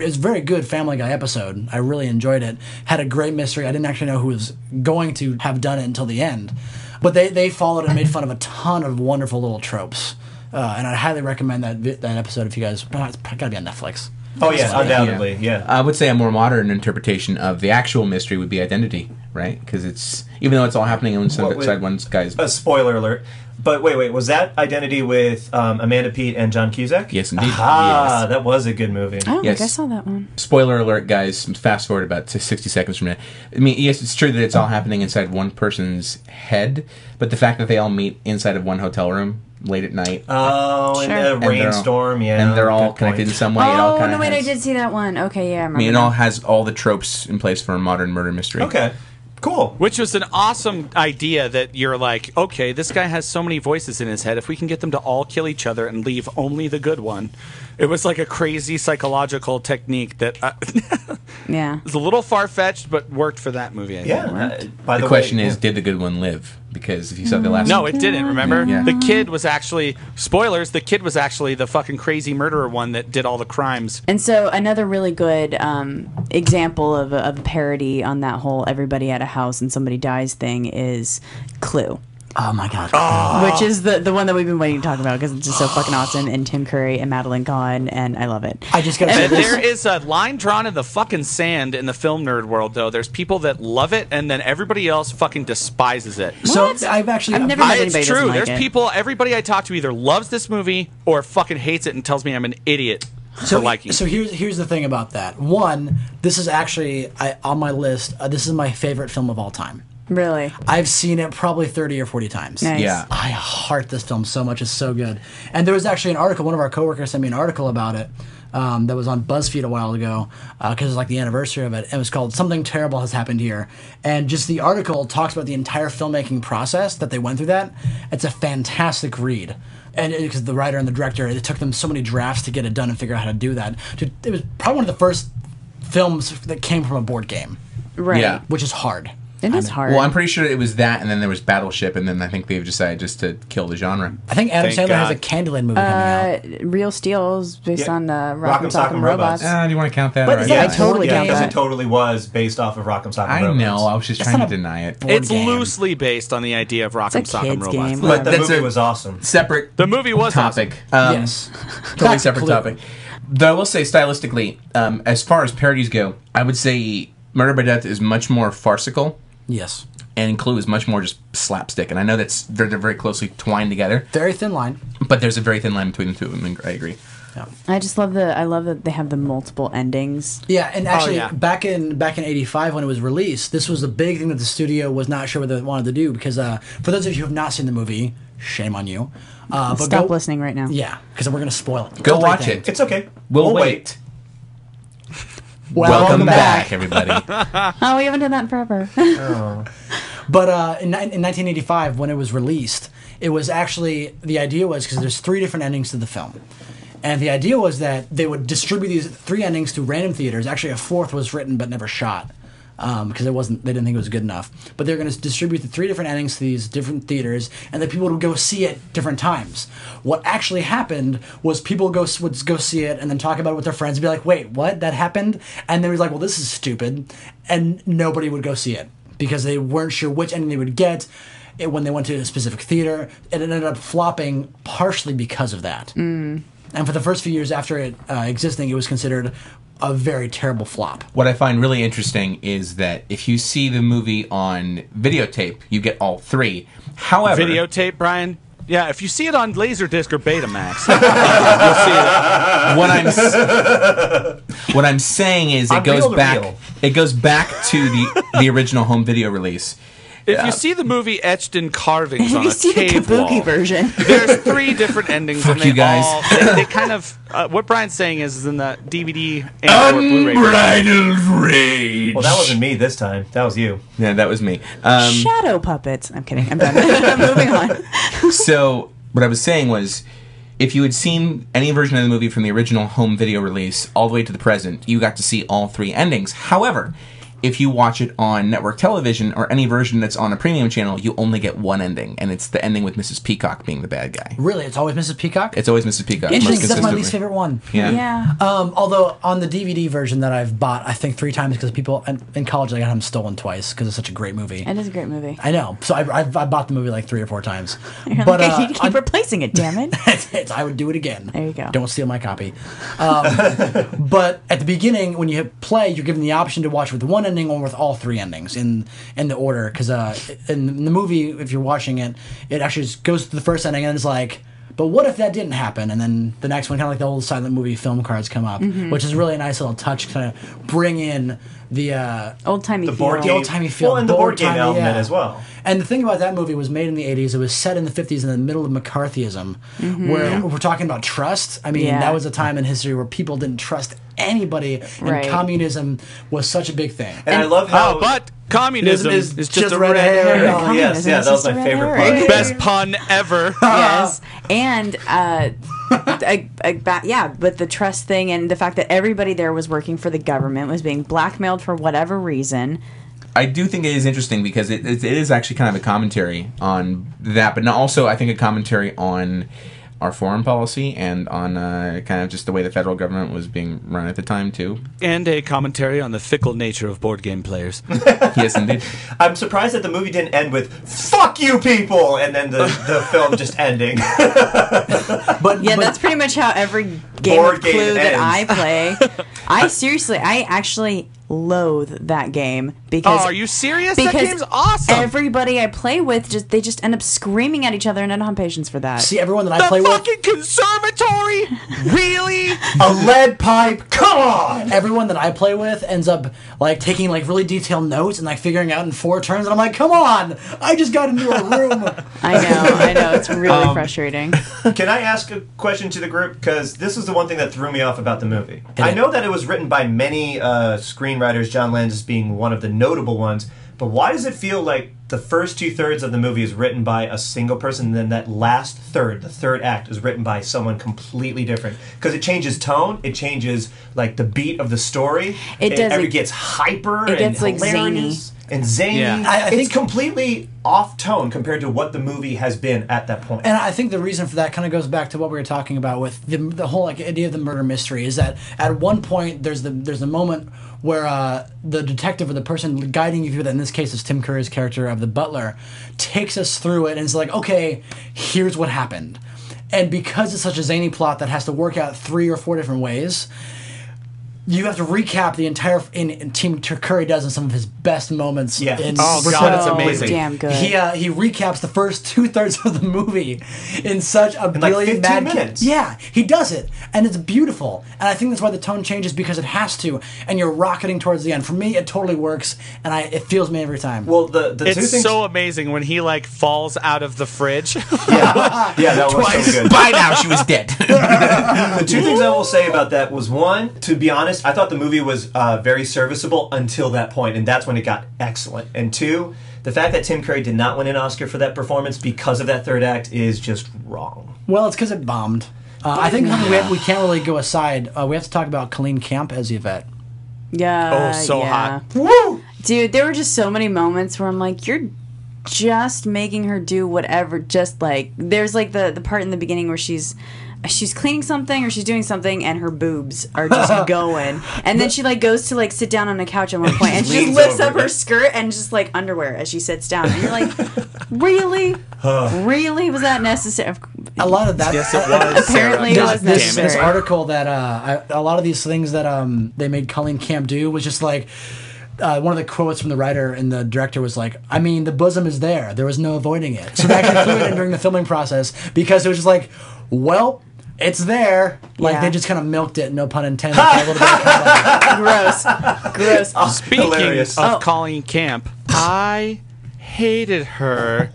[SPEAKER 7] it's a very good Family Guy episode. I really enjoyed it. Had a great mystery. I didn't actually know who was going to have done it until the end, but they they followed and made fun of a ton of wonderful little tropes. Uh, and I highly recommend that vi- that episode if you guys. Oh, it's got to be on Netflix.
[SPEAKER 5] oh yeah, undoubtedly, yeah.
[SPEAKER 3] I would say a more modern interpretation of the actual mystery would be identity, right? Because it's even though it's all happening
[SPEAKER 5] What
[SPEAKER 3] inside
[SPEAKER 5] would-
[SPEAKER 3] side one's guy's.
[SPEAKER 5] a Uh, spoiler alert. But wait, wait, was that Identity with um, Amanda Pete and John Cusack?
[SPEAKER 3] Yes, indeed.
[SPEAKER 5] Ah,
[SPEAKER 3] Yes.
[SPEAKER 5] that was a good movie.
[SPEAKER 6] I don't think I
[SPEAKER 3] Yes.
[SPEAKER 6] saw that one.
[SPEAKER 3] Spoiler alert, guys! Fast forward about to sixty seconds from now. I mean, yes, it's true that it's all happening inside one person's head, but the fact that they all meet inside of one hotel room late at night
[SPEAKER 5] Oh, and
[SPEAKER 6] Sure.
[SPEAKER 5] a
[SPEAKER 6] And
[SPEAKER 3] they're all-
[SPEAKER 5] rainstorm, yeah.
[SPEAKER 3] and they're all
[SPEAKER 5] good
[SPEAKER 3] connected in
[SPEAKER 5] point.
[SPEAKER 3] some way. it all
[SPEAKER 6] Oh
[SPEAKER 3] kinda
[SPEAKER 6] no, wait, I
[SPEAKER 3] has-
[SPEAKER 6] did see that one. Okay, yeah, I remember.
[SPEAKER 3] I mean, it
[SPEAKER 6] now.
[SPEAKER 3] all has all the tropes in place for a modern murder mystery.
[SPEAKER 5] Okay, cool.
[SPEAKER 4] Which was an awesome idea that you're like, okay, this guy has so many voices in his head. If we can get them to all kill each other and leave only the good one, it was like a crazy psychological technique that uh,
[SPEAKER 6] yeah.
[SPEAKER 4] was a little far fetched, but worked for that movie. I think.
[SPEAKER 5] Yeah. uh, by
[SPEAKER 3] The,
[SPEAKER 5] the,
[SPEAKER 3] question
[SPEAKER 5] way,
[SPEAKER 3] is, did the good one live? Because if you saw the last,
[SPEAKER 4] No, it didn't. Remember,
[SPEAKER 3] Yeah.
[SPEAKER 4] the kid was actually spoilers. The kid was actually the fucking crazy murderer one that did all the crimes.
[SPEAKER 6] And so another really good um, example of a, of a parody on that whole everybody at a house and somebody dies thing is Clue.
[SPEAKER 7] Oh my god.
[SPEAKER 6] which is the the one that we've been waiting to talk about because it's just so fucking awesome. And Tim Curry and Madeline Kahn, and I love it.
[SPEAKER 7] I just gotta say
[SPEAKER 6] And
[SPEAKER 4] And
[SPEAKER 7] this.
[SPEAKER 4] there is a line drawn in the fucking sand in the film nerd world, though. There's people that love it, and then everybody else fucking despises it.
[SPEAKER 7] so
[SPEAKER 6] What?
[SPEAKER 7] I've actually
[SPEAKER 6] I've never
[SPEAKER 4] I,
[SPEAKER 6] met
[SPEAKER 4] it's
[SPEAKER 6] anybody
[SPEAKER 4] true.
[SPEAKER 6] doesn't like
[SPEAKER 4] There's
[SPEAKER 6] it.
[SPEAKER 4] people. Everybody I talk to either loves this movie or fucking hates it and tells me I'm an idiot
[SPEAKER 7] so,
[SPEAKER 4] for liking. it.
[SPEAKER 7] so here's here's the thing about that. One, this is actually I, on my list. Uh, this is my favorite film of all time.
[SPEAKER 6] really
[SPEAKER 7] I've seen it probably thirty or forty times.
[SPEAKER 6] nice.
[SPEAKER 3] Yeah.
[SPEAKER 7] I heart this film so much. It's so good. And there was actually an article. One of our coworkers sent me an article about it um, that was on BuzzFeed a while ago because it's like the anniversary of it. It was called "Something Terrible Has Happened Here," and just the article talks about the entire filmmaking process that they went through. That it's a fantastic read. And because the writer and the director, it took them so many drafts to get it done and figure out how to do that. Dude, It was probably one of the first films that came from a board game,
[SPEAKER 6] Right.
[SPEAKER 3] Yeah.
[SPEAKER 7] which is hard.
[SPEAKER 6] It is hard.
[SPEAKER 3] Well, I'm pretty sure it was that, and then there was Battleship, and then I think they've decided just to kill the genre.
[SPEAKER 7] I think Adam
[SPEAKER 4] Thank
[SPEAKER 7] Sandler has a
[SPEAKER 4] God.
[SPEAKER 7] Candyland movie coming
[SPEAKER 6] Uh,
[SPEAKER 7] out.
[SPEAKER 6] Real Steel is based
[SPEAKER 5] Yeah.
[SPEAKER 6] on uh,
[SPEAKER 5] Rock'em
[SPEAKER 6] Rock'em Sock'em
[SPEAKER 5] Sock'em
[SPEAKER 6] Robots.
[SPEAKER 5] Robots.
[SPEAKER 3] Ah, do you want to count that?
[SPEAKER 7] But
[SPEAKER 3] All
[SPEAKER 7] is
[SPEAKER 5] Yeah,
[SPEAKER 6] I
[SPEAKER 7] that-
[SPEAKER 5] it's-
[SPEAKER 6] totally
[SPEAKER 5] yeah,
[SPEAKER 6] count
[SPEAKER 5] because
[SPEAKER 6] that.
[SPEAKER 5] it totally was based off of Rock'em Sock'em.
[SPEAKER 3] I
[SPEAKER 5] Robots.
[SPEAKER 3] know. I was just
[SPEAKER 7] That's
[SPEAKER 3] trying to
[SPEAKER 7] not a
[SPEAKER 3] deny it.
[SPEAKER 4] It's
[SPEAKER 7] game.
[SPEAKER 4] loosely based on the idea of Rock'em
[SPEAKER 6] It's a
[SPEAKER 4] Sock'em
[SPEAKER 6] kids
[SPEAKER 4] Robots.
[SPEAKER 6] game.
[SPEAKER 5] but the
[SPEAKER 3] That's
[SPEAKER 5] movie
[SPEAKER 3] a-
[SPEAKER 5] was awesome.
[SPEAKER 3] Separate.
[SPEAKER 4] The movie was
[SPEAKER 3] topic. Um,
[SPEAKER 7] yes.
[SPEAKER 3] Totally
[SPEAKER 7] Back to
[SPEAKER 3] separate
[SPEAKER 7] Clue.
[SPEAKER 3] topic. Though I will say, stylistically, um, as far as parodies go, I would say Murder by Death is much more farcical,
[SPEAKER 7] Yes.
[SPEAKER 3] and Clue is much more just slapstick. And I know that's they're, they're very closely twined together,
[SPEAKER 7] Very thin line.
[SPEAKER 3] but there's a very thin line between the two of them. and I agree.
[SPEAKER 6] I just love the. I love that they have the multiple endings.
[SPEAKER 7] Yeah, and
[SPEAKER 3] Oh,
[SPEAKER 7] actually,
[SPEAKER 4] yeah.
[SPEAKER 7] back in back in '85 when it was released, this was the big thing that the studio was not sure what they wanted to do because uh, for those of you who have not seen the movie, shame on you. Uh, but
[SPEAKER 6] Stop
[SPEAKER 7] go-
[SPEAKER 6] listening right now.
[SPEAKER 7] Yeah, because we're gonna spoil it.
[SPEAKER 3] Go watch
[SPEAKER 7] Everything.
[SPEAKER 3] it.
[SPEAKER 5] It's okay.
[SPEAKER 3] We'll wait.
[SPEAKER 6] Welcome
[SPEAKER 3] back, everybody.
[SPEAKER 6] Oh, we haven't done that in forever.
[SPEAKER 7] But uh, in, ni- in 1985, when it was released, it was actually the idea was because there's three different endings to the film, and the idea was that they would distribute these three endings to random theaters. Actually, a fourth was written but never shot because it wasn't. They didn't think it was good enough. But they were going to distribute the three different endings to these different theaters, and that people would go see it different times. What actually happened was people go s- would go see it and then talk about it with their friends and be like, "Wait, what? That happened?" And they was like, "Well, this is stupid," and nobody would go see it because they weren't sure which ending they would get it, when they went to a specific theater. And it ended up flopping partially because of that. Mm. And for the first few years after it uh, existing, it was considered a very terrible flop.
[SPEAKER 3] what I find really interesting is that if you see the movie on videotape, you get all three. However,
[SPEAKER 4] Videotape, Brian. Yeah, if you see it on Laserdisc or Betamax, you'll see it.
[SPEAKER 3] what I'm s- what I'm saying is it
[SPEAKER 5] On
[SPEAKER 3] goes
[SPEAKER 5] reel to
[SPEAKER 3] back
[SPEAKER 5] reel.
[SPEAKER 3] it goes back to the the original home video release.
[SPEAKER 4] If you see the movie etched in carvings on
[SPEAKER 6] you
[SPEAKER 4] a
[SPEAKER 6] see the
[SPEAKER 4] cave
[SPEAKER 6] kabuki
[SPEAKER 4] wall,
[SPEAKER 6] version.
[SPEAKER 4] There's three different endings,
[SPEAKER 3] Fuck
[SPEAKER 4] and they
[SPEAKER 3] you guys.
[SPEAKER 4] all they, they kind of uh, what Brian's saying is, is in the DVD and or Blu-ray. version.
[SPEAKER 3] Unbridled rage.
[SPEAKER 5] Well, that wasn't me this time. That was you.
[SPEAKER 3] yeah, that was me. Um,
[SPEAKER 6] Shadow puppets. I'm kidding. I'm done. Moving on.
[SPEAKER 3] so what I was saying was, if you had seen any version of the movie from the original home video release all the way to the present, you got to see all three endings. However. If you watch it on network television or any version that's on a premium channel, you only get one ending, and it's the ending with Mrs. Peacock being the bad guy.
[SPEAKER 7] Really, it's always Mrs. Peacock.
[SPEAKER 3] It's always Mrs. Peacock. most
[SPEAKER 7] Interesting. 'cause That's my
[SPEAKER 3] consistently.
[SPEAKER 7] least favorite one.
[SPEAKER 6] Yeah.
[SPEAKER 7] Um, although on the DVD version that I've bought, I think three times because people in, in college I got them stolen twice because it's such a great movie.
[SPEAKER 6] It is a great movie.
[SPEAKER 7] I know, so I, I, I bought the movie like three or four times.
[SPEAKER 6] You're
[SPEAKER 7] but
[SPEAKER 6] like,
[SPEAKER 7] uh,
[SPEAKER 6] I need to keep
[SPEAKER 7] on-
[SPEAKER 6] replacing it. Damn it.
[SPEAKER 7] it's- I would do it again.
[SPEAKER 6] There you go.
[SPEAKER 7] Don't steal my copy. Um, but at the beginning, when you hit play, you're given the option to watch with one ending or with all three endings in in the order. Because uh, in, in the movie, if you're watching it, it actually just goes to the first ending and it's like. But what if that didn't happen? And then the next one, kind of like the old silent movie film cards come up,
[SPEAKER 6] Mm-hmm.
[SPEAKER 7] which is really a nice little touch, kind of bring in the uh,
[SPEAKER 6] Old timey.
[SPEAKER 5] The board game.
[SPEAKER 7] old-timey feel,
[SPEAKER 5] Well, and the board game
[SPEAKER 7] board-timey,
[SPEAKER 5] element
[SPEAKER 7] yeah.
[SPEAKER 5] as well.
[SPEAKER 7] And the thing about that movie was made in the 80s. It was set in the 50s in the middle of McCarthyism, where we're talking about trust. I mean,
[SPEAKER 6] Yeah.
[SPEAKER 7] that was a time in history where people didn't trust anybody, and
[SPEAKER 6] Right.
[SPEAKER 7] communism was such a big thing.
[SPEAKER 5] And, I love how.
[SPEAKER 4] Oh, but communism
[SPEAKER 7] Isn't
[SPEAKER 4] is,
[SPEAKER 7] it
[SPEAKER 4] just, a red herring.
[SPEAKER 7] herring?
[SPEAKER 6] Communism
[SPEAKER 5] yes, yeah,
[SPEAKER 6] is
[SPEAKER 5] that was
[SPEAKER 6] just
[SPEAKER 5] my
[SPEAKER 6] a
[SPEAKER 5] favorite
[SPEAKER 6] red
[SPEAKER 5] part.
[SPEAKER 4] Best pun ever.
[SPEAKER 6] yes and uh I, I, ba- yeah but the trust thing and the fact that everybody there was working for the government was being blackmailed for whatever reason
[SPEAKER 3] I do think it is interesting because it, it, it is actually kind of a commentary on that, but not also I think a commentary on our foreign policy and on uh, kind of just the way the federal government was being run at the time too.
[SPEAKER 4] And a commentary on the fickle nature of board game players.
[SPEAKER 3] yes, indeed.
[SPEAKER 5] I'm surprised that the movie didn't end with "fuck you, people" and then the, the film just ending.
[SPEAKER 7] But
[SPEAKER 6] Yeah,
[SPEAKER 7] but-
[SPEAKER 6] that's pretty much how every game
[SPEAKER 5] Board
[SPEAKER 6] of
[SPEAKER 5] game
[SPEAKER 6] Clue that I
[SPEAKER 5] ends.
[SPEAKER 6] play. I seriously, I actually loathe that game because.
[SPEAKER 4] Oh, are you serious? That
[SPEAKER 6] Because
[SPEAKER 4] game's awesome.
[SPEAKER 6] Everybody I play with just they just end up screaming at each other, and I don't have patience for that.
[SPEAKER 7] see everyone that I play
[SPEAKER 4] the
[SPEAKER 7] with.
[SPEAKER 4] fucking conservatory? really?
[SPEAKER 5] a lead pipe. Come on.
[SPEAKER 7] Everyone that I play with ends up like taking like really detailed notes and like figuring out in four turns, and I'm like, come on! I just got into a room.
[SPEAKER 6] I know, I know, it's really
[SPEAKER 4] Um,
[SPEAKER 6] frustrating.
[SPEAKER 5] Can I ask a question to the group? Because this is the one thing that threw me off about the movie. I know that it was written by many uh, screenwriters, John Landis being one of the notable ones, but why does it feel like the first two thirds of the movie is written by a single person, and then that last third, the third act, is written by someone completely different? Because it changes tone, it changes like the beat of the story.
[SPEAKER 6] It does,
[SPEAKER 5] every-
[SPEAKER 6] it-
[SPEAKER 5] gets hyper.
[SPEAKER 6] it gets,
[SPEAKER 5] and
[SPEAKER 6] like, zany.
[SPEAKER 5] hilarious and zany.
[SPEAKER 4] Yeah.
[SPEAKER 7] I- I
[SPEAKER 5] it's
[SPEAKER 7] think-
[SPEAKER 5] completely off tone compared to what the movie has been at that point.
[SPEAKER 7] And I think the reason for that kind of goes back to what we were talking about with the, the whole like idea of the murder mystery is that at one point there's the there's a moment where uh, the detective or the person guiding you through that in this case is Tim Curry's character of the butler takes us through it and is like okay here's what happened and because it's such a zany plot that has to work out three or four different ways you have to recap the entire in, in Tim Curry does in some of his best moments
[SPEAKER 5] Yeah.
[SPEAKER 7] in
[SPEAKER 4] Oh,
[SPEAKER 7] Return
[SPEAKER 4] God,
[SPEAKER 7] of
[SPEAKER 4] it's
[SPEAKER 7] the King.
[SPEAKER 4] amazing.
[SPEAKER 6] Damn good.
[SPEAKER 7] He uh, he recaps the first two thirds of the movie in such a
[SPEAKER 5] like,
[SPEAKER 7] brilliant
[SPEAKER 5] 15
[SPEAKER 7] mad
[SPEAKER 5] minutes.
[SPEAKER 7] Yeah, he does it, and it's beautiful. And I think that's why the tone changes because it has to, and you're rocketing towards the end. For me, it totally works, and I it feels me every time.
[SPEAKER 5] Well, the, the two
[SPEAKER 4] It's
[SPEAKER 5] things.
[SPEAKER 4] so amazing when he like falls out of the fridge.
[SPEAKER 5] yeah, yeah, that was so good.
[SPEAKER 3] By now, she was dead.
[SPEAKER 5] The two things I will say about that was one, to be honest, I thought the movie was uh, very serviceable until that point, and that's when it got excellent. And two, the fact that Tim Curry did not win an Oscar for that performance because of that third act is just wrong.
[SPEAKER 7] Well, it's because it bombed. Uh, I think we, have, we can't really go aside. Uh, we have to talk about Colleen Camp as Yvette.
[SPEAKER 4] Oh,
[SPEAKER 6] Yeah.
[SPEAKER 4] so
[SPEAKER 6] yeah.
[SPEAKER 4] hot.
[SPEAKER 5] Woo!
[SPEAKER 6] Dude, there were just so many moments where I'm like, you're just making her do whatever. Just like there's like the the part in the beginning where she's she's cleaning something or she's doing something and her boobs are just going. And then she like goes to like sit down on a couch at one point and she just
[SPEAKER 5] leans
[SPEAKER 6] lifts
[SPEAKER 5] over
[SPEAKER 6] up her
[SPEAKER 5] it.
[SPEAKER 6] skirt and just like underwear as she sits down. And you're like, really, really was that necessary?
[SPEAKER 7] A lot of that.
[SPEAKER 4] yes, it was.
[SPEAKER 6] Apparently it
[SPEAKER 4] Sarah.
[SPEAKER 6] was
[SPEAKER 7] There's
[SPEAKER 4] God damn
[SPEAKER 7] this,
[SPEAKER 4] it.
[SPEAKER 7] this article that uh, I, a lot of these things that um, they made Colleen Camp do was just like uh, one of the quotes from the writer and the director was like, "I mean, the bosom is there. There was no avoiding it." So they actually threw it in during the filming process because it was just like, "Well, it's there." Like
[SPEAKER 6] Yeah.
[SPEAKER 7] they just kind of milked it, no pun intended. for a little bit of comedy.
[SPEAKER 6] Gross, gross.
[SPEAKER 4] Speaking
[SPEAKER 5] Hilarious.
[SPEAKER 4] of
[SPEAKER 6] Oh.
[SPEAKER 4] Colleen Camp, I hated her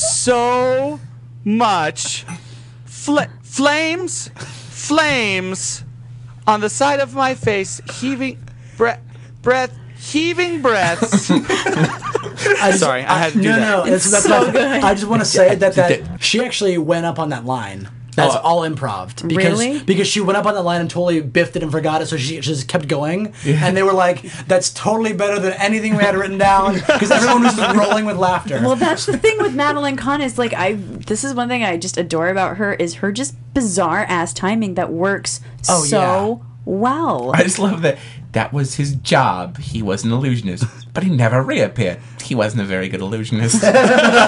[SPEAKER 4] so much. Fla- flames, flames on the side of my face, heaving breath, breath, heaving breaths.
[SPEAKER 7] I just-
[SPEAKER 4] Sorry, I had to do
[SPEAKER 7] no,
[SPEAKER 4] that.
[SPEAKER 7] No, that's, that's
[SPEAKER 6] so
[SPEAKER 7] my-
[SPEAKER 6] good.
[SPEAKER 7] I just want to say that, that she actually went up on that line. That's
[SPEAKER 4] Oh.
[SPEAKER 7] all improv. Because,
[SPEAKER 6] Really?
[SPEAKER 7] Because she went up on that line and totally biffed it and forgot it, so she just kept going. And they were like, "That's totally better than anything we had written down," because everyone was just rolling with laughter.
[SPEAKER 6] Well, that's the thing with Madeline Kahn is like I. This is one thing I just adore about her is her just bizarre ass timing that works
[SPEAKER 7] Oh,
[SPEAKER 6] so well.
[SPEAKER 3] I just love that. That was his job. He was an illusionist, but he never reappeared. He wasn't a very good illusionist.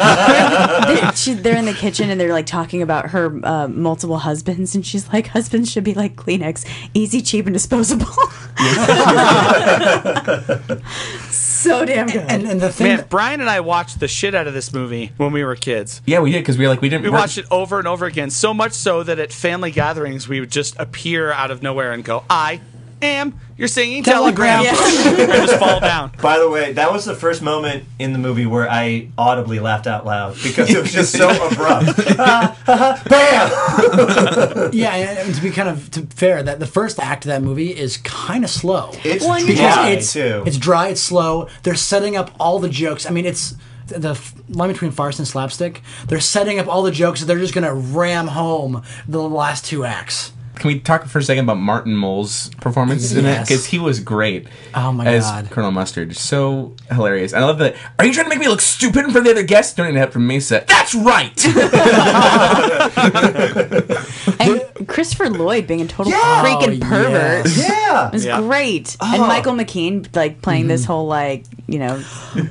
[SPEAKER 6] They- she, they're in the kitchen and they're like talking about her uh, multiple husbands, and she's like, "Husbands should be like Kleenex, easy, cheap, and disposable." so damn good.
[SPEAKER 7] and, and the thing,
[SPEAKER 4] Man, Brian and I watched the shit out of this movie when we were kids.
[SPEAKER 3] yeah, we did because we were like we didn't.
[SPEAKER 4] We watched it over and over again, so much so that at family gatherings we would just appear out of nowhere and go, "I am your singing telegram,",
[SPEAKER 7] Telegram.
[SPEAKER 4] and just fall down.
[SPEAKER 5] By the way, that was the first moment in the movie where I audibly laughed out loud because it was just so abrupt. Bam!
[SPEAKER 7] yeah, and, and to be kind of to be fair, that the first act of that movie is kind of slow.
[SPEAKER 5] It's
[SPEAKER 6] Well, and you-
[SPEAKER 7] because
[SPEAKER 5] dry,
[SPEAKER 7] it's
[SPEAKER 5] too.
[SPEAKER 7] it's dry, it's slow. They're setting up all the jokes. I mean, it's the f- line between farce and slapstick. They're setting up all the jokes. That they're just gonna ram home the last two acts.
[SPEAKER 3] Can we talk for a second about Martin Mull's performance in that?
[SPEAKER 7] Yes.
[SPEAKER 3] Because he was great.
[SPEAKER 7] Oh my
[SPEAKER 3] as
[SPEAKER 7] God.
[SPEAKER 3] Colonel Mustard, so hilarious. And I love that. Are you trying to make me look stupid in front of the other guests? Don't even have from Mesa. That's right.
[SPEAKER 6] And Christopher Lloyd being a total
[SPEAKER 5] Yeah.
[SPEAKER 6] freak
[SPEAKER 7] Oh,
[SPEAKER 6] and pervert.
[SPEAKER 5] Yeah.
[SPEAKER 6] It was
[SPEAKER 4] Yeah.
[SPEAKER 6] great. And
[SPEAKER 5] Oh.
[SPEAKER 6] Michael McKean like playing this whole like, you know,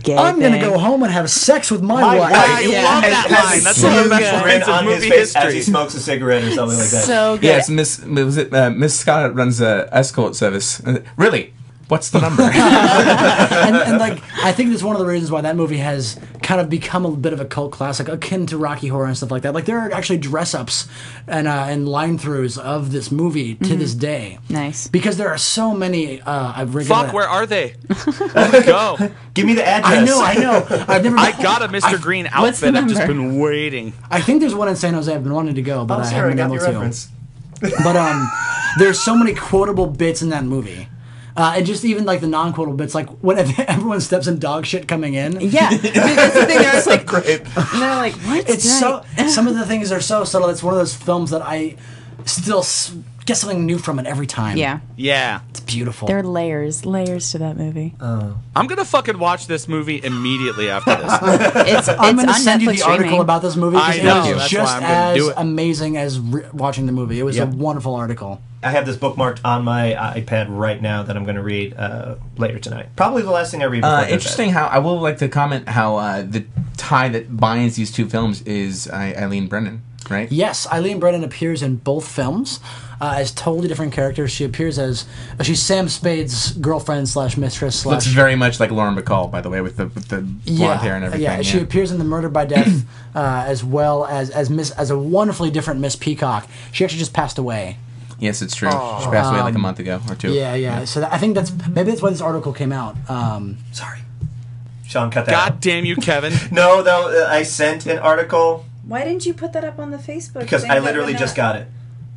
[SPEAKER 6] gay
[SPEAKER 7] I'm gonna
[SPEAKER 6] thing.
[SPEAKER 7] go home and have sex with my, wife.
[SPEAKER 4] I
[SPEAKER 6] Yeah.
[SPEAKER 4] love
[SPEAKER 5] And
[SPEAKER 4] that
[SPEAKER 5] has
[SPEAKER 4] line.
[SPEAKER 5] a
[SPEAKER 4] That's one of the
[SPEAKER 5] smug
[SPEAKER 4] best
[SPEAKER 5] grin
[SPEAKER 4] lines of
[SPEAKER 5] on his
[SPEAKER 4] movie
[SPEAKER 5] face as he
[SPEAKER 4] history.
[SPEAKER 5] smokes a cigarette or something like that.
[SPEAKER 6] So good.
[SPEAKER 3] yes, Miss was it uh, Miss Scott runs a escort service. Uh, Really? What's the number?
[SPEAKER 7] and, and like I think that's one of the reasons why that movie has kind of become a bit of a cult classic, akin to Rocky Horror and stuff like that. Like there are actually dress ups and uh, and line throughs of this movie to this day.
[SPEAKER 6] Nice.
[SPEAKER 7] because there are so many. Uh, I've regular.
[SPEAKER 4] Fuck, where are they? Let's go.
[SPEAKER 5] Give me the address.
[SPEAKER 7] I know, I know. I've never.
[SPEAKER 4] I got a Mr. Green
[SPEAKER 6] What's the
[SPEAKER 4] outfit. I've just
[SPEAKER 6] number?
[SPEAKER 4] been waiting.
[SPEAKER 7] I think there's one in San Jose. I've been wanting to go, but
[SPEAKER 5] Oh,
[SPEAKER 7] I
[SPEAKER 5] sorry, I
[SPEAKER 7] haven't been
[SPEAKER 5] got
[SPEAKER 7] able
[SPEAKER 5] your
[SPEAKER 7] to.
[SPEAKER 5] reference.
[SPEAKER 7] But um, there's so many quotable bits in that movie. Uh, and just even like the non-quotable bits, like when everyone steps in dog shit coming in.
[SPEAKER 6] Yeah. Dude, that's the thing. I was like,
[SPEAKER 5] Great.
[SPEAKER 6] and they're like, what?
[SPEAKER 7] it's
[SPEAKER 6] tonight?
[SPEAKER 7] so some of the things are so subtle it's one of those films that i still s- get something new from it every time
[SPEAKER 6] Yeah.
[SPEAKER 4] Yeah.
[SPEAKER 7] it's beautiful
[SPEAKER 6] There are layers, layers to that movie.
[SPEAKER 4] I'm going to fucking watch this movie immediately after this.
[SPEAKER 6] it's it's
[SPEAKER 7] i'm going to
[SPEAKER 6] on
[SPEAKER 7] send
[SPEAKER 6] Netflix
[SPEAKER 7] you the article
[SPEAKER 6] streaming.
[SPEAKER 7] about this movie
[SPEAKER 4] I
[SPEAKER 7] 'cause it
[SPEAKER 4] know,
[SPEAKER 7] was
[SPEAKER 4] that's why
[SPEAKER 7] just
[SPEAKER 4] I'm gonna
[SPEAKER 7] as
[SPEAKER 4] do it.
[SPEAKER 7] amazing as re- watching the movie it was
[SPEAKER 5] Yep.
[SPEAKER 7] a wonderful article
[SPEAKER 5] I have this bookmarked on my uh, iPad right now that I'm going to read uh, later tonight. Probably the last thing I read. before I
[SPEAKER 3] Uh,
[SPEAKER 5] go to bed.
[SPEAKER 3] interesting how I will like to comment how uh, the tie that binds these two films is I- Eileen Brennan, right?
[SPEAKER 7] Yes, Eileen Brennan appears in both films uh, as totally different characters. She appears as uh, she's Sam Spade's girlfriend slash mistress slash
[SPEAKER 3] Looks very much like Lauren Bacall, by the way, with the with the blonde hair and everything.
[SPEAKER 7] Yeah, she appears in the Murder by Death uh, as well as as Miss as a wonderfully different Miss Peacock. She actually just passed away.
[SPEAKER 3] Yes, it's true. she passed away like a month ago or two.
[SPEAKER 7] Yeah, yeah. So that, I think that's maybe that's why this article came out. Um,
[SPEAKER 5] Sorry, Sean, cut that.
[SPEAKER 4] God
[SPEAKER 5] out.
[SPEAKER 4] damn you, Kevin.
[SPEAKER 5] No, though uh, I sent an article
[SPEAKER 9] Why didn't you put that up on the Facebook?
[SPEAKER 5] because
[SPEAKER 9] thing
[SPEAKER 5] I
[SPEAKER 9] that
[SPEAKER 5] literally
[SPEAKER 9] went
[SPEAKER 5] just
[SPEAKER 9] up?
[SPEAKER 5] got it.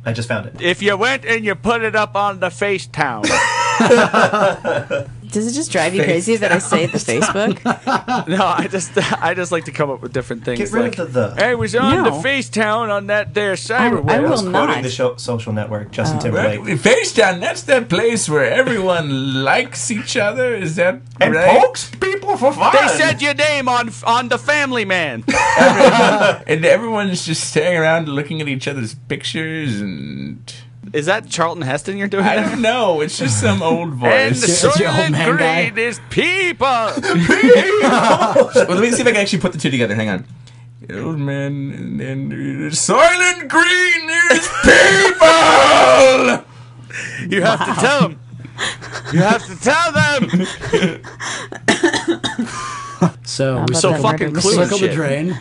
[SPEAKER 5] I just found it.
[SPEAKER 4] If you went and you put it up on the FaceTown.
[SPEAKER 6] Does it just drive you crazy that I say the Facebook?
[SPEAKER 4] No, I just I just like to come up with different things.
[SPEAKER 5] Get rid
[SPEAKER 4] like,
[SPEAKER 5] of the the.
[SPEAKER 4] Hey, was on
[SPEAKER 6] No.
[SPEAKER 4] the FaceTown on that there
[SPEAKER 6] I, I
[SPEAKER 4] cyber web.
[SPEAKER 6] will
[SPEAKER 5] Quoting
[SPEAKER 6] not.
[SPEAKER 5] the show, social network, Justin
[SPEAKER 3] Uh,
[SPEAKER 5] Timberlake.
[SPEAKER 3] Facedown, that's that place where everyone likes each other. Is that
[SPEAKER 5] And
[SPEAKER 3] right?
[SPEAKER 5] pokes people for fun.
[SPEAKER 4] They said your name on on the Family Man.
[SPEAKER 3] And everyone's just staring around, looking at each other's pictures, and
[SPEAKER 4] Is that Charlton Heston you're doing?
[SPEAKER 3] I
[SPEAKER 4] there?
[SPEAKER 3] don't know. It's just some old
[SPEAKER 4] And
[SPEAKER 3] voice.
[SPEAKER 7] It's your old
[SPEAKER 4] Soylent
[SPEAKER 7] man guy.
[SPEAKER 4] Green is people.
[SPEAKER 3] well, let me see if I can actually put the two together. Hang on. Old man and then Silent Green is people.
[SPEAKER 4] You have to tell them. You have to tell them.
[SPEAKER 7] so
[SPEAKER 6] about
[SPEAKER 4] so
[SPEAKER 6] that
[SPEAKER 4] fucking
[SPEAKER 6] word.
[SPEAKER 4] clueless.
[SPEAKER 7] circle the
[SPEAKER 4] shit.
[SPEAKER 7] drain.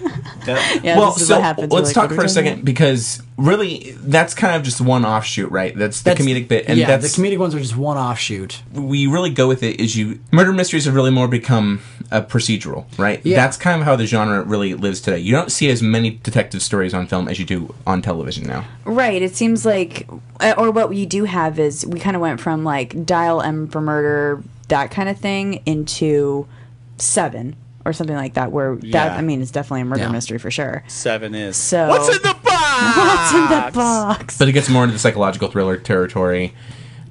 [SPEAKER 6] Yeah,
[SPEAKER 3] well,
[SPEAKER 6] this is
[SPEAKER 3] so
[SPEAKER 6] what happens.
[SPEAKER 3] let's
[SPEAKER 6] Like,
[SPEAKER 3] talk
[SPEAKER 6] we're
[SPEAKER 3] for a
[SPEAKER 6] doing
[SPEAKER 3] second because really, that's kind of just one offshoot, right? That's the
[SPEAKER 7] That's-
[SPEAKER 3] comedic bit, and
[SPEAKER 7] yeah,
[SPEAKER 3] that's
[SPEAKER 7] the comedic ones are just one offshoot.
[SPEAKER 3] we really go with it. Is you murder mysteries have really more become a procedural, right?
[SPEAKER 7] Yeah.
[SPEAKER 3] That's kind of how the genre really lives today. You don't see as many detective stories on film as you do on television now.
[SPEAKER 6] Right. It seems like, uh, or what we do have is we kind of went from like dial M for murder, that kind of thing, into seven or something like that, where
[SPEAKER 4] Yeah.
[SPEAKER 6] that, I mean, it's definitely a murder
[SPEAKER 7] Yeah.
[SPEAKER 6] mystery for sure.
[SPEAKER 4] Seven is.
[SPEAKER 6] So-
[SPEAKER 4] what's in the box?
[SPEAKER 6] What's in the box?
[SPEAKER 3] But it gets more into the psychological thriller territory.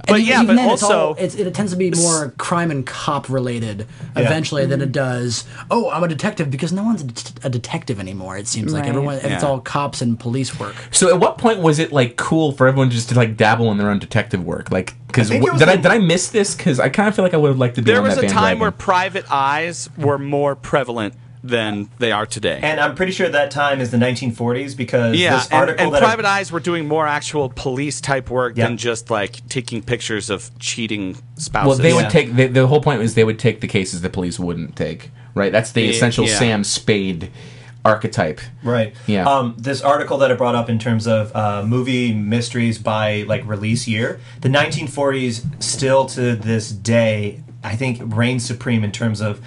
[SPEAKER 4] But yeah, but
[SPEAKER 7] then, it's all-
[SPEAKER 4] also
[SPEAKER 7] it's, it tends to be more crime and cop related eventually than it does. Oh, I'm a detective because no one's a, det- a detective anymore. It seems like
[SPEAKER 6] Right.
[SPEAKER 7] everyone it's
[SPEAKER 4] Yeah.
[SPEAKER 7] all cops and police work.
[SPEAKER 3] So at what point was it like cool for everyone just to like dabble in their own detective work? Like, because
[SPEAKER 5] I think it was
[SPEAKER 3] did I
[SPEAKER 5] in-
[SPEAKER 3] did I miss this? Because I kind of feel like I would have liked to be
[SPEAKER 4] there
[SPEAKER 3] on
[SPEAKER 4] was
[SPEAKER 3] that
[SPEAKER 4] a time
[SPEAKER 3] bandwagon.
[SPEAKER 4] where private eyes were more prevalent than they are today.
[SPEAKER 5] And I'm pretty sure that time is the 1940s because
[SPEAKER 4] yeah,
[SPEAKER 5] this
[SPEAKER 4] and,
[SPEAKER 5] article
[SPEAKER 4] and
[SPEAKER 5] that I-
[SPEAKER 4] private eyes were doing more actual police type work
[SPEAKER 5] Yeah.
[SPEAKER 4] than just like taking pictures of cheating
[SPEAKER 3] well,
[SPEAKER 4] spouses.
[SPEAKER 3] they
[SPEAKER 5] Yeah.
[SPEAKER 3] would take the, the whole point was they would take the cases the police wouldn't take. Right, that's the
[SPEAKER 4] Yeah,
[SPEAKER 3] essential
[SPEAKER 4] yeah.
[SPEAKER 3] Sam Spade archetype.
[SPEAKER 5] Right.
[SPEAKER 3] Yeah.
[SPEAKER 5] Um, this article that I brought up in terms of uh, movie mysteries by like release year, the 1940s still to this day, I think reigns supreme in terms of,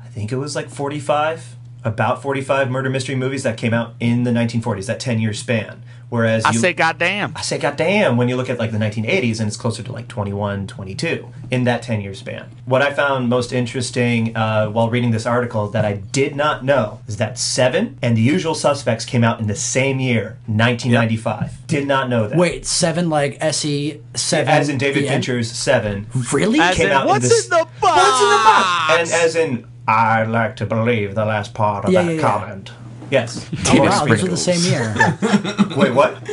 [SPEAKER 5] I think it was like 45. about 45 murder mystery movies that came out in the 1940s, that 10 year span. Whereas
[SPEAKER 4] I
[SPEAKER 5] you,
[SPEAKER 4] say, goddamn.
[SPEAKER 5] I say goddamn when you look at like the 1980s and it's closer to like 21, 22 in that 10 year span. What I found most interesting uh, while reading this article that I did not know is that Seven and The Usual Suspects came out in the same year, 1995. Did not know that.
[SPEAKER 7] Wait, seven like SE seven.
[SPEAKER 5] As in David
[SPEAKER 7] yeah.
[SPEAKER 5] Fincher's Seven.
[SPEAKER 7] Really?
[SPEAKER 4] As
[SPEAKER 5] came
[SPEAKER 4] in,
[SPEAKER 5] out in
[SPEAKER 4] what's
[SPEAKER 5] this-
[SPEAKER 4] in the box?
[SPEAKER 5] What's in the box? And as in, I like to believe the last part of
[SPEAKER 7] Yeah,
[SPEAKER 5] that
[SPEAKER 7] yeah, yeah.
[SPEAKER 5] comment. Yes.
[SPEAKER 7] oh, wow, those are the same year.
[SPEAKER 5] Wait, what?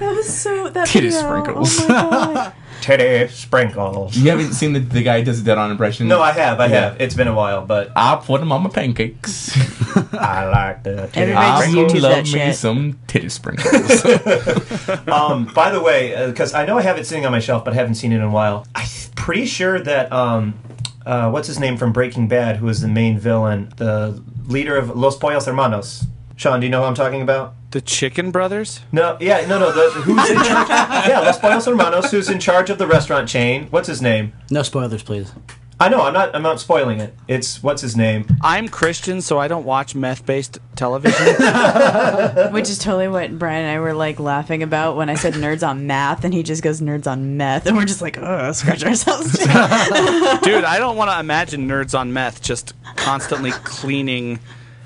[SPEAKER 9] That was so. That
[SPEAKER 10] Titty
[SPEAKER 9] video.
[SPEAKER 10] sprinkles.
[SPEAKER 9] Oh my god.
[SPEAKER 5] Teddy sprinkles.
[SPEAKER 3] You haven't seen the, the guy who does the dead on impression?
[SPEAKER 5] No, I have, I
[SPEAKER 3] Yeah.
[SPEAKER 5] have. It's been a while, but
[SPEAKER 3] I put him on my pancakes.
[SPEAKER 5] I like the titty
[SPEAKER 6] Everybody
[SPEAKER 3] I
[SPEAKER 6] just
[SPEAKER 3] love
[SPEAKER 6] YouTube that
[SPEAKER 3] me
[SPEAKER 6] shit.
[SPEAKER 3] some titty sprinkles.
[SPEAKER 5] Um, by the way, because I know I have it sitting on my shelf, but I haven't seen it in a while. I'm pretty sure that um, uh, what's his name from Breaking Bad, who is the main villain, the leader of Los Pollos Hermanos. Sean, do you know who I'm talking about?
[SPEAKER 4] The Chicken Brothers?
[SPEAKER 5] No, yeah, no, no. The, who's in charge? Yeah, Los Pollos Hermanos, who's in charge of the restaurant chain. What's his name?
[SPEAKER 7] No spoilers, please.
[SPEAKER 5] I know. I'm not. I'm not spoiling it. It's what's his name.
[SPEAKER 4] I'm Christian, so I don't watch meth-based television.
[SPEAKER 6] Which is totally what Brian and I were like laughing about when I said nerds on math, and he just goes nerds on meth, and we're just like, oh, scratch ourselves.
[SPEAKER 4] Dude, I don't want to imagine nerds on meth just constantly cleaning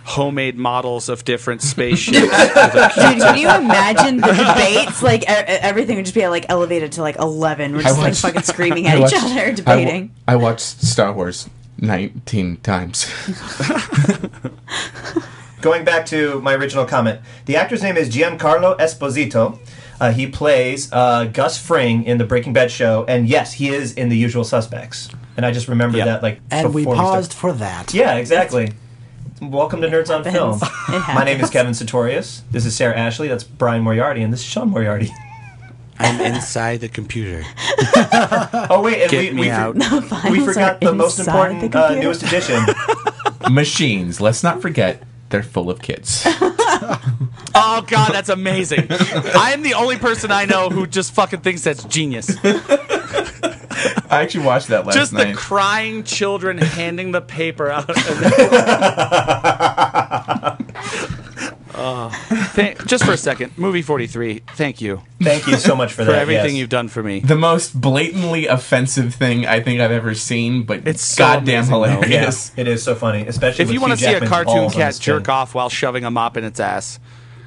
[SPEAKER 4] homemade models of different spaceships.
[SPEAKER 6] Dude, can you imagine the debates? Like e- everything would just be like elevated to like eleven. We're just like
[SPEAKER 3] watched-
[SPEAKER 6] fucking screaming
[SPEAKER 3] I
[SPEAKER 6] at
[SPEAKER 3] watched-
[SPEAKER 6] each other,
[SPEAKER 3] I wa-
[SPEAKER 6] debating.
[SPEAKER 3] I, watched Star Wars 19 times.
[SPEAKER 5] Going back to my original comment, the actor's name is Giancarlo Esposito. Uh, he plays uh, Gus Fring in the Breaking Bad show, and yes, he is in The Usual Suspects. And I just remembered
[SPEAKER 4] Yeah.
[SPEAKER 5] that like
[SPEAKER 7] And we
[SPEAKER 5] before started-
[SPEAKER 7] paused for that.
[SPEAKER 5] yeah, exactly. Welcome to Nerds on Film. My name is Kevin Sartorius. This is Sarah Ashley. That's Brian Moriarty, and this is Sean Moriarty.
[SPEAKER 4] I'm inside the computer.
[SPEAKER 5] Oh wait, and
[SPEAKER 4] Get
[SPEAKER 5] we,
[SPEAKER 4] me
[SPEAKER 5] we,
[SPEAKER 4] out.
[SPEAKER 5] we
[SPEAKER 6] Files
[SPEAKER 5] forgot
[SPEAKER 6] are
[SPEAKER 5] the most
[SPEAKER 6] inside
[SPEAKER 5] important
[SPEAKER 6] the
[SPEAKER 5] uh,
[SPEAKER 6] computer.
[SPEAKER 5] newest edition.
[SPEAKER 3] Machines. Let's not forget, they're full of kids.
[SPEAKER 4] Oh god, that's amazing. I am the only person I know who just fucking thinks that's genius.
[SPEAKER 3] I actually watched that last
[SPEAKER 4] Just the
[SPEAKER 3] night.
[SPEAKER 4] crying children handing the paper out. Oh. Thank- just for a second, movie 43. Thank you
[SPEAKER 5] Thank you so much for,
[SPEAKER 4] for
[SPEAKER 5] that.
[SPEAKER 4] everything
[SPEAKER 5] yes.
[SPEAKER 4] you've done for me.
[SPEAKER 3] the most blatantly offensive thing I think I've ever seen, but
[SPEAKER 4] It's so
[SPEAKER 3] goddamn
[SPEAKER 4] amazing, though.
[SPEAKER 3] hilarious.
[SPEAKER 5] It is so funny, especially
[SPEAKER 4] If you
[SPEAKER 5] want to
[SPEAKER 4] see a cartoon cat jerk off while shoving a mop in its ass,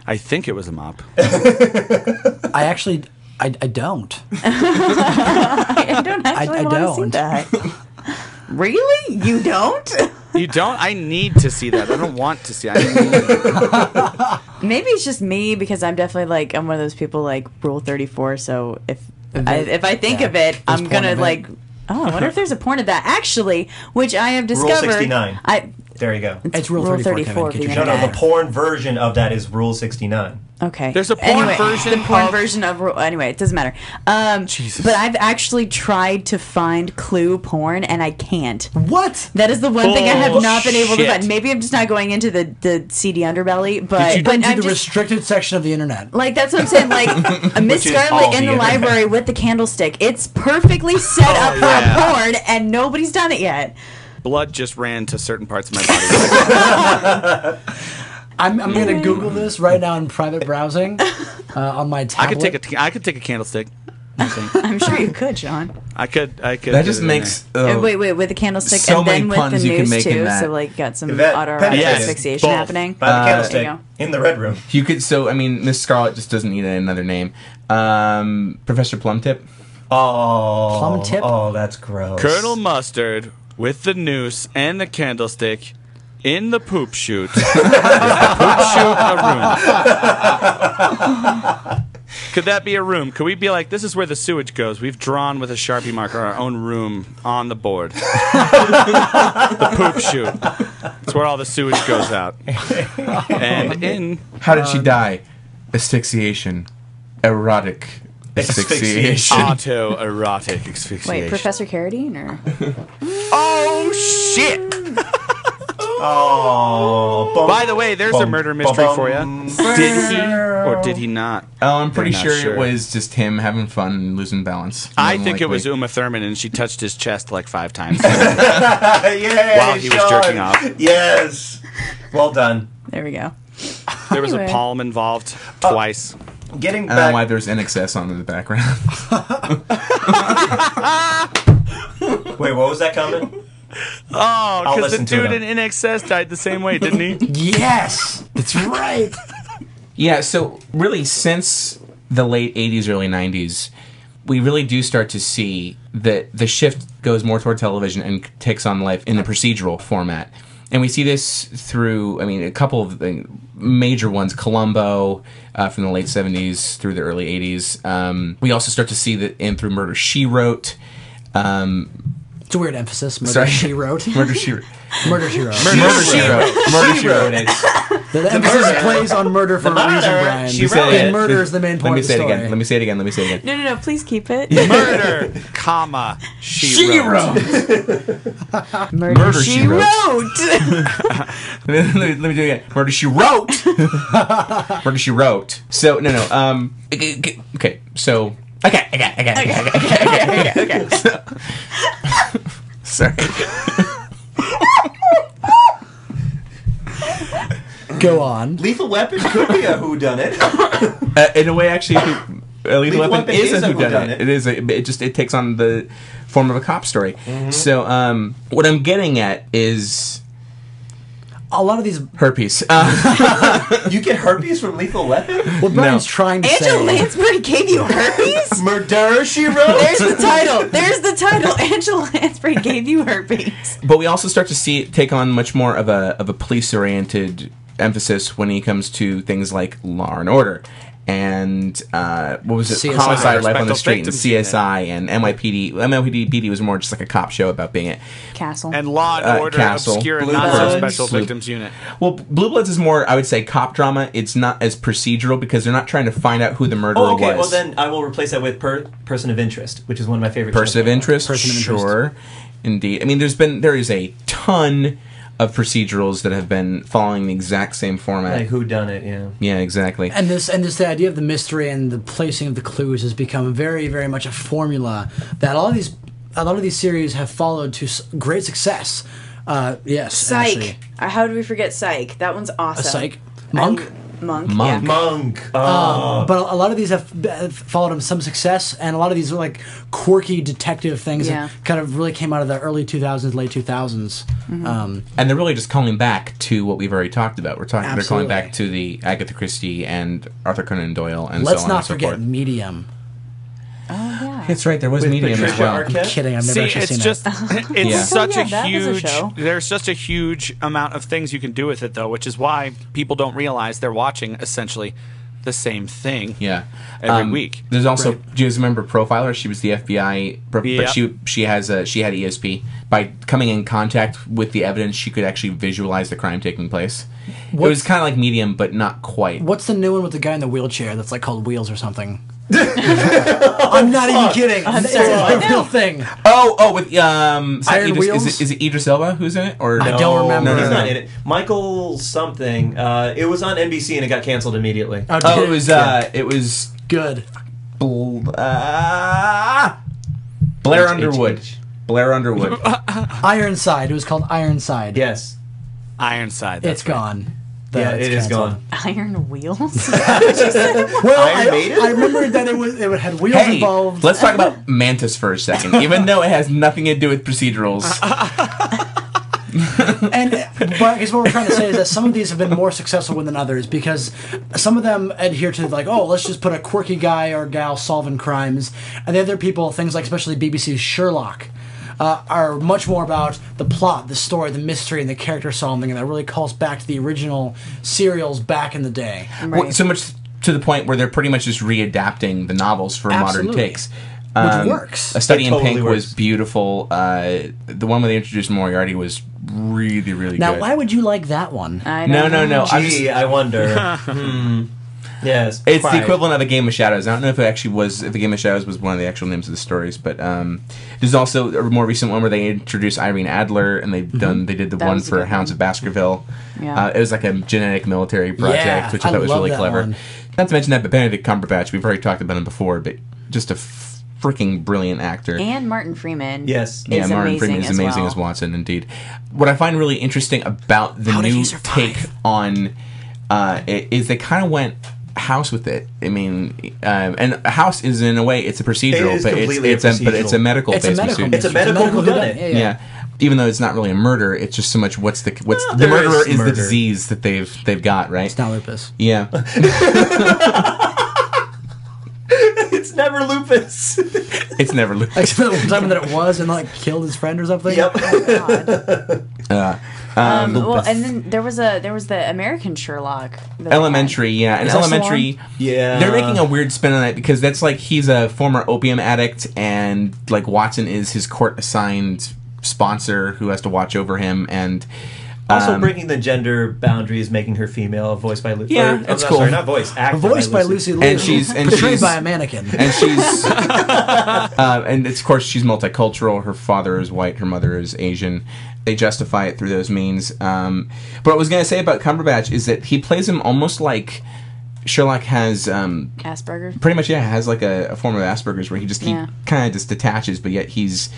[SPEAKER 4] I think it was a mop.
[SPEAKER 7] I actually, I, I don't.
[SPEAKER 6] I don't actually
[SPEAKER 7] I
[SPEAKER 6] want to see
[SPEAKER 7] don't.
[SPEAKER 6] that. really? You don't?
[SPEAKER 4] You don't? I need to see that. I don't want to see. It. I need it.
[SPEAKER 6] Maybe it's just me because I'm definitely like I'm one of those people like Rule Thirty Four. So if
[SPEAKER 7] If
[SPEAKER 6] I,
[SPEAKER 7] it-
[SPEAKER 6] if I think
[SPEAKER 7] yeah,
[SPEAKER 6] of it,
[SPEAKER 7] there's
[SPEAKER 6] I'm
[SPEAKER 7] porn
[SPEAKER 6] gonna
[SPEAKER 7] of it.
[SPEAKER 6] like. Oh, I wonder if there's a porn of that actually, which I have discovered.
[SPEAKER 5] 69.
[SPEAKER 6] I
[SPEAKER 5] There you go.
[SPEAKER 7] It's Rule
[SPEAKER 6] Rule
[SPEAKER 7] 34, Kevin.
[SPEAKER 6] 34
[SPEAKER 7] Get your
[SPEAKER 6] being
[SPEAKER 5] No,
[SPEAKER 7] shit
[SPEAKER 5] no,
[SPEAKER 6] bad.
[SPEAKER 5] the porn version of that is Rule 69.
[SPEAKER 6] Okay.
[SPEAKER 4] There's a porn
[SPEAKER 6] Anyway,
[SPEAKER 4] version
[SPEAKER 6] The porn
[SPEAKER 4] of-
[SPEAKER 6] version of Ru- anyway, it doesn't matter. Um, But I've actually tried to find Clue porn, and I can't.
[SPEAKER 7] What?
[SPEAKER 6] That is the one thing I have not been able to
[SPEAKER 4] Bullshit.
[SPEAKER 6] find. Maybe I'm just not going into the, the CD underbelly, but
[SPEAKER 4] you
[SPEAKER 6] but
[SPEAKER 7] Into
[SPEAKER 6] I'm
[SPEAKER 7] the
[SPEAKER 6] just
[SPEAKER 7] restricted section of the internet.
[SPEAKER 6] like that's what I'm saying. Like Miss
[SPEAKER 5] is all
[SPEAKER 6] Scarlet
[SPEAKER 5] the
[SPEAKER 6] in the
[SPEAKER 5] internet.
[SPEAKER 6] library with the candlestick. It's perfectly set up for
[SPEAKER 4] yeah.
[SPEAKER 6] a porn, and nobody's done it yet.
[SPEAKER 4] Blood just ran to certain parts of my body.
[SPEAKER 7] I'm, I'm
[SPEAKER 6] Mm.
[SPEAKER 7] gonna Google this right now in private browsing uh, on my
[SPEAKER 4] I
[SPEAKER 7] tablet.
[SPEAKER 4] could take a t- I could take a candlestick.
[SPEAKER 6] I'm sure you could, John.
[SPEAKER 4] I could. I could.
[SPEAKER 3] That
[SPEAKER 4] do
[SPEAKER 3] just
[SPEAKER 4] it in
[SPEAKER 3] makes.
[SPEAKER 4] there.
[SPEAKER 3] Uh,
[SPEAKER 6] wait, wait, with the candlestick,
[SPEAKER 3] so
[SPEAKER 6] and
[SPEAKER 3] many
[SPEAKER 6] then with
[SPEAKER 3] puns
[SPEAKER 6] the
[SPEAKER 3] you can
[SPEAKER 6] news
[SPEAKER 3] make in
[SPEAKER 6] too.
[SPEAKER 3] that.
[SPEAKER 6] So like, got some
[SPEAKER 5] Yvette,
[SPEAKER 6] autoerotic
[SPEAKER 4] Yes,
[SPEAKER 6] asphyxiation
[SPEAKER 4] both.
[SPEAKER 6] happening.
[SPEAKER 5] By the
[SPEAKER 6] Uh, There you
[SPEAKER 5] candlestick
[SPEAKER 6] go.
[SPEAKER 5] in the red room.
[SPEAKER 3] You could so I mean Miss Scarlet just doesn't need another name. Um, Professor Plumtip.
[SPEAKER 5] Oh,
[SPEAKER 7] Plum tip?
[SPEAKER 5] Oh, that's gross.
[SPEAKER 4] Colonel Mustard with the noose and the candlestick in the poop chute. Is the poop chute a room? Could that be a room? Could we be like, this is where the sewage goes? We've drawn with a sharpie marker our own room on the board. the poop chute. It's where all the sewage goes out. And in
[SPEAKER 3] How did
[SPEAKER 4] Uh,
[SPEAKER 3] she die? Asphyxiation. Erotic asphyxiation.
[SPEAKER 4] autoerotic asphyxiation.
[SPEAKER 6] Wait, Professor Carradine or
[SPEAKER 4] Oh shit!
[SPEAKER 5] Oh, bum,
[SPEAKER 4] By the way, there's a
[SPEAKER 5] bum,
[SPEAKER 4] murder mystery
[SPEAKER 5] bum,
[SPEAKER 4] for you.
[SPEAKER 5] bum.
[SPEAKER 4] Did he or did he not?
[SPEAKER 3] Oh, I'm pretty
[SPEAKER 4] They're not
[SPEAKER 3] sure,
[SPEAKER 4] sure.
[SPEAKER 3] it was just him having fun and losing balance.
[SPEAKER 4] I
[SPEAKER 3] More
[SPEAKER 4] think it was
[SPEAKER 3] likely.
[SPEAKER 4] Uma Thurman, and she touched his chest like five times.
[SPEAKER 5] Yay,
[SPEAKER 4] While he was
[SPEAKER 5] Sean.
[SPEAKER 4] jerking off.
[SPEAKER 5] Yes. Well done.
[SPEAKER 6] There we go.
[SPEAKER 4] There was a
[SPEAKER 6] Anyway.
[SPEAKER 4] palm involved
[SPEAKER 3] Uh,
[SPEAKER 4] twice.
[SPEAKER 5] Getting
[SPEAKER 3] I don't know why
[SPEAKER 5] back.
[SPEAKER 3] there's NXS on in the background.
[SPEAKER 5] Wait, what was that comment?
[SPEAKER 4] Oh, because the
[SPEAKER 5] listen to it
[SPEAKER 4] dude
[SPEAKER 5] on-
[SPEAKER 4] in NXS died the same way, didn't he?
[SPEAKER 7] Yes, that's right.
[SPEAKER 3] Yeah, so really, since the late 80s, early 90s, we really do start to see that the shift goes more toward television and takes on life in the procedural format. And we see this through, I mean, a couple of the major ones Columbo uh, from the late 70s through the early 80s. Um, we also start to see that in through Murder She Wrote. Um,
[SPEAKER 7] It's a weird emphasis. Murder
[SPEAKER 3] sorry.
[SPEAKER 7] she wrote.
[SPEAKER 3] Murder She Wrote.
[SPEAKER 7] Murder she wrote.
[SPEAKER 3] Murder She Wrote. Murder She Wrote.
[SPEAKER 7] The, the emphasis plays on murder for a reason,
[SPEAKER 5] murder,
[SPEAKER 7] Brian.
[SPEAKER 5] she
[SPEAKER 7] Because
[SPEAKER 5] wrote it.
[SPEAKER 7] murder is the main point
[SPEAKER 3] Let me
[SPEAKER 7] of the
[SPEAKER 3] say it
[SPEAKER 7] story.
[SPEAKER 3] again. Let me say it again. Let me say it again.
[SPEAKER 6] No, no, no. Please keep it.
[SPEAKER 4] Murder, comma, she, wrote.
[SPEAKER 6] Murder,
[SPEAKER 3] Murder, She Wrote.
[SPEAKER 6] wrote.
[SPEAKER 3] let, me, let me do it again. Murder she wrote. Murder she wrote. So no no um okay, okay, okay so okay okay okay okay okay okay, okay. sorry
[SPEAKER 7] Go on.
[SPEAKER 5] Lethal Weapon could be a whodunit.
[SPEAKER 3] uh, in a way actually who, uh, Lethal Weapon, is a whodunit.
[SPEAKER 5] whodunit.
[SPEAKER 3] It is a, it just it takes on the form of a cop story. So um what I'm getting at is
[SPEAKER 7] A lot of these.
[SPEAKER 3] herpes. Uh,
[SPEAKER 5] You get herpes from Lethal Weapon?
[SPEAKER 7] What Brian's
[SPEAKER 3] No.
[SPEAKER 7] trying to
[SPEAKER 6] Angela
[SPEAKER 7] say.
[SPEAKER 6] Lansbury gave you herpes.
[SPEAKER 5] Murder, she wrote.
[SPEAKER 6] There's the title. There's the title. Angela Lansbury gave you herpes.
[SPEAKER 3] but we also start to see it take on much more of a of a police oriented emphasis when it comes to things like law and order and uh, what was it
[SPEAKER 7] CSI.
[SPEAKER 3] homicide life on the
[SPEAKER 4] Respectful
[SPEAKER 3] street and
[SPEAKER 4] Victims
[SPEAKER 3] CSI and NYPD NYPD PD was more just like a cop show about being it
[SPEAKER 6] Castle.
[SPEAKER 4] And Law and
[SPEAKER 3] Uh,
[SPEAKER 4] Order,
[SPEAKER 3] Castle.
[SPEAKER 4] obscure and
[SPEAKER 5] Blue
[SPEAKER 4] not so
[SPEAKER 5] Bloods.
[SPEAKER 4] special
[SPEAKER 3] Blue-
[SPEAKER 4] victims unit.
[SPEAKER 3] well Blue Bloods is more I would say cop drama it's not as procedural because they're not trying to find out who the murderer
[SPEAKER 5] Oh, okay.
[SPEAKER 3] was
[SPEAKER 5] Well, then I will replace that with per- person of interest, which is one of my favorite.
[SPEAKER 3] person of
[SPEAKER 5] shows.
[SPEAKER 3] interest
[SPEAKER 7] Person of interest.
[SPEAKER 3] sure indeed I mean there's been there is a ton of procedurals that have been following the exact same format
[SPEAKER 5] Like who done it? Yeah.
[SPEAKER 3] yeah exactly
[SPEAKER 7] and this and this the idea of the mystery and the placing of the clues has become very very much a formula that all of these a lot of these series have followed to s- great success uh yes
[SPEAKER 6] Psych.
[SPEAKER 7] Ashley.
[SPEAKER 6] Uh, How did we forget Psych? That one's awesome.
[SPEAKER 7] Psych. Monk?
[SPEAKER 6] I- Monk.
[SPEAKER 3] Monk.
[SPEAKER 6] Yeah.
[SPEAKER 5] Monk. Oh,
[SPEAKER 7] but a a lot of these have have followed them some success and a lot of these are like quirky detective things
[SPEAKER 6] Yeah.
[SPEAKER 7] that kind of really came out of the early 2000s late 2000s um,
[SPEAKER 3] and they're really just calling back to what we've already talked about. We're talking.
[SPEAKER 7] Absolutely.
[SPEAKER 3] They're calling back to the Agatha Christie and Arthur Conan Doyle, and
[SPEAKER 7] let's
[SPEAKER 3] so on
[SPEAKER 7] not
[SPEAKER 3] and so
[SPEAKER 7] forget
[SPEAKER 3] forth.
[SPEAKER 7] medium
[SPEAKER 3] It's right. There was medium as
[SPEAKER 5] Patricia
[SPEAKER 3] well.
[SPEAKER 5] Arquette.
[SPEAKER 7] i'm kidding i've never
[SPEAKER 4] See,
[SPEAKER 7] actually
[SPEAKER 4] it's
[SPEAKER 7] seen
[SPEAKER 4] just
[SPEAKER 7] it
[SPEAKER 4] it's
[SPEAKER 3] Yeah.
[SPEAKER 4] such
[SPEAKER 6] Oh, yeah,
[SPEAKER 4] a
[SPEAKER 6] that was a
[SPEAKER 4] huge
[SPEAKER 6] show.
[SPEAKER 4] there's such a huge amount of things you can do with it though, which is why people don't realize they're watching essentially the same thing.
[SPEAKER 3] Yeah. Um,
[SPEAKER 4] Every week.
[SPEAKER 3] There's also. Do you guys remember Profiler? She was the FBI, pro-
[SPEAKER 4] Yeah.
[SPEAKER 3] but she she has a she had ESP. By coming in contact with the evidence, she could actually visualize the crime taking place. it was kind of like Medium, but not quite.
[SPEAKER 7] What's the new one with the guy in the wheelchair that's like called Wheels or something? I'm not even kidding. it's a real thing.
[SPEAKER 3] Oh, oh, with um, is, that
[SPEAKER 7] Iron
[SPEAKER 3] Idris,
[SPEAKER 7] Wheels?
[SPEAKER 3] is, it, is it Idris Elba who's in it? Or
[SPEAKER 7] I don't remember.
[SPEAKER 3] No, no,
[SPEAKER 5] Oh, He's
[SPEAKER 3] no.
[SPEAKER 5] not in it. Michael something. Uh, it was on NBC and it got canceled immediately.
[SPEAKER 3] Oh, it was uh, it was
[SPEAKER 7] good.
[SPEAKER 3] Bl- ah! Blair
[SPEAKER 5] H- H-
[SPEAKER 3] Underwood.
[SPEAKER 5] H.
[SPEAKER 3] Blair Underwood.
[SPEAKER 7] Ironside. It was called Ironside.
[SPEAKER 5] yes.
[SPEAKER 4] Ironside.
[SPEAKER 7] it's
[SPEAKER 4] That's right.
[SPEAKER 7] gone.
[SPEAKER 5] Yeah,
[SPEAKER 7] it's
[SPEAKER 5] it is
[SPEAKER 7] canceled.
[SPEAKER 5] gone.
[SPEAKER 6] Iron Wheels.
[SPEAKER 7] Well,
[SPEAKER 5] Iron
[SPEAKER 7] I,
[SPEAKER 5] Maiden?
[SPEAKER 7] I remember that it was it had wheels
[SPEAKER 3] hey,
[SPEAKER 7] involved.
[SPEAKER 3] let's talk about Mantis for a second, even though it has nothing to do with
[SPEAKER 7] Uh,
[SPEAKER 3] procedurals.
[SPEAKER 7] and but I guess what we're trying to say is that some of these have been more successful than others because some of them adhere to like, oh, let's just put a quirky guy or gal solving crimes, and the other people, things like especially BBC's Sherlock. Uh, are much more about the plot, the story, the mystery, and the character solving, and that really calls back to the original serials back in the day.
[SPEAKER 3] Well, So much to the point where they're pretty much just readapting the novels for modern
[SPEAKER 7] Absolutely.
[SPEAKER 3] takes. Um,
[SPEAKER 7] Which works.
[SPEAKER 3] A Study
[SPEAKER 5] It
[SPEAKER 3] in
[SPEAKER 5] totally
[SPEAKER 3] Pink
[SPEAKER 5] works.
[SPEAKER 3] was beautiful. Uh, the one where they introduced Moriarty was really, really
[SPEAKER 7] Now,
[SPEAKER 3] good.
[SPEAKER 7] why would you like that one?
[SPEAKER 5] Uh,
[SPEAKER 6] I
[SPEAKER 3] no,
[SPEAKER 6] don't
[SPEAKER 3] no,
[SPEAKER 6] know.
[SPEAKER 3] no. I'm just-
[SPEAKER 5] Gee, I wonder. hmm. Yes.
[SPEAKER 3] It's
[SPEAKER 5] quiet.
[SPEAKER 3] the equivalent of a Game of Shadows. I don't know if it actually was if the Game of Shadows was one of the actual names of the stories, but um, there's also a more recent one where they introduced Irene Adler and
[SPEAKER 7] Mm-hmm.
[SPEAKER 3] they've done they did the
[SPEAKER 6] That
[SPEAKER 3] one
[SPEAKER 6] was a
[SPEAKER 3] for
[SPEAKER 6] good
[SPEAKER 3] Hounds
[SPEAKER 6] one.
[SPEAKER 3] of Baskerville.
[SPEAKER 6] Yeah.
[SPEAKER 3] Uh, it was like a genetic military project,
[SPEAKER 7] Yeah,
[SPEAKER 3] which I
[SPEAKER 7] I
[SPEAKER 3] thought was
[SPEAKER 7] love
[SPEAKER 3] really
[SPEAKER 7] that
[SPEAKER 3] clever.
[SPEAKER 7] one.
[SPEAKER 3] Not to mention that, but Benedict Cumberbatch, we've already talked about him before, but just a f- freaking brilliant actor.
[SPEAKER 6] And Martin Freeman.
[SPEAKER 5] Yes.
[SPEAKER 3] yeah,
[SPEAKER 6] is
[SPEAKER 3] Martin
[SPEAKER 6] amazing
[SPEAKER 3] Freeman is
[SPEAKER 6] as
[SPEAKER 3] amazing
[SPEAKER 6] well.
[SPEAKER 3] as Watson, indeed. What I find really interesting about the
[SPEAKER 1] How did he
[SPEAKER 3] new
[SPEAKER 1] survive?
[SPEAKER 3] take on uh, i- is they kind of went house with it. I mean, um, and house is in a way it's a procedural,
[SPEAKER 5] is
[SPEAKER 3] but it's
[SPEAKER 5] completely a
[SPEAKER 3] it's a, but it's a
[SPEAKER 5] procedural.
[SPEAKER 3] medical
[SPEAKER 7] It's a
[SPEAKER 3] based
[SPEAKER 7] medical.
[SPEAKER 3] procedural.
[SPEAKER 5] It's a medical whodunit.
[SPEAKER 7] whodunit, Yeah,
[SPEAKER 3] yeah.
[SPEAKER 7] yeah.
[SPEAKER 3] Even though it's not really a murder, it's just so much what's the what's the
[SPEAKER 5] Ah, there
[SPEAKER 3] murderer
[SPEAKER 5] is
[SPEAKER 3] is, the
[SPEAKER 5] murder.
[SPEAKER 3] disease that they've they've got right.
[SPEAKER 7] It's not lupus.
[SPEAKER 3] yeah,
[SPEAKER 5] It's never lupus.
[SPEAKER 3] it's never lupus.
[SPEAKER 7] Except the time that it was and like killed his friend or something.
[SPEAKER 5] yep.
[SPEAKER 6] God.
[SPEAKER 3] Uh,
[SPEAKER 6] Um, well, and then there was a there was the American Sherlock. that they had.
[SPEAKER 3] Elementary, yeah, and
[SPEAKER 7] Is that still
[SPEAKER 3] elementary.
[SPEAKER 5] Yeah.
[SPEAKER 3] they're making a weird spin on it because that's like he's a former opium addict, and like Watson is his court assigned sponsor who has to watch over him, and
[SPEAKER 5] Also
[SPEAKER 3] um,
[SPEAKER 5] breaking the gender boundaries, making her female, voiced by Lucy.
[SPEAKER 3] Yeah,
[SPEAKER 5] or,
[SPEAKER 3] that's
[SPEAKER 5] I'm
[SPEAKER 3] cool.
[SPEAKER 5] Sorry, not voice, acted
[SPEAKER 7] Voiced by Lucy Liu.
[SPEAKER 3] And she's- and
[SPEAKER 7] portrayed
[SPEAKER 3] she's-
[SPEAKER 7] by a mannequin.
[SPEAKER 3] and she's uh, and it's, of course she's multicultural her father is white her mother is asian they justify it through those means um, but what i was going to say about cumberbatch is that he plays him almost like sherlock has um,
[SPEAKER 6] Asperger.
[SPEAKER 3] pretty much yeah has like a, a form of asperger's where he just he
[SPEAKER 6] Yeah.
[SPEAKER 3] kind of just detaches but yet he's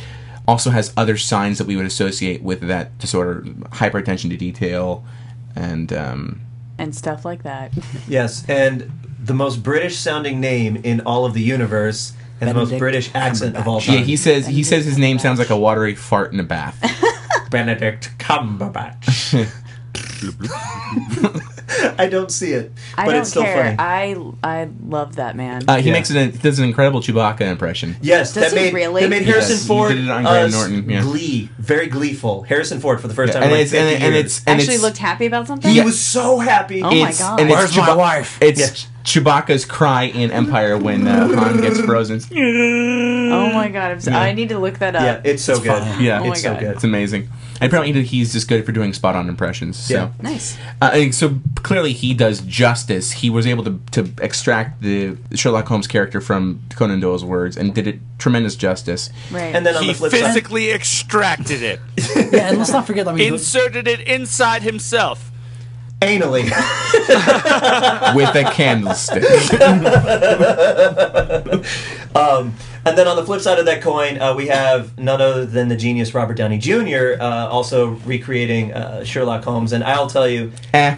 [SPEAKER 3] also has other signs that we would associate with that disorder hyperattention to detail and um,
[SPEAKER 6] and stuff like that.
[SPEAKER 5] Yes, and the most British sounding name in all of the universe, and the most
[SPEAKER 7] Benedict
[SPEAKER 5] British accent of all time.
[SPEAKER 3] yeah he says he says his name sounds like a watery fart in a bath
[SPEAKER 5] Benedict Cumberbatch. I don't see it,
[SPEAKER 6] I
[SPEAKER 5] but
[SPEAKER 6] don't
[SPEAKER 5] it's still funny.
[SPEAKER 6] care. I I love that man.
[SPEAKER 3] Uh, he
[SPEAKER 5] Yeah.
[SPEAKER 3] makes an does an incredible Chewbacca impression.
[SPEAKER 5] Yes,
[SPEAKER 6] Does
[SPEAKER 5] that
[SPEAKER 6] he
[SPEAKER 5] made
[SPEAKER 6] really?
[SPEAKER 5] that made
[SPEAKER 6] He
[SPEAKER 5] Harrison
[SPEAKER 3] does. He
[SPEAKER 5] Ford
[SPEAKER 3] did it on Graham
[SPEAKER 5] uh,
[SPEAKER 3] Norton, yeah.
[SPEAKER 5] glee, very gleeful. Harrison Ford for the first time,
[SPEAKER 3] and,
[SPEAKER 5] in like
[SPEAKER 3] it's, and,
[SPEAKER 5] 50
[SPEAKER 3] it- and
[SPEAKER 5] years.
[SPEAKER 3] it's and
[SPEAKER 6] Actually
[SPEAKER 3] it's
[SPEAKER 6] looked happy about something.
[SPEAKER 5] he was so happy.
[SPEAKER 6] Oh my
[SPEAKER 3] it's-
[SPEAKER 6] God.
[SPEAKER 3] and it's
[SPEAKER 7] Where's my
[SPEAKER 3] Chewba-
[SPEAKER 7] wife?
[SPEAKER 3] It's Chewbacca's cry in Empire when uh, Han gets frozen. It's,
[SPEAKER 6] oh my god! I'm so, I need to look that up.
[SPEAKER 5] Yeah, it's so good.
[SPEAKER 7] fine.
[SPEAKER 3] yeah,
[SPEAKER 6] Oh my
[SPEAKER 3] it's,
[SPEAKER 5] it's so
[SPEAKER 6] God.
[SPEAKER 5] good.
[SPEAKER 3] it's amazing. And apparently he's just good for doing spot on impressions. So.
[SPEAKER 5] Yeah.
[SPEAKER 6] nice.
[SPEAKER 3] Uh, and so clearly he does justice. He was able to, to extract the Sherlock Holmes character from Conan Doyle's words and did it tremendous justice.
[SPEAKER 6] Right.
[SPEAKER 5] And then on
[SPEAKER 4] He
[SPEAKER 5] the flip side,
[SPEAKER 4] physically extracted it,
[SPEAKER 7] yeah, and let's not forget. I mean,
[SPEAKER 4] inserted it inside himself.
[SPEAKER 5] anally.
[SPEAKER 3] with a candlestick.
[SPEAKER 5] um, And then on the flip side of that coin, uh, we have none other than the genius Robert Downey Jr. Uh, also recreating uh, Sherlock Holmes. And I'll tell you,
[SPEAKER 3] Eh.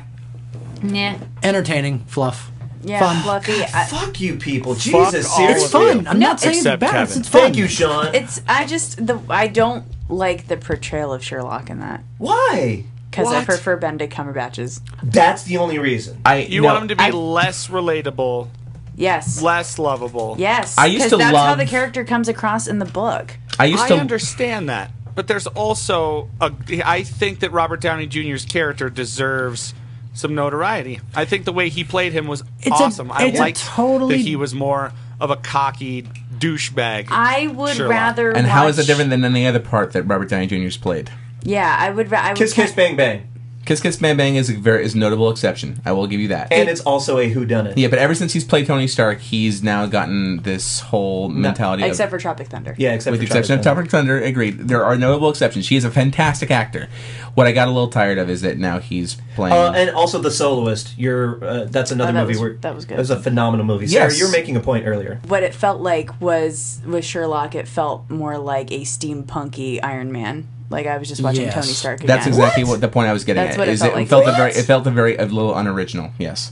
[SPEAKER 6] nah.
[SPEAKER 7] entertaining fluff.
[SPEAKER 6] Yeah,
[SPEAKER 7] Fun.
[SPEAKER 6] fluffy. I,
[SPEAKER 5] fuck you people. Jesus, seriously.
[SPEAKER 7] It's fun. I'm
[SPEAKER 6] No,
[SPEAKER 7] not saying it's
[SPEAKER 4] except
[SPEAKER 7] bad.
[SPEAKER 4] Kevin.
[SPEAKER 7] It's fun.
[SPEAKER 5] Thank you, Sean.
[SPEAKER 6] it's I just the I don't like the portrayal of Sherlock in that
[SPEAKER 5] Why?
[SPEAKER 6] because I
[SPEAKER 5] What?
[SPEAKER 6] prefer Benedict Cumberbatch's.
[SPEAKER 5] That's the only reason.
[SPEAKER 3] I
[SPEAKER 4] You
[SPEAKER 3] no,
[SPEAKER 4] want him to be
[SPEAKER 6] I-
[SPEAKER 4] less relatable,
[SPEAKER 6] Yes.
[SPEAKER 4] less lovable.
[SPEAKER 6] Yes,
[SPEAKER 3] I used
[SPEAKER 6] 'cause
[SPEAKER 3] to
[SPEAKER 6] that's how
[SPEAKER 3] love-
[SPEAKER 6] the character comes across in the book.
[SPEAKER 3] I used
[SPEAKER 4] I
[SPEAKER 3] to
[SPEAKER 4] understand that, but there's also a. I think that Robert Downey Jr.'s character deserves some notoriety. I think the way he played him was
[SPEAKER 7] It's a-
[SPEAKER 4] awesome. I
[SPEAKER 7] it's a
[SPEAKER 4] liked
[SPEAKER 7] totally-
[SPEAKER 4] that he was more of a cocky douchebag.
[SPEAKER 6] I would
[SPEAKER 4] Sherlock.
[SPEAKER 6] rather.
[SPEAKER 3] And how is that
[SPEAKER 6] watch-
[SPEAKER 3] different than any other part that Robert Downey Jr.'s played?
[SPEAKER 6] Yeah, I would. ra- I would
[SPEAKER 5] Kiss,
[SPEAKER 6] kin-
[SPEAKER 5] kiss, bang, bang.
[SPEAKER 3] Kiss Kiss Bang Bang is a very is a notable exception. I will give you that.
[SPEAKER 5] And it's also a whodunit.
[SPEAKER 3] yeah, but ever since he's played Tony Stark, he's now gotten this whole mentality. of-
[SPEAKER 6] Except for Tropic Thunder.
[SPEAKER 5] Yeah, except
[SPEAKER 3] with the
[SPEAKER 5] for
[SPEAKER 3] exception of
[SPEAKER 5] Tropic
[SPEAKER 3] Tropic Thunder, agreed. There are notable exceptions. She is a fantastic actor. What I got a little tired of is that now he's playing.
[SPEAKER 5] Thunder. Uh, and also the soloist. You're uh, that's another
[SPEAKER 6] Oh, that
[SPEAKER 5] movie
[SPEAKER 6] was-
[SPEAKER 5] where
[SPEAKER 6] that was good.
[SPEAKER 5] It was a phenomenal movie.
[SPEAKER 3] Yes.
[SPEAKER 5] Sarah, you're making a point earlier.
[SPEAKER 6] What it felt like was with Sherlock, it felt more like a steampunky Iron Man. Like I was just watching
[SPEAKER 7] Yes.
[SPEAKER 6] Tony Stark again.
[SPEAKER 3] That's exactly what? the point I was getting
[SPEAKER 6] That's
[SPEAKER 3] at.
[SPEAKER 6] what it
[SPEAKER 3] is
[SPEAKER 6] felt
[SPEAKER 3] it
[SPEAKER 6] like.
[SPEAKER 3] felt a very
[SPEAKER 5] What?
[SPEAKER 3] it felt a very a little unoriginal. Yes,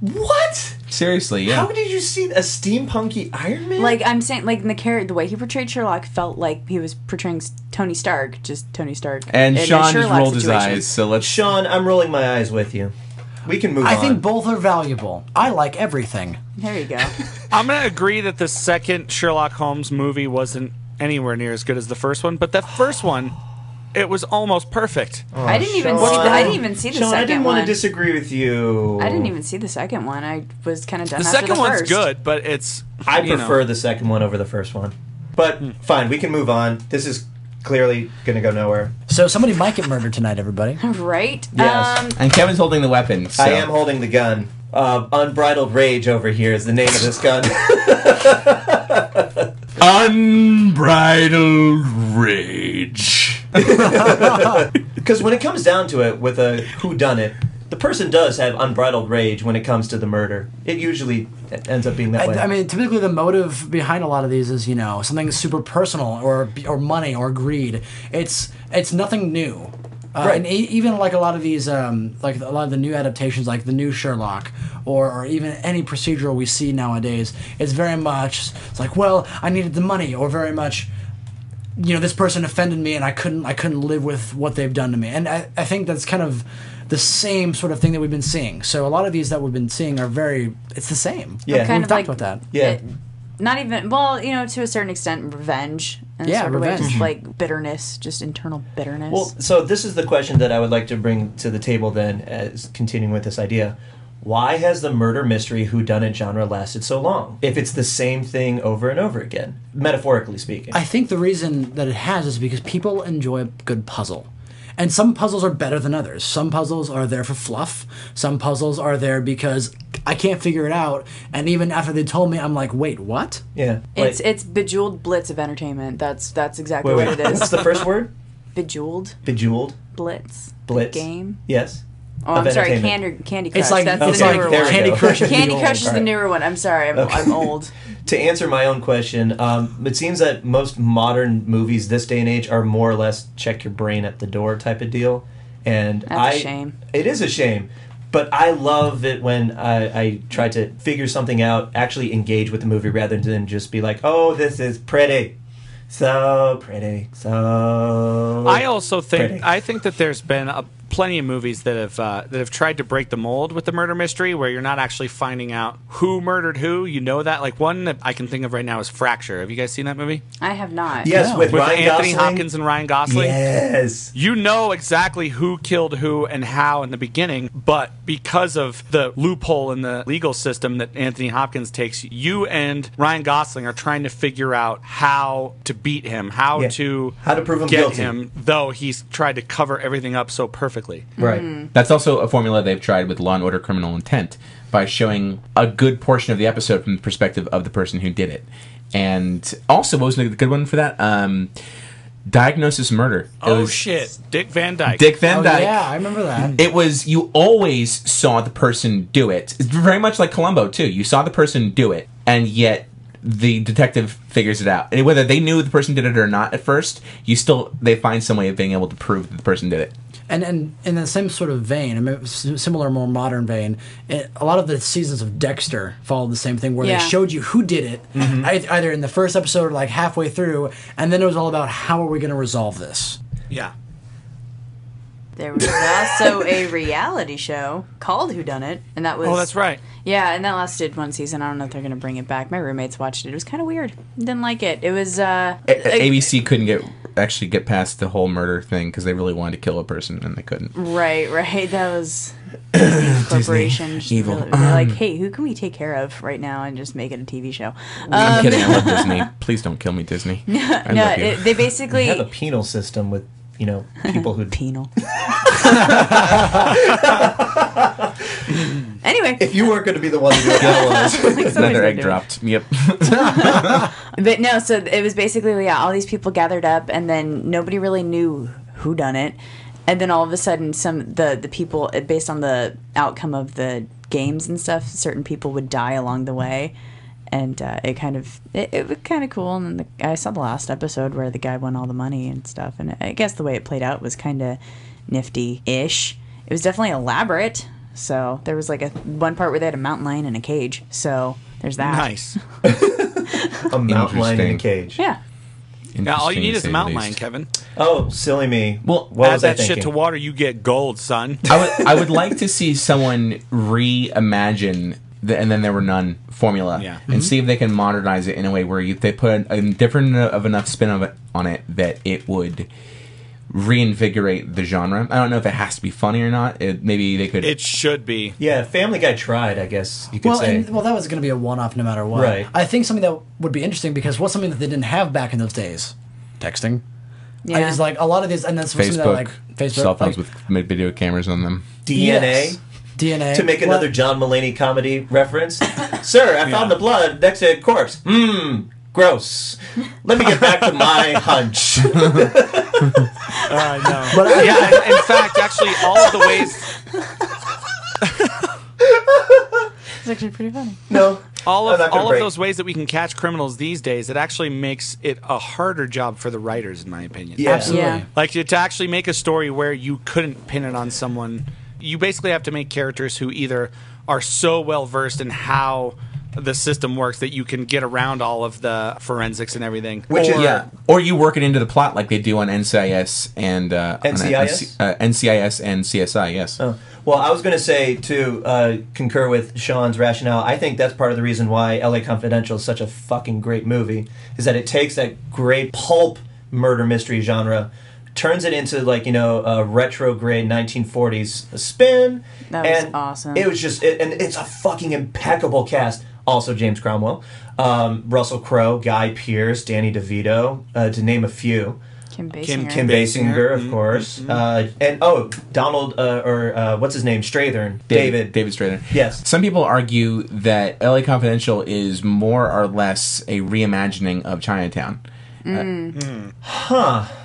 [SPEAKER 5] What?
[SPEAKER 3] seriously, yeah.
[SPEAKER 5] How did you see a steampunky Iron Man?
[SPEAKER 6] Like I'm saying, like in the character, the way he portrayed Sherlock felt like he was portraying s- Tony Stark, just Tony Stark.
[SPEAKER 3] and
[SPEAKER 6] in a
[SPEAKER 3] Sean just
[SPEAKER 6] Sherlock
[SPEAKER 3] rolled his
[SPEAKER 6] situation.
[SPEAKER 3] eyes. So let's.
[SPEAKER 5] Sean, I'm rolling my eyes with you. We can move
[SPEAKER 7] I
[SPEAKER 5] on.
[SPEAKER 7] think both are valuable. I like everything.
[SPEAKER 6] There you go.
[SPEAKER 4] I'm gonna agree that the second Sherlock Holmes movie wasn't anywhere near as good as the first one, but the first one, it was almost perfect.
[SPEAKER 6] I didn't even. See,
[SPEAKER 5] Oh, Sean.
[SPEAKER 6] I didn't even see the
[SPEAKER 5] Sean,
[SPEAKER 6] second
[SPEAKER 5] I didn't
[SPEAKER 6] one.
[SPEAKER 5] want to disagree with you.
[SPEAKER 6] I didn't even see the second one. I was kind of done.
[SPEAKER 4] The
[SPEAKER 6] after
[SPEAKER 4] second
[SPEAKER 6] the
[SPEAKER 4] one's
[SPEAKER 6] first.
[SPEAKER 4] good, but it's
[SPEAKER 5] I
[SPEAKER 4] you know. Hmm.
[SPEAKER 5] prefer the second one over the first one. But fine, we can move on. This is clearly going to go nowhere.
[SPEAKER 7] So somebody might get murdered tonight, everybody.
[SPEAKER 6] right?
[SPEAKER 5] Yes.
[SPEAKER 6] Um,
[SPEAKER 3] And Kevin's holding the weapon. So.
[SPEAKER 5] I am holding the gun. Uh, Unbridled Rage over here is the name of this gun.
[SPEAKER 3] Unbridled rage.
[SPEAKER 5] Because when it comes down to it, with a who done it, the the person does have unbridled rage when it comes to the murder. It usually ends up being that
[SPEAKER 7] I,
[SPEAKER 5] way.
[SPEAKER 7] I mean, typically the motive behind a lot of these is you know something super personal or or money or greed. It's it's nothing new. Uh,
[SPEAKER 5] Right.
[SPEAKER 7] And e- even like a lot of these, um, like a lot of the new adaptations, like the new Sherlock, or, or even any procedural we see nowadays, it's very much it's like, well, I needed the money, or very much, you know this person offended me and i couldn't i couldn't live with what they've done to me and i, I think that's kind of the same sort of thing that we've been seeing so a lot of these that we've been seeing are very it's the same
[SPEAKER 5] Yeah.
[SPEAKER 7] we've
[SPEAKER 5] Kind
[SPEAKER 6] of
[SPEAKER 7] talked
[SPEAKER 6] like-
[SPEAKER 7] about that
[SPEAKER 5] yeah.
[SPEAKER 6] Not even well, you know, to a certain extent, revenge. And
[SPEAKER 7] Yeah,
[SPEAKER 6] sort of way,
[SPEAKER 7] revenge.
[SPEAKER 6] just like bitterness, just internal bitterness.
[SPEAKER 5] Well, so this is the question that I would like to bring to the table then, as continuing with this idea. Why has the murder mystery whodunit genre lasted so long? If it's the same thing over and over again, metaphorically speaking.
[SPEAKER 7] I think the reason that it has is because people enjoy a good puzzle. And some puzzles are better than others. Some puzzles are there for fluff. Some puzzles are there because I can't figure it out. And even after they told me, I'm like, wait, what?
[SPEAKER 5] yeah.
[SPEAKER 6] it's
[SPEAKER 5] like-
[SPEAKER 6] it's bejeweled blitz of entertainment. That's that's exactly
[SPEAKER 5] wait, wait,
[SPEAKER 6] what it is.
[SPEAKER 5] What's the first word?
[SPEAKER 6] bejeweled
[SPEAKER 5] Bejeweled.
[SPEAKER 6] blitz. the
[SPEAKER 5] Blitz.
[SPEAKER 6] game.
[SPEAKER 5] Yes.
[SPEAKER 6] Oh, I'm
[SPEAKER 5] Of
[SPEAKER 6] sorry,
[SPEAKER 5] entertainment.
[SPEAKER 6] Candy Candy Crush.
[SPEAKER 7] It's like
[SPEAKER 6] that's
[SPEAKER 7] it's
[SPEAKER 6] the
[SPEAKER 7] like
[SPEAKER 6] newer
[SPEAKER 5] there
[SPEAKER 6] one.
[SPEAKER 5] we
[SPEAKER 7] Candy
[SPEAKER 5] go.
[SPEAKER 7] Crush. is the
[SPEAKER 6] Candy
[SPEAKER 7] old.
[SPEAKER 6] Crush is
[SPEAKER 5] All
[SPEAKER 6] the
[SPEAKER 5] right.
[SPEAKER 6] newer one. I'm sorry, I'm, I'm old.
[SPEAKER 5] To answer my own question, um, it seems that most modern movies this day and age are more or less check your brain at the door type of deal. And
[SPEAKER 6] a
[SPEAKER 5] I,
[SPEAKER 6] shame.
[SPEAKER 5] It is a shame. But I love it when I, I try to figure something out, actually engage with the movie rather than just be like, oh, this is pretty. So pretty. So.
[SPEAKER 4] I also think
[SPEAKER 5] pretty.
[SPEAKER 4] I think that there's been a, plenty of movies that have uh, that have tried to break the mold with the murder mystery, where you're not actually finding out who murdered who. You know that, like one that I can think of right now is Fracture. Have you guys seen that movie
[SPEAKER 6] I have not.
[SPEAKER 5] Yes, with,
[SPEAKER 4] with
[SPEAKER 5] Ryan
[SPEAKER 4] Anthony
[SPEAKER 5] Gosling.
[SPEAKER 4] Hopkins and Ryan Gosling?
[SPEAKER 5] Yes.
[SPEAKER 4] You know exactly who killed who and how in the beginning, but because of the loophole in the legal system that Anthony Hopkins takes, you and Ryan Gosling are trying to figure out how to beat him, how
[SPEAKER 5] Yeah.
[SPEAKER 4] to
[SPEAKER 5] How to prove him
[SPEAKER 4] get
[SPEAKER 5] guilty.
[SPEAKER 4] him, though he's tried to cover everything up so perfectly.
[SPEAKER 6] Hmm.
[SPEAKER 3] Right. That's also a formula they've tried with Law and Order Criminal Intent by showing a good portion of the episode from the perspective of the person who did it. And also, what was the good one for that? Um, diagnosis Murder. It
[SPEAKER 4] Oh
[SPEAKER 3] was
[SPEAKER 4] shit, Dick Van Dyke.
[SPEAKER 3] Dick Van
[SPEAKER 7] Oh,
[SPEAKER 3] Dyke.
[SPEAKER 7] yeah, I remember that.
[SPEAKER 3] It was you always saw the person do it. It's very much like Columbo too. You saw the person do it, and yet the detective figures it out. And whether they knew the person did it or not at first, you still they find some way of being able to prove that the person did it.
[SPEAKER 7] and and in the same sort of vein, I mean, s- similar, more modern vein, it, a lot of the seasons of Dexter followed the same thing, where
[SPEAKER 6] Yeah.
[SPEAKER 7] they showed you who did it, ei- either in the first episode or like halfway through, and then it was all about how are we going to resolve this.
[SPEAKER 4] Yeah.
[SPEAKER 6] There was also a reality show called Who Done It, and that was
[SPEAKER 4] Oh, that's right.
[SPEAKER 6] Yeah, and that lasted one season. I don't know if they're going to bring it back. My roommates watched it. It was kind of weird. Didn't like it. It was uh
[SPEAKER 3] A- ABC couldn't get actually get past the whole murder thing because they really wanted to kill a person and they couldn't.
[SPEAKER 4] Um,
[SPEAKER 6] right, right. That was Disney Corporation. just
[SPEAKER 3] evil.
[SPEAKER 6] really- they're like, hey, who can we take care of right now and just make it a TV show? Um,
[SPEAKER 3] I'm kidding. I love Disney. Please don't kill me, Disney. I
[SPEAKER 6] no,
[SPEAKER 3] love you.
[SPEAKER 6] it, they
[SPEAKER 5] They have a
[SPEAKER 6] basically
[SPEAKER 5] penal system with, you know, people who.
[SPEAKER 6] penal. anyway,
[SPEAKER 5] if you weren't going to be the one to do it, I was.
[SPEAKER 6] like somebody's
[SPEAKER 3] Another
[SPEAKER 6] gotta
[SPEAKER 3] egg
[SPEAKER 6] do it.
[SPEAKER 3] dropped. Yep.
[SPEAKER 6] But no, so it was basically yeah, all these people gathered up, and then nobody really knew who done it, and then all of a sudden, some the the people uh, based on the outcome of the games and stuff, certain people would die along the way, and uh, it kind of it, it was kind of cool. And then the, I saw the last episode where the guy won all the money and stuff, and I guess the way it played out was kind of nifty ish. It was definitely elaborate. So there was like a one part where they had a mountain lion in a cage. So there's
[SPEAKER 5] Ah.
[SPEAKER 6] that.
[SPEAKER 4] Nice.
[SPEAKER 5] a mountain lion in a
[SPEAKER 3] Interesting.
[SPEAKER 5] cage.
[SPEAKER 6] Yeah.
[SPEAKER 4] Now all
[SPEAKER 3] Interesting,
[SPEAKER 4] you need
[SPEAKER 3] to
[SPEAKER 4] is
[SPEAKER 3] say
[SPEAKER 4] a
[SPEAKER 3] the
[SPEAKER 4] mountain
[SPEAKER 3] least.
[SPEAKER 4] lion, Kevin.
[SPEAKER 5] Oh, silly me.
[SPEAKER 3] Well,
[SPEAKER 5] what
[SPEAKER 4] Add
[SPEAKER 5] was I
[SPEAKER 4] that
[SPEAKER 5] thinking?
[SPEAKER 4] shit to water, you get gold, son.
[SPEAKER 3] I would I would like to see someone reimagine the and then there were none formula
[SPEAKER 4] Yeah. Mm-hmm.
[SPEAKER 3] and see if they can modernize it in a way where you, they put a different eno- of enough spin of it, on it that it would reinvigorate the genre. I don't know if it has to be funny or not. It, maybe they could.
[SPEAKER 4] It should be.
[SPEAKER 5] Yeah, Family Guy tried, I guess you could
[SPEAKER 7] Well,
[SPEAKER 5] say.
[SPEAKER 7] and, well, that was going to be a one-off no matter what.
[SPEAKER 5] Right.
[SPEAKER 7] I think something that would be interesting because what's something that they didn't have back in those days? Texting.
[SPEAKER 6] Yeah.
[SPEAKER 7] And it's like a lot of these, and that's something that
[SPEAKER 3] Facebook,
[SPEAKER 7] like Facebook,
[SPEAKER 3] cell phones
[SPEAKER 7] like,
[SPEAKER 3] with video cameras on them.
[SPEAKER 5] DNA.
[SPEAKER 7] Yes. DNA
[SPEAKER 5] To make
[SPEAKER 7] Well,
[SPEAKER 5] another John Mulaney comedy reference. Sir, I found the blood next to a corpse. Hmm, gross. Let me get back to my hunch.
[SPEAKER 4] I know. yeah, in, in fact, actually, all of the ways.
[SPEAKER 6] It's actually pretty funny.
[SPEAKER 5] No.
[SPEAKER 4] all of
[SPEAKER 5] That's after
[SPEAKER 4] all
[SPEAKER 5] break.
[SPEAKER 4] of those ways that we can catch criminals these days, it actually makes it a harder job for the writers, in my opinion.
[SPEAKER 5] Yeah.
[SPEAKER 7] Absolutely.
[SPEAKER 6] Yeah.
[SPEAKER 4] Like to to actually make a story where you couldn't pin it on someone, you basically have to make characters who either are so well versed in how the system works that you can get around all of the forensics and everything.
[SPEAKER 5] Which
[SPEAKER 4] or,
[SPEAKER 5] is-
[SPEAKER 3] yeah, or you work it into the plot like they do on NCIS and uh, on, uh,
[SPEAKER 5] NCIS?
[SPEAKER 3] uh, NCIS and CSI. Yes.
[SPEAKER 7] Oh,
[SPEAKER 5] Well, I was going to say to uh, concur with Sean's rationale. I think that's part of the reason why L.A. Confidential is such a fucking great movie is that it takes that great pulp murder mystery genre, turns it into like you know a retrograde 1940s spin.
[SPEAKER 6] That was
[SPEAKER 5] and
[SPEAKER 6] awesome.
[SPEAKER 5] It was just it, and it's a fucking impeccable cast. Also James Cromwell, um, Russell Crowe, Guy Pearce, Danny DeVito, uh, to name a few.
[SPEAKER 6] Kim Basinger.
[SPEAKER 4] Kim-
[SPEAKER 5] Kim Basinger, mm-hmm, of course, uh, and oh, Donald uh, or uh, what's his name, Strathern, David.
[SPEAKER 3] David Strathern.
[SPEAKER 5] Yes.
[SPEAKER 3] Some people argue that LA Confidential is more or less a reimagining of Chinatown.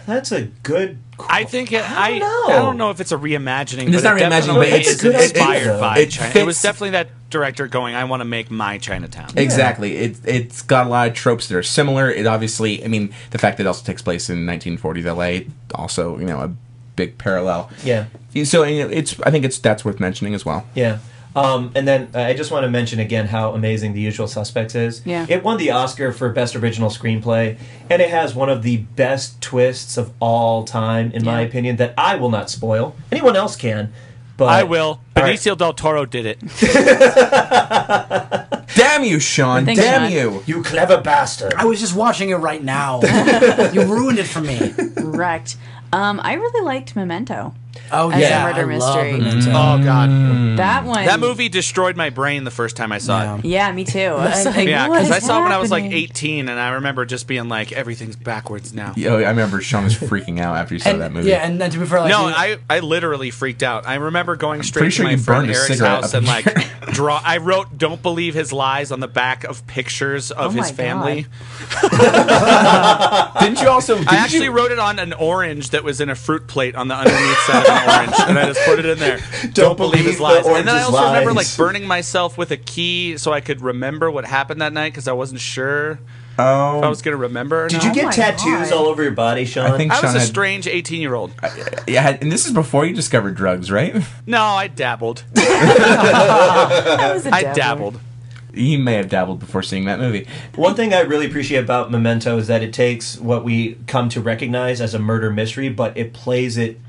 [SPEAKER 5] That's a good. qu-
[SPEAKER 4] I think it, I, I,
[SPEAKER 5] know.
[SPEAKER 4] don't know if it's a reimagining.
[SPEAKER 3] It's
[SPEAKER 4] but
[SPEAKER 3] not
[SPEAKER 4] it
[SPEAKER 3] reimagining,
[SPEAKER 4] definitely
[SPEAKER 3] but it's-
[SPEAKER 4] is
[SPEAKER 5] it's- it's-
[SPEAKER 4] inspired by
[SPEAKER 3] it
[SPEAKER 4] China. It
[SPEAKER 3] fits-
[SPEAKER 4] was definitely that director going, "I want to make my Chinatown."
[SPEAKER 3] Exactly. It it's got a lot of tropes that are similar. It obviously, I mean, the fact that it also takes place in 1940s LA, also you know a big parallel.
[SPEAKER 5] Yeah.
[SPEAKER 3] So you know, it's I think it's that's worth mentioning as well.
[SPEAKER 5] Yeah. Um, and then uh, I just want to mention again how amazing The Usual Suspects is.
[SPEAKER 6] Yeah.
[SPEAKER 5] It won the Oscar for Best Original Screenplay, and it has one of the best twists of all time, in my
[SPEAKER 6] Yeah.
[SPEAKER 5] opinion, that I will not spoil. Anyone else can, but
[SPEAKER 4] I will.
[SPEAKER 5] All right.
[SPEAKER 4] Benicio del Toro did it.
[SPEAKER 3] Damn you, Sean!
[SPEAKER 6] Thanks,
[SPEAKER 3] Damn
[SPEAKER 6] Sean.
[SPEAKER 3] you!
[SPEAKER 5] You clever bastard.
[SPEAKER 7] I was just watching it right now. you ruined it for me.
[SPEAKER 6] Wrecked. Um, I really liked Memento.
[SPEAKER 7] Oh
[SPEAKER 6] As a
[SPEAKER 7] yeah,
[SPEAKER 6] murder
[SPEAKER 7] I
[SPEAKER 6] mystery.
[SPEAKER 3] Mm-hmm.
[SPEAKER 7] Love Memento.
[SPEAKER 4] Oh God,
[SPEAKER 6] That one.
[SPEAKER 4] that movie destroyed my brain the first time I saw it.
[SPEAKER 6] Yeah, me too. I, like,
[SPEAKER 4] Yeah,
[SPEAKER 6] what
[SPEAKER 4] because I
[SPEAKER 6] is
[SPEAKER 4] saw it when I was like
[SPEAKER 6] happening?
[SPEAKER 4] 18, and I remember just being like, everything's backwards now.
[SPEAKER 3] Oh, I remember Sean was freaking out after you saw
[SPEAKER 7] And-
[SPEAKER 3] that movie.
[SPEAKER 7] Yeah, and then to be fair,
[SPEAKER 6] Oh,
[SPEAKER 7] like
[SPEAKER 4] No,
[SPEAKER 7] you-
[SPEAKER 4] I, I literally freaked out. I remember going straight
[SPEAKER 3] sure
[SPEAKER 4] to my
[SPEAKER 3] you
[SPEAKER 4] friend
[SPEAKER 3] burned a
[SPEAKER 4] Eric's
[SPEAKER 3] cigarette
[SPEAKER 4] house
[SPEAKER 3] up
[SPEAKER 4] and
[SPEAKER 3] your-
[SPEAKER 4] like draw. I wrote "Don't believe his lies" on the back of pictures of
[SPEAKER 6] Oh
[SPEAKER 4] his
[SPEAKER 6] my
[SPEAKER 4] family.
[SPEAKER 6] God.
[SPEAKER 3] didn't you also? Didn't
[SPEAKER 4] I actually
[SPEAKER 3] you,
[SPEAKER 4] wrote it on an orange that was in a fruit plate on the underneath side of an orange, and I just put it in there. Don't,
[SPEAKER 5] believe
[SPEAKER 4] believe his
[SPEAKER 5] the
[SPEAKER 4] lies. And then I
[SPEAKER 5] orange's
[SPEAKER 4] also remember like
[SPEAKER 5] lies.
[SPEAKER 4] burning myself with a key so I could remember what happened that night because I wasn't sure
[SPEAKER 3] Oh.
[SPEAKER 4] if I was going to remember. Or
[SPEAKER 5] Did
[SPEAKER 4] not.
[SPEAKER 5] you
[SPEAKER 6] Oh
[SPEAKER 5] get
[SPEAKER 6] my
[SPEAKER 5] tattoos
[SPEAKER 6] God.
[SPEAKER 5] all over your body, Sean?
[SPEAKER 3] I think
[SPEAKER 4] I was
[SPEAKER 3] Sean
[SPEAKER 4] a
[SPEAKER 3] had-
[SPEAKER 4] strange 18 year old.
[SPEAKER 3] yeah, had- and this is before you discovered drugs, right?
[SPEAKER 4] No, I dabbled.
[SPEAKER 6] That was a
[SPEAKER 4] I
[SPEAKER 6] dabbler.
[SPEAKER 4] dabbled.
[SPEAKER 3] You may have dabbled before seeing that movie.
[SPEAKER 5] One thing I really appreciate about Memento is that it takes what we come to recognize as a murder mystery, but it plays it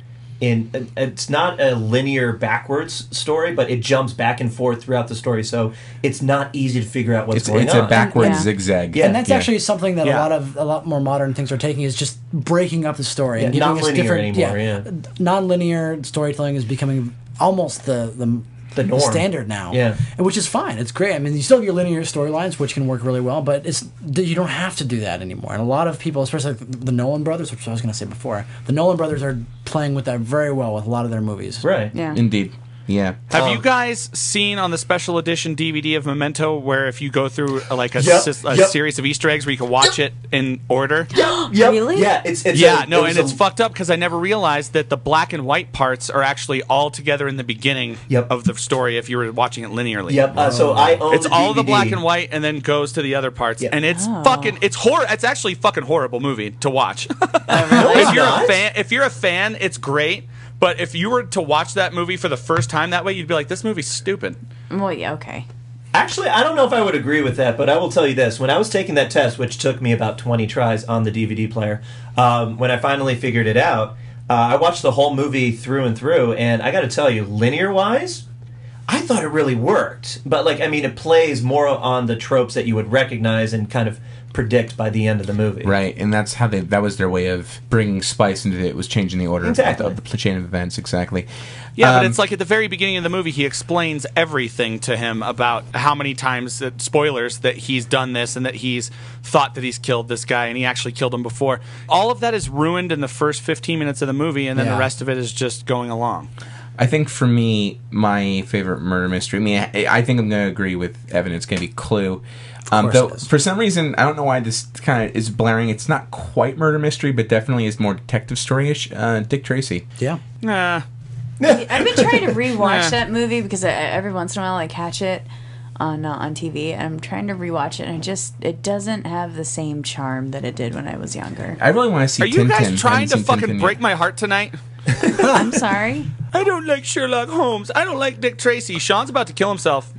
[SPEAKER 5] in. It's not a linear backwards story, but it jumps back and forth throughout the story, so it's not easy to figure out what's
[SPEAKER 3] It's,
[SPEAKER 5] going
[SPEAKER 3] it's
[SPEAKER 5] on.
[SPEAKER 3] a backward
[SPEAKER 6] Yeah.
[SPEAKER 3] zigzag.
[SPEAKER 5] Yeah.
[SPEAKER 7] and that's
[SPEAKER 3] Yeah.
[SPEAKER 7] actually something that
[SPEAKER 5] Yeah.
[SPEAKER 7] a lot of a lot more modern things are taking is just breaking up the story and
[SPEAKER 5] Yeah,
[SPEAKER 7] giving us
[SPEAKER 5] non-linear
[SPEAKER 7] different
[SPEAKER 5] anymore, yeah.
[SPEAKER 7] non-linear storytelling is becoming almost the the,
[SPEAKER 5] The norm.
[SPEAKER 7] standard now
[SPEAKER 5] Yeah.
[SPEAKER 7] And which is fine it's great i mean you still have your linear storylines which can work really well but it's you don't have to do that anymore and a lot of people especially the nolan brothers which i was going to say before the nolan brothers are playing with that very well with a lot of their movies
[SPEAKER 5] right.
[SPEAKER 6] Yeah.
[SPEAKER 3] Indeed. Yeah.
[SPEAKER 4] Have
[SPEAKER 5] Um,
[SPEAKER 4] you guys seen on the special edition DVD of Memento where if you go through uh, like a,
[SPEAKER 5] Yep,
[SPEAKER 4] sys- a
[SPEAKER 5] yep.
[SPEAKER 4] series of Easter eggs where you can watch it in order?
[SPEAKER 5] Yep.
[SPEAKER 6] Really?
[SPEAKER 5] Yeah. It's, it's
[SPEAKER 4] Yeah,
[SPEAKER 5] a- it
[SPEAKER 4] no,
[SPEAKER 5] was
[SPEAKER 4] and it's
[SPEAKER 5] a-
[SPEAKER 4] fucked up because I never realized that the black and white parts are actually all together in the beginning
[SPEAKER 5] Yep.
[SPEAKER 4] of the story if you were watching it linearly.
[SPEAKER 5] Yep. Uh, so I own.
[SPEAKER 4] Oh. It's all the
[SPEAKER 5] DVD.
[SPEAKER 4] black and white and then goes to the other parts.
[SPEAKER 5] Yeah.
[SPEAKER 4] And it's
[SPEAKER 6] Oh.
[SPEAKER 4] fucking it's horror it's actually a fucking horrible movie to watch. if you're a fan if you're a fan, it's great. But if you were to watch that movie for the first time that way, you'd be like, This movie's stupid.
[SPEAKER 6] Well, yeah, okay.
[SPEAKER 5] Actually, I don't know if I would agree with that, but I will tell you this. When I was taking that test, which took me about 20 tries on the DVD player, um, when I finally figured it out, uh, I watched the whole movie through and through, and I got to tell you, linear wise, I thought it really worked. But, like, I mean, it plays more on the tropes that you would recognize and kind of predict by the end of the movie.
[SPEAKER 3] Right, and that's how they that was their way of bringing spice into it. It was changing the order of-
[SPEAKER 5] Exactly.
[SPEAKER 3] of, the, chain of events exactly.
[SPEAKER 4] Yeah, but
[SPEAKER 3] Um,
[SPEAKER 4] it's like at the very beginning of the movie, he explains everything to him about how many times that spoilers that he's done this and that he's thought that he's killed this guy and he actually killed him before. All of that is ruined in the first 15 minutes of the movie, and then
[SPEAKER 7] Yeah.
[SPEAKER 4] the rest of it is just going along.
[SPEAKER 3] I think for me, my favorite murder mystery. I mean, I, I think I'm going to agree with Evan. It's going to be Clue. Um,
[SPEAKER 7] course
[SPEAKER 3] though
[SPEAKER 7] it is.
[SPEAKER 3] for some reason, I don't know why this kind of is blaring. It's not quite murder mystery, but definitely is more detective story ish. Uh, Dick Tracy.
[SPEAKER 7] yeah
[SPEAKER 4] Nah.
[SPEAKER 6] I've been trying to rewatch
[SPEAKER 4] Nah.
[SPEAKER 6] that movie because I, every once in a while I catch it on uh, on TV. I'm trying to rewatch it, and it just it doesn't have the same charm that it did when I was younger.
[SPEAKER 3] I really want to see.
[SPEAKER 4] Are you
[SPEAKER 3] Tintin. I
[SPEAKER 4] guys
[SPEAKER 3] haven't
[SPEAKER 4] trying to
[SPEAKER 3] seen Tintin
[SPEAKER 4] fucking
[SPEAKER 3] yet.
[SPEAKER 4] break my heart tonight?
[SPEAKER 6] I'm sorry.
[SPEAKER 4] I don't like Sherlock Holmes. I don't like Dick Tracy. Sean's about to kill himself.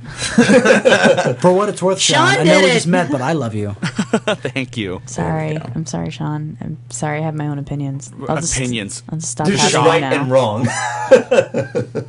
[SPEAKER 7] For what it's worth, Sean,
[SPEAKER 6] Sean
[SPEAKER 7] I know
[SPEAKER 6] did
[SPEAKER 7] we
[SPEAKER 6] it.
[SPEAKER 7] just met, but I love you.
[SPEAKER 4] Thank you.
[SPEAKER 6] Sorry, I'm sorry, Sean. I'm sorry. I have my own opinions. I'll just,
[SPEAKER 4] Opinions.
[SPEAKER 6] I'll just stop
[SPEAKER 5] There's just
[SPEAKER 6] having
[SPEAKER 5] right
[SPEAKER 6] them now.
[SPEAKER 5] and wrong.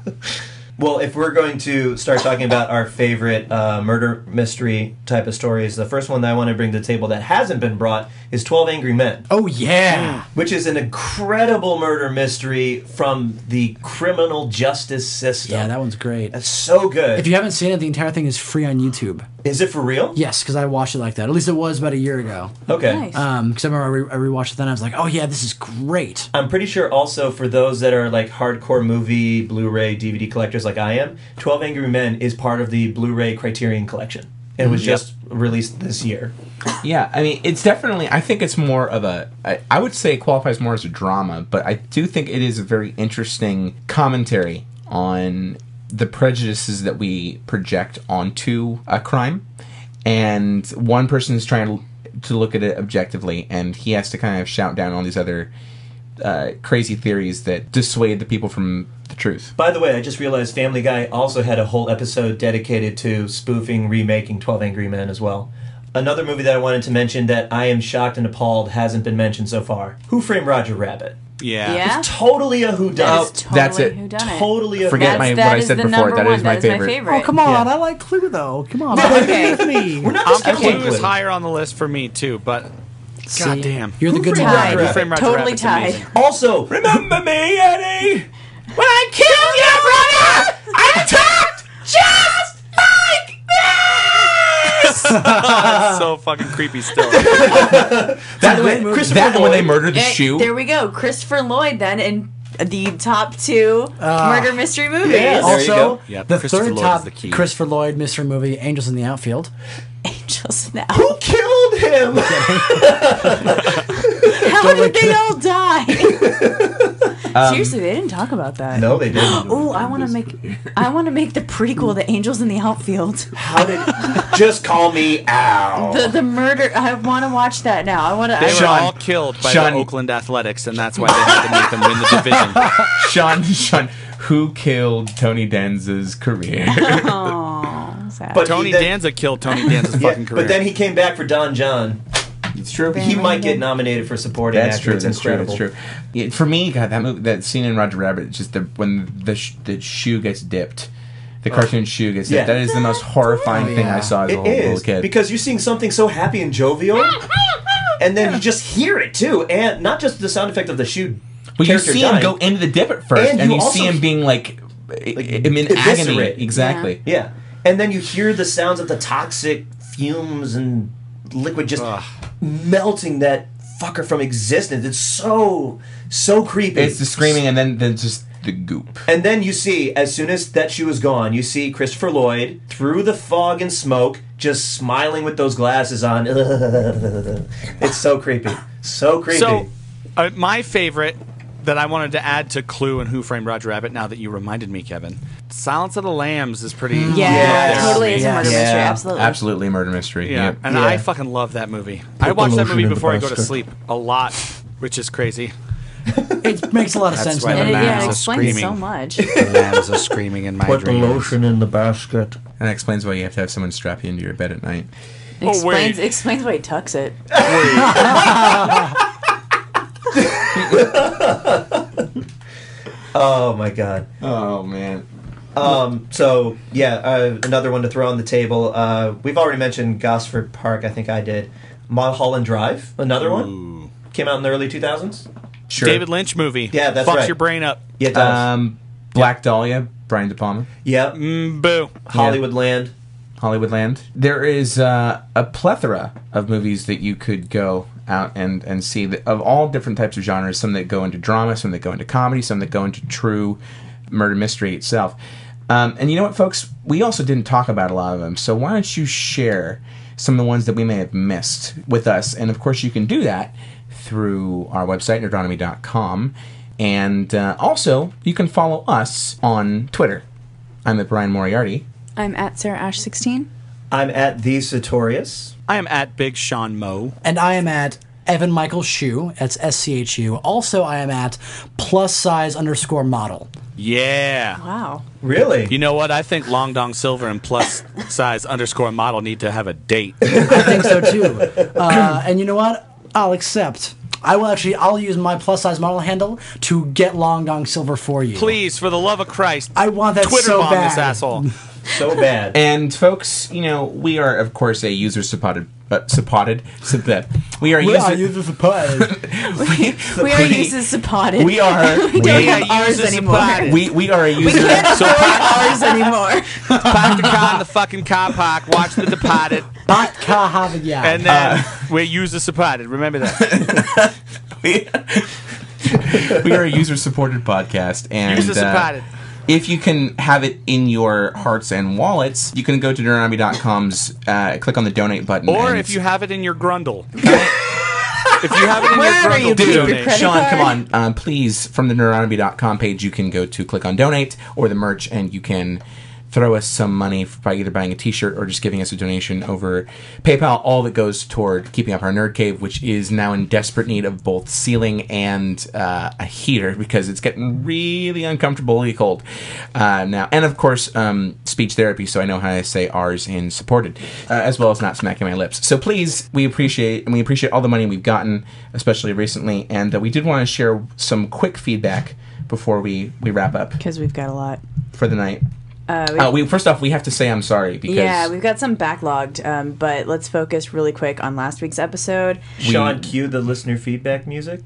[SPEAKER 5] well, if we're going to start talking about our favorite uh, murder mystery type of stories, the first one that I want to bring to the table that hasn't been brought is 12 Angry Men,
[SPEAKER 7] Oh yeah.
[SPEAKER 5] which is an incredible murder mystery from the criminal justice system.
[SPEAKER 7] Yeah, that one's great.
[SPEAKER 5] That's so good.
[SPEAKER 7] If you haven't seen it, the entire thing is free on YouTube.
[SPEAKER 5] is it for real?
[SPEAKER 7] Yes, because I watched it like that. At least it was about a year ago.
[SPEAKER 5] Okay.
[SPEAKER 6] Nice.
[SPEAKER 4] Uh,
[SPEAKER 7] Um, because I remember I, re- I rewatched it then. I was like, oh yeah, this is great.
[SPEAKER 5] I'm pretty sure also for those that are like hardcore movie, Blu ray, DVD collectors like I am, 12 Angry Men is part of the Blu ray Criterion Collection. It
[SPEAKER 7] Mm,
[SPEAKER 5] was just released this year.
[SPEAKER 3] Yeah, I mean, it's definitely. I think it's more of a. I, I would say it qualifies more as a drama, but I do think it is a very interesting commentary on the prejudices that we project onto a crime, and one person is trying to, to look at it objectively, and he has to kind of shout down all these other uh, crazy theories that dissuade the people from the truth.
[SPEAKER 5] By the way, I just realized Family Guy also had a whole episode dedicated to spoofing, remaking 12 Angry Men as well. Another movie that I wanted to mention that I am shocked and appalled hasn't been mentioned so far Who Framed Roger Rabbit?
[SPEAKER 4] Yeah.
[SPEAKER 6] Yeah.
[SPEAKER 5] Totally a
[SPEAKER 6] That is
[SPEAKER 5] whodunit.
[SPEAKER 6] totally
[SPEAKER 3] that's it.
[SPEAKER 6] Who done it?
[SPEAKER 5] Totally a
[SPEAKER 3] Forget
[SPEAKER 6] That's,
[SPEAKER 3] my- what
[SPEAKER 5] whodunit.
[SPEAKER 6] that
[SPEAKER 3] I
[SPEAKER 6] is
[SPEAKER 3] said
[SPEAKER 6] the
[SPEAKER 3] before.
[SPEAKER 6] number
[SPEAKER 3] That
[SPEAKER 6] one.
[SPEAKER 3] is my favorite.
[SPEAKER 7] Oh come on, I like Clue though. Come on, okay.
[SPEAKER 5] We're not
[SPEAKER 4] Um,
[SPEAKER 5] discounting
[SPEAKER 4] Clue is
[SPEAKER 5] Clue.
[SPEAKER 4] higher on the list for me too, but
[SPEAKER 7] See,
[SPEAKER 4] goddamn,
[SPEAKER 7] you're the
[SPEAKER 5] Who
[SPEAKER 7] good
[SPEAKER 5] framed
[SPEAKER 7] one.
[SPEAKER 5] Roger
[SPEAKER 6] Tied.
[SPEAKER 5] Rabbit?
[SPEAKER 4] Frame Roger
[SPEAKER 6] totally
[SPEAKER 4] Rabbit's
[SPEAKER 6] tied.
[SPEAKER 4] amazing.
[SPEAKER 5] Also,
[SPEAKER 3] Remember me, Eddie.
[SPEAKER 6] When I killed your brother, I talked just like
[SPEAKER 4] That's so fucking creepy still.
[SPEAKER 3] That, way,
[SPEAKER 5] Christopher
[SPEAKER 3] that and when they
[SPEAKER 5] Lloyd.
[SPEAKER 3] murdered the
[SPEAKER 6] Eh,
[SPEAKER 3] shoe.
[SPEAKER 6] There we go. Christopher Lloyd then in the top two murder mystery movies.
[SPEAKER 5] yeah. There you
[SPEAKER 7] Also,
[SPEAKER 5] go.
[SPEAKER 4] Yeah,
[SPEAKER 7] the
[SPEAKER 4] Christopher
[SPEAKER 7] third
[SPEAKER 4] Lloyd
[SPEAKER 7] top
[SPEAKER 4] is the key.
[SPEAKER 7] Christopher Lloyd mystery movie, Angels in the Outfield.
[SPEAKER 6] Angels now.
[SPEAKER 5] who killed him?
[SPEAKER 6] How did they all die?
[SPEAKER 3] Um,
[SPEAKER 6] Seriously, they didn't talk about that.
[SPEAKER 5] no, they didn't.
[SPEAKER 6] Oh, I want to make I want to make the prequel, The Angels in the Outfield.
[SPEAKER 5] How did? Just call me Al.
[SPEAKER 6] The the murder. I want to watch that now. I want to.
[SPEAKER 4] They were
[SPEAKER 3] Sean.
[SPEAKER 4] all killed by
[SPEAKER 3] Sean.
[SPEAKER 4] the Oakland Athletics, and that's why they had to make them win the division.
[SPEAKER 3] Sean, Sean, who killed Tony Danza's career?
[SPEAKER 5] But
[SPEAKER 4] Tony
[SPEAKER 5] he then-
[SPEAKER 4] Danza killed Tony Danza's
[SPEAKER 5] yeah,
[SPEAKER 4] fucking career.
[SPEAKER 5] But then he came back for Don John.
[SPEAKER 3] it's true.
[SPEAKER 5] He might get nominated for supporting
[SPEAKER 3] That's
[SPEAKER 5] actor.
[SPEAKER 3] true.
[SPEAKER 5] It's
[SPEAKER 3] That's true.
[SPEAKER 5] incredible.
[SPEAKER 3] That's true. Yeah, for me, God, that movie, that scene in Roger Rabbit, it's just the when the sh- the shoe gets dipped, the cartoon shoe gets
[SPEAKER 5] Oh. Yeah.
[SPEAKER 3] dipped. That is the most horrifying thing I saw as a
[SPEAKER 5] It
[SPEAKER 3] whole little
[SPEAKER 5] is
[SPEAKER 3] kid.
[SPEAKER 5] because you're seeing something so happy and jovial, and then you just hear it too, and not just the sound effect of the shoe.
[SPEAKER 3] well, you
[SPEAKER 5] character
[SPEAKER 3] see him
[SPEAKER 5] dying.
[SPEAKER 3] go into the dip at first,
[SPEAKER 5] And
[SPEAKER 3] and,
[SPEAKER 5] you
[SPEAKER 3] you,
[SPEAKER 5] also
[SPEAKER 3] see him
[SPEAKER 5] he-
[SPEAKER 3] being like, I'm in agony.
[SPEAKER 5] eviscerate.
[SPEAKER 3] Exactly.
[SPEAKER 5] Yeah, and then you hear the sounds of the toxic fumes and liquid just melting that fucker from existence. It's so so creepy.
[SPEAKER 3] It's the screaming, and then then just the goop.
[SPEAKER 5] And then you see, as soon as that shoe is gone, you see Christopher Lloyd through the fog and smoke, just smiling with those glasses on. it's so creepy. So creepy.
[SPEAKER 4] so, uh, my favorite that I wanted to add to Clue and Who Framed Roger Rabbit. Now that you reminded me, Kevin, Silence of the Lambs is pretty.
[SPEAKER 6] Mm-hmm. Yeah,
[SPEAKER 5] Yes.
[SPEAKER 6] totally is a
[SPEAKER 7] Yes.
[SPEAKER 6] murder
[SPEAKER 5] Yeah.
[SPEAKER 6] mystery. Absolutely.
[SPEAKER 3] Absolutely, murder mystery.
[SPEAKER 4] Yeah,
[SPEAKER 3] Yep.
[SPEAKER 4] and
[SPEAKER 5] Yeah.
[SPEAKER 4] I fucking love that movie. I watch
[SPEAKER 3] the
[SPEAKER 4] that
[SPEAKER 3] lotion
[SPEAKER 4] movie
[SPEAKER 3] in the
[SPEAKER 4] before I go to
[SPEAKER 3] basket.
[SPEAKER 4] sleep a lot, which is crazy.
[SPEAKER 7] It makes a lot of sense.
[SPEAKER 4] why
[SPEAKER 7] now.
[SPEAKER 4] the
[SPEAKER 6] And it, yeah,
[SPEAKER 4] Lambs
[SPEAKER 6] it
[SPEAKER 4] are
[SPEAKER 6] explains so
[SPEAKER 4] screaming.
[SPEAKER 6] much.
[SPEAKER 4] The lambs are screaming in my
[SPEAKER 5] in the basket.
[SPEAKER 3] And that explains why you have to have someone strap you into your bed at night.
[SPEAKER 6] explains
[SPEAKER 4] wait.
[SPEAKER 6] explains why he tucks it.
[SPEAKER 5] Oh my god.
[SPEAKER 3] Oh man.
[SPEAKER 5] Um, so yeah, uh, another one to throw on the table. Uh, we've already mentioned Gosford Park. I think I did. Mulholland Drive, another one, came out in the early 2000s.
[SPEAKER 3] Sure.
[SPEAKER 4] David Lynch movie.
[SPEAKER 5] Yeah, that's
[SPEAKER 4] Fucks
[SPEAKER 5] right.
[SPEAKER 4] your brain up.
[SPEAKER 5] Yeah, it does.
[SPEAKER 3] Um, Black Dahlia, Brian De Palma,
[SPEAKER 5] yeah,
[SPEAKER 4] Mm, boo.
[SPEAKER 5] Hollywood Land.
[SPEAKER 3] Hollywoodland. There is uh, a plethora of movies that you could go out and, and see that, of all different types of genres. Some that go into drama, some that go into comedy, some that go into true murder mystery itself. Um, and you know what, folks? We also didn't talk about a lot of them. So why don't you share some of the ones that we may have missed with us? And of course, you can do that through our website, nerdonomy.com. And uh, also, you can follow us on Twitter. I'm at Brian Moriarty.
[SPEAKER 6] I'm at Sarah Ash sixteen.
[SPEAKER 5] I'm at the Satorius.
[SPEAKER 4] I am at Big Sean Moe.
[SPEAKER 7] And I am at Evan Michael Shu. That's S C H U. Also, I am at plus size underscore model.
[SPEAKER 4] Yeah.
[SPEAKER 6] Wow.
[SPEAKER 5] Really?
[SPEAKER 4] You know what? I think Long Dong Silver and plus size underscore model need to have a date.
[SPEAKER 7] I think so too. Uh, and you know what? I'll accept. I will actually. I'll use my plus size model handle to get Long Dong Silver for you.
[SPEAKER 4] Please, for the love of Christ,
[SPEAKER 7] I want that
[SPEAKER 4] Twitter
[SPEAKER 7] so
[SPEAKER 4] bomb
[SPEAKER 7] bad.
[SPEAKER 4] this asshole.
[SPEAKER 5] So bad.
[SPEAKER 3] And folks, you know, we are of course a user supported uh, supported that we are
[SPEAKER 7] Yeah,
[SPEAKER 3] user
[SPEAKER 7] use this pod.
[SPEAKER 6] We are used as supported.
[SPEAKER 3] we are we,
[SPEAKER 6] don't
[SPEAKER 4] Yeah,
[SPEAKER 6] have ours
[SPEAKER 4] users
[SPEAKER 6] anymore.
[SPEAKER 4] supported.
[SPEAKER 3] we we are a user
[SPEAKER 4] So park,
[SPEAKER 6] ours anymore.
[SPEAKER 4] park the car in the fucking car park, watch The Departed,
[SPEAKER 7] Bot ka have ya.
[SPEAKER 4] and
[SPEAKER 6] Uh,
[SPEAKER 4] then we're user supported. Remember that.
[SPEAKER 3] we are a user supported podcast and uh,
[SPEAKER 4] User
[SPEAKER 6] uh,
[SPEAKER 4] supported.
[SPEAKER 3] if you can have it in your hearts and wallets, you can go to Neuronomy.com's, uh, click on the donate button.
[SPEAKER 4] Or
[SPEAKER 3] and-
[SPEAKER 4] if you have it in your grundle. if you have it in
[SPEAKER 6] Wherever you
[SPEAKER 4] your grundle,
[SPEAKER 6] keep your
[SPEAKER 4] donate.
[SPEAKER 6] credit
[SPEAKER 3] Sean,
[SPEAKER 6] card.
[SPEAKER 3] come on. Um, please, from the neuronomy.com page, you can go to click on donate or the merch, and you can throw us some money f- by either buying a t shirt or just giving us a donation over PayPal. All that goes toward keeping up our nerd cave, which is now in desperate need of both ceiling and uh, a heater because it's getting really uncomfortably cold uh, now. And of course, um, speech therapy, so I know how I say ours in supported, uh, as well as not smacking my lips. So please, we appreciate and we appreciate all the money we've gotten, especially recently. And uh, we did want to share some quick feedback before we we wrap up
[SPEAKER 6] Because we've got a lot.
[SPEAKER 3] for the night. Uh, we, first off, we have to say I'm sorry because
[SPEAKER 6] Yeah, we've got some backlogged, um, but let's focus really quick on last week's episode.
[SPEAKER 5] Sean, cue the listener feedback music.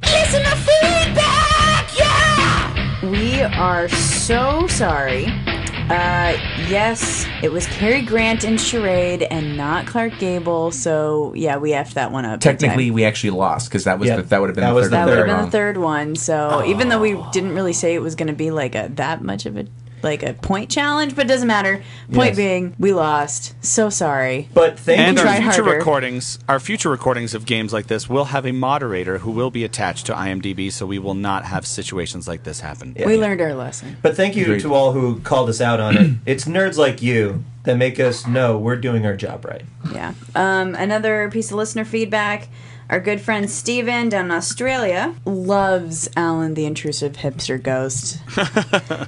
[SPEAKER 6] We are so sorry. Uh, yes, it was Cary Grant in Charade and not Clark Gable, so yeah, we effed that one up. big
[SPEAKER 3] technically
[SPEAKER 6] time.
[SPEAKER 3] we actually lost because that was
[SPEAKER 5] Yeah,
[SPEAKER 3] the, that would have been
[SPEAKER 5] that
[SPEAKER 3] the
[SPEAKER 5] was
[SPEAKER 3] third.
[SPEAKER 5] the
[SPEAKER 6] that
[SPEAKER 3] one
[SPEAKER 6] would have
[SPEAKER 3] we
[SPEAKER 6] been
[SPEAKER 3] were
[SPEAKER 6] the
[SPEAKER 3] on.
[SPEAKER 6] third one. So even though we didn't really say it was going to be like a that much of a like a point challenge, but it doesn't matter. Point
[SPEAKER 5] Yes.
[SPEAKER 6] being, we lost. So sorry.
[SPEAKER 5] But thank
[SPEAKER 4] And
[SPEAKER 5] you.
[SPEAKER 4] our
[SPEAKER 6] Try
[SPEAKER 4] future
[SPEAKER 6] harder.
[SPEAKER 4] recordings, our future recordings of games like this will have a moderator who will be attached to IMDb, so we will not have situations like this happen.
[SPEAKER 6] We learned our lesson.
[SPEAKER 5] But thank you
[SPEAKER 3] Agreed.
[SPEAKER 5] to all who called us out on it. It's nerds like you that make us know we're doing our job right.
[SPEAKER 6] Yeah. Um, another piece of listener feedback. Our good friend Steven down in Australia loves Alan the intrusive hipster ghost.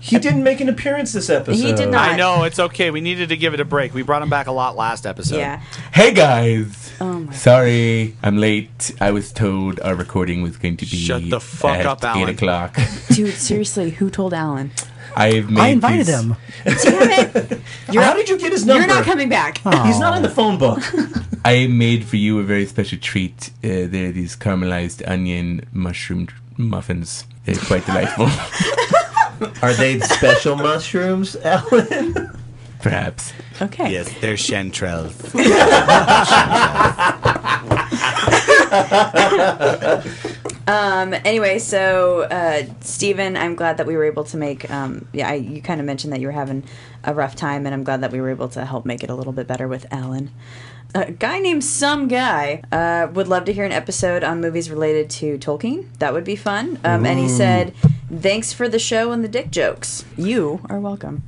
[SPEAKER 5] He didn't make an appearance this episode.
[SPEAKER 6] He did not.
[SPEAKER 4] I know it's okay. We needed to give it a break. We brought him back a lot last episode.
[SPEAKER 6] Yeah.
[SPEAKER 3] Hey guys.
[SPEAKER 7] Oh
[SPEAKER 6] my
[SPEAKER 3] Sorry, I'm late. I was told our recording was going to be
[SPEAKER 4] Shut the fuck
[SPEAKER 3] at
[SPEAKER 4] up,
[SPEAKER 3] eight
[SPEAKER 4] Alan.
[SPEAKER 3] o'clock.
[SPEAKER 6] Dude, seriously, who told Alan?
[SPEAKER 3] I've made
[SPEAKER 7] I invited
[SPEAKER 3] this-
[SPEAKER 7] him.
[SPEAKER 6] Damn it. You're,
[SPEAKER 5] How did you get his number?
[SPEAKER 6] you're not coming back.
[SPEAKER 5] He's not in the phone book.
[SPEAKER 3] I made for you a very special treat. Uh, they're these caramelized onion mushroom muffins. They're quite delightful,
[SPEAKER 5] Are they special mushrooms, Alan?
[SPEAKER 3] perhaps.
[SPEAKER 6] Okay.
[SPEAKER 4] Yes, they're chanterelles.
[SPEAKER 6] Anyway, so uh, Stephen, I'm glad that we were able to make. Um, yeah, I, you kind of mentioned that you were having a rough time, and I'm glad that we were able to help make it a little bit better with Alan. A guy named Some Guy uh, would love to hear an episode on movies related to Tolkien. That would be fun. Um, and he said, "Thanks for the show and the dick jokes. You are welcome."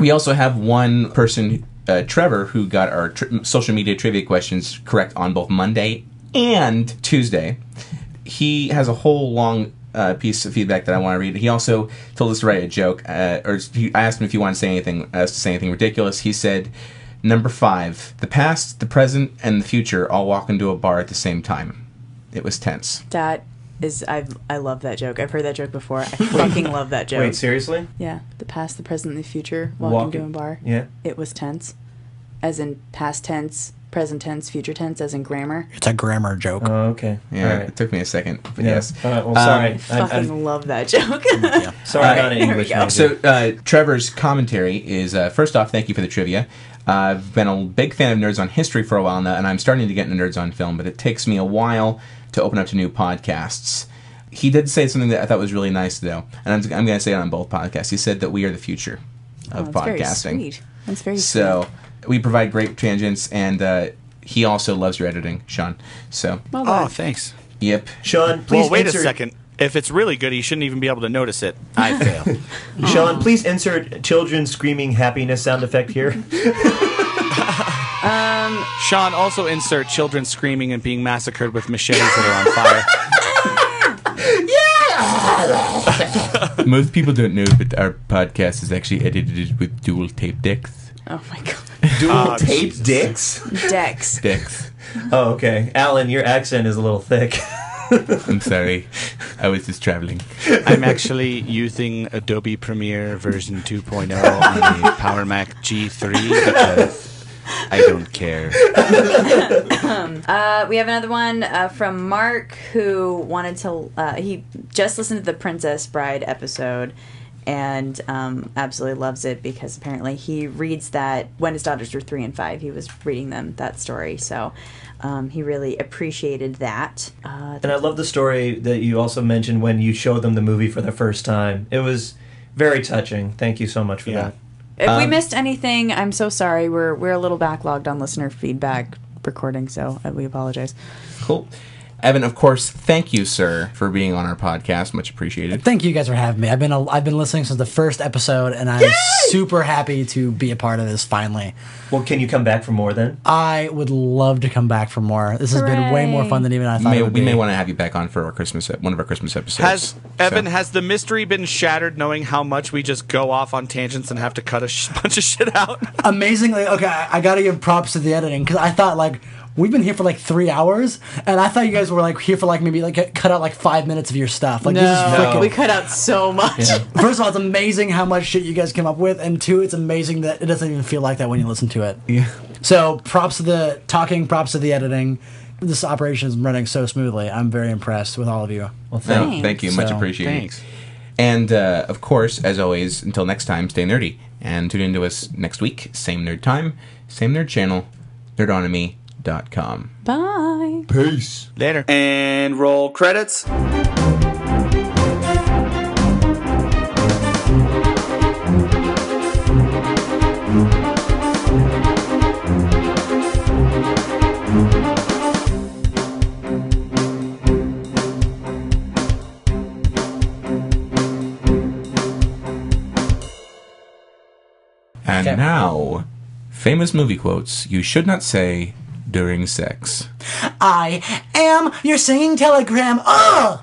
[SPEAKER 3] We also have one person, uh, Trevor, who got our tri- social media trivia questions correct on both Monday and Tuesday. He has a whole long uh, piece of feedback that I want to read. He also told us to write a joke, uh, or he, I asked him if he wanted to say anything, us to say anything ridiculous. He said, "Number five: the past, the present, and the future all walk into a bar at the same time." It was tense.
[SPEAKER 6] That is, I I love that joke. I've heard that joke before. I fucking love that joke.
[SPEAKER 5] Wait, seriously?
[SPEAKER 6] Yeah, the past, the present, and the future. Walking
[SPEAKER 5] Walking-
[SPEAKER 6] to a bar.
[SPEAKER 5] Yeah.
[SPEAKER 6] It was tense, as in past tense, present tense, future tense, as in grammar.
[SPEAKER 7] It's a grammar joke.
[SPEAKER 5] Oh, okay.
[SPEAKER 3] Yeah,
[SPEAKER 5] All right.
[SPEAKER 3] it took me a second, but
[SPEAKER 5] Yeah.
[SPEAKER 3] yes.
[SPEAKER 5] All right, well,
[SPEAKER 3] Um,
[SPEAKER 5] sorry. I,
[SPEAKER 6] Fucking
[SPEAKER 5] am
[SPEAKER 6] love that joke.
[SPEAKER 5] sorry, I'm not an
[SPEAKER 3] All right.
[SPEAKER 5] English
[SPEAKER 6] There we go.
[SPEAKER 5] major.
[SPEAKER 3] So, uh, Trevor's commentary is uh, first off, thank you for the trivia. Uh, I've been a big fan of Nerds on History for a while now, and I'm starting to get into Nerds on Film, but it takes me a while to open up to new podcasts. He did say something that I thought was really nice, though, and I'm, I'm going to say it on both podcasts. He said that we are the future of
[SPEAKER 6] Oh, That's
[SPEAKER 3] podcasting.
[SPEAKER 6] very sweet. That's very
[SPEAKER 3] So, we provide great tangents, and uh, he also loves your editing, Sean. So,
[SPEAKER 6] sweet. Well
[SPEAKER 4] Oh,
[SPEAKER 6] done.
[SPEAKER 4] thanks.
[SPEAKER 3] yep.
[SPEAKER 5] Sean, please
[SPEAKER 4] Well, wait
[SPEAKER 5] insert,
[SPEAKER 4] a second. If it's really good, he shouldn't even be able to notice it. I fail.
[SPEAKER 5] Sean, please insert children screaming happiness sound effect here.
[SPEAKER 4] Sean, also insert children screaming and being massacred with machetes that are on fire.
[SPEAKER 3] Most people don't know, but our podcast is actually edited with dual tape decks.
[SPEAKER 6] Oh my god.
[SPEAKER 5] Dual
[SPEAKER 4] Uh,
[SPEAKER 5] tape dicks?
[SPEAKER 6] Dex.
[SPEAKER 3] Decks.
[SPEAKER 5] Oh, okay. Alan, your accent is a little thick.
[SPEAKER 3] I'm sorry. I was just traveling.
[SPEAKER 4] I'm actually using Adobe Premiere version 2.0 on the Power Mac G3 because I don't care.
[SPEAKER 6] Uh, we have another one uh, from Mark who wanted to. Uh, he just listened to the Princess Bride episode and um, absolutely loves it because apparently he reads that when his daughters were three and five, he was reading them that story. So um, he really appreciated that. Uh,
[SPEAKER 5] And I love the story that you also mentioned when you showed them the movie for the first time. It was very touching. Thank you so much for that.
[SPEAKER 6] if we missed anything, I'm so sorry. We're we're a little backlogged on listener feedback recording, so uh, we apologize.
[SPEAKER 3] Cool. Evan, of course, thank you, sir, for being on our podcast. Much appreciated.
[SPEAKER 7] Thank you guys for having me. I've been a, I've been listening since the first episode, and I'm super happy to be a part of this. Finally,
[SPEAKER 5] Well, can you come back for more then?
[SPEAKER 7] I would love to come back for more. This has been way more fun than even I thought.
[SPEAKER 3] May-
[SPEAKER 7] it would
[SPEAKER 3] we
[SPEAKER 7] be.
[SPEAKER 3] may want to have you back on for our Christmas, one of our Christmas episodes.
[SPEAKER 4] Has Evan
[SPEAKER 3] So-
[SPEAKER 4] has the mystery been shattered knowing how much we just go off on tangents and have to cut a sh- bunch of shit out?
[SPEAKER 7] amazingly okay i I gotta give props to the editing because i thought like we've been here for like three hours and i thought you guys were like here for like maybe like cut out like five minutes of your stuff like this is freaking
[SPEAKER 6] we cut out so much.
[SPEAKER 7] First of all, it's amazing how much shit you guys came up with, and two, it's amazing that it doesn't even feel like that when you listen to it. Yeah. So props to the talking, props to the editing. This operation is running so smoothly. I'm very impressed with all of you.
[SPEAKER 3] No,
[SPEAKER 5] Well, thank
[SPEAKER 3] thank you. Much
[SPEAKER 7] So,
[SPEAKER 3] appreciated.
[SPEAKER 4] thanks.
[SPEAKER 3] And uh, of course, as always, until next time, stay nerdy and tune in to us next week. Same nerd time, same nerd channel, nerdonomy.com.
[SPEAKER 6] Bye.
[SPEAKER 3] Peace.
[SPEAKER 4] Later. And roll credits.
[SPEAKER 3] And
[SPEAKER 7] Okay.
[SPEAKER 3] now, famous movie quotes you should not say during sex.
[SPEAKER 7] I am your singing telegram. Oh! Ugh!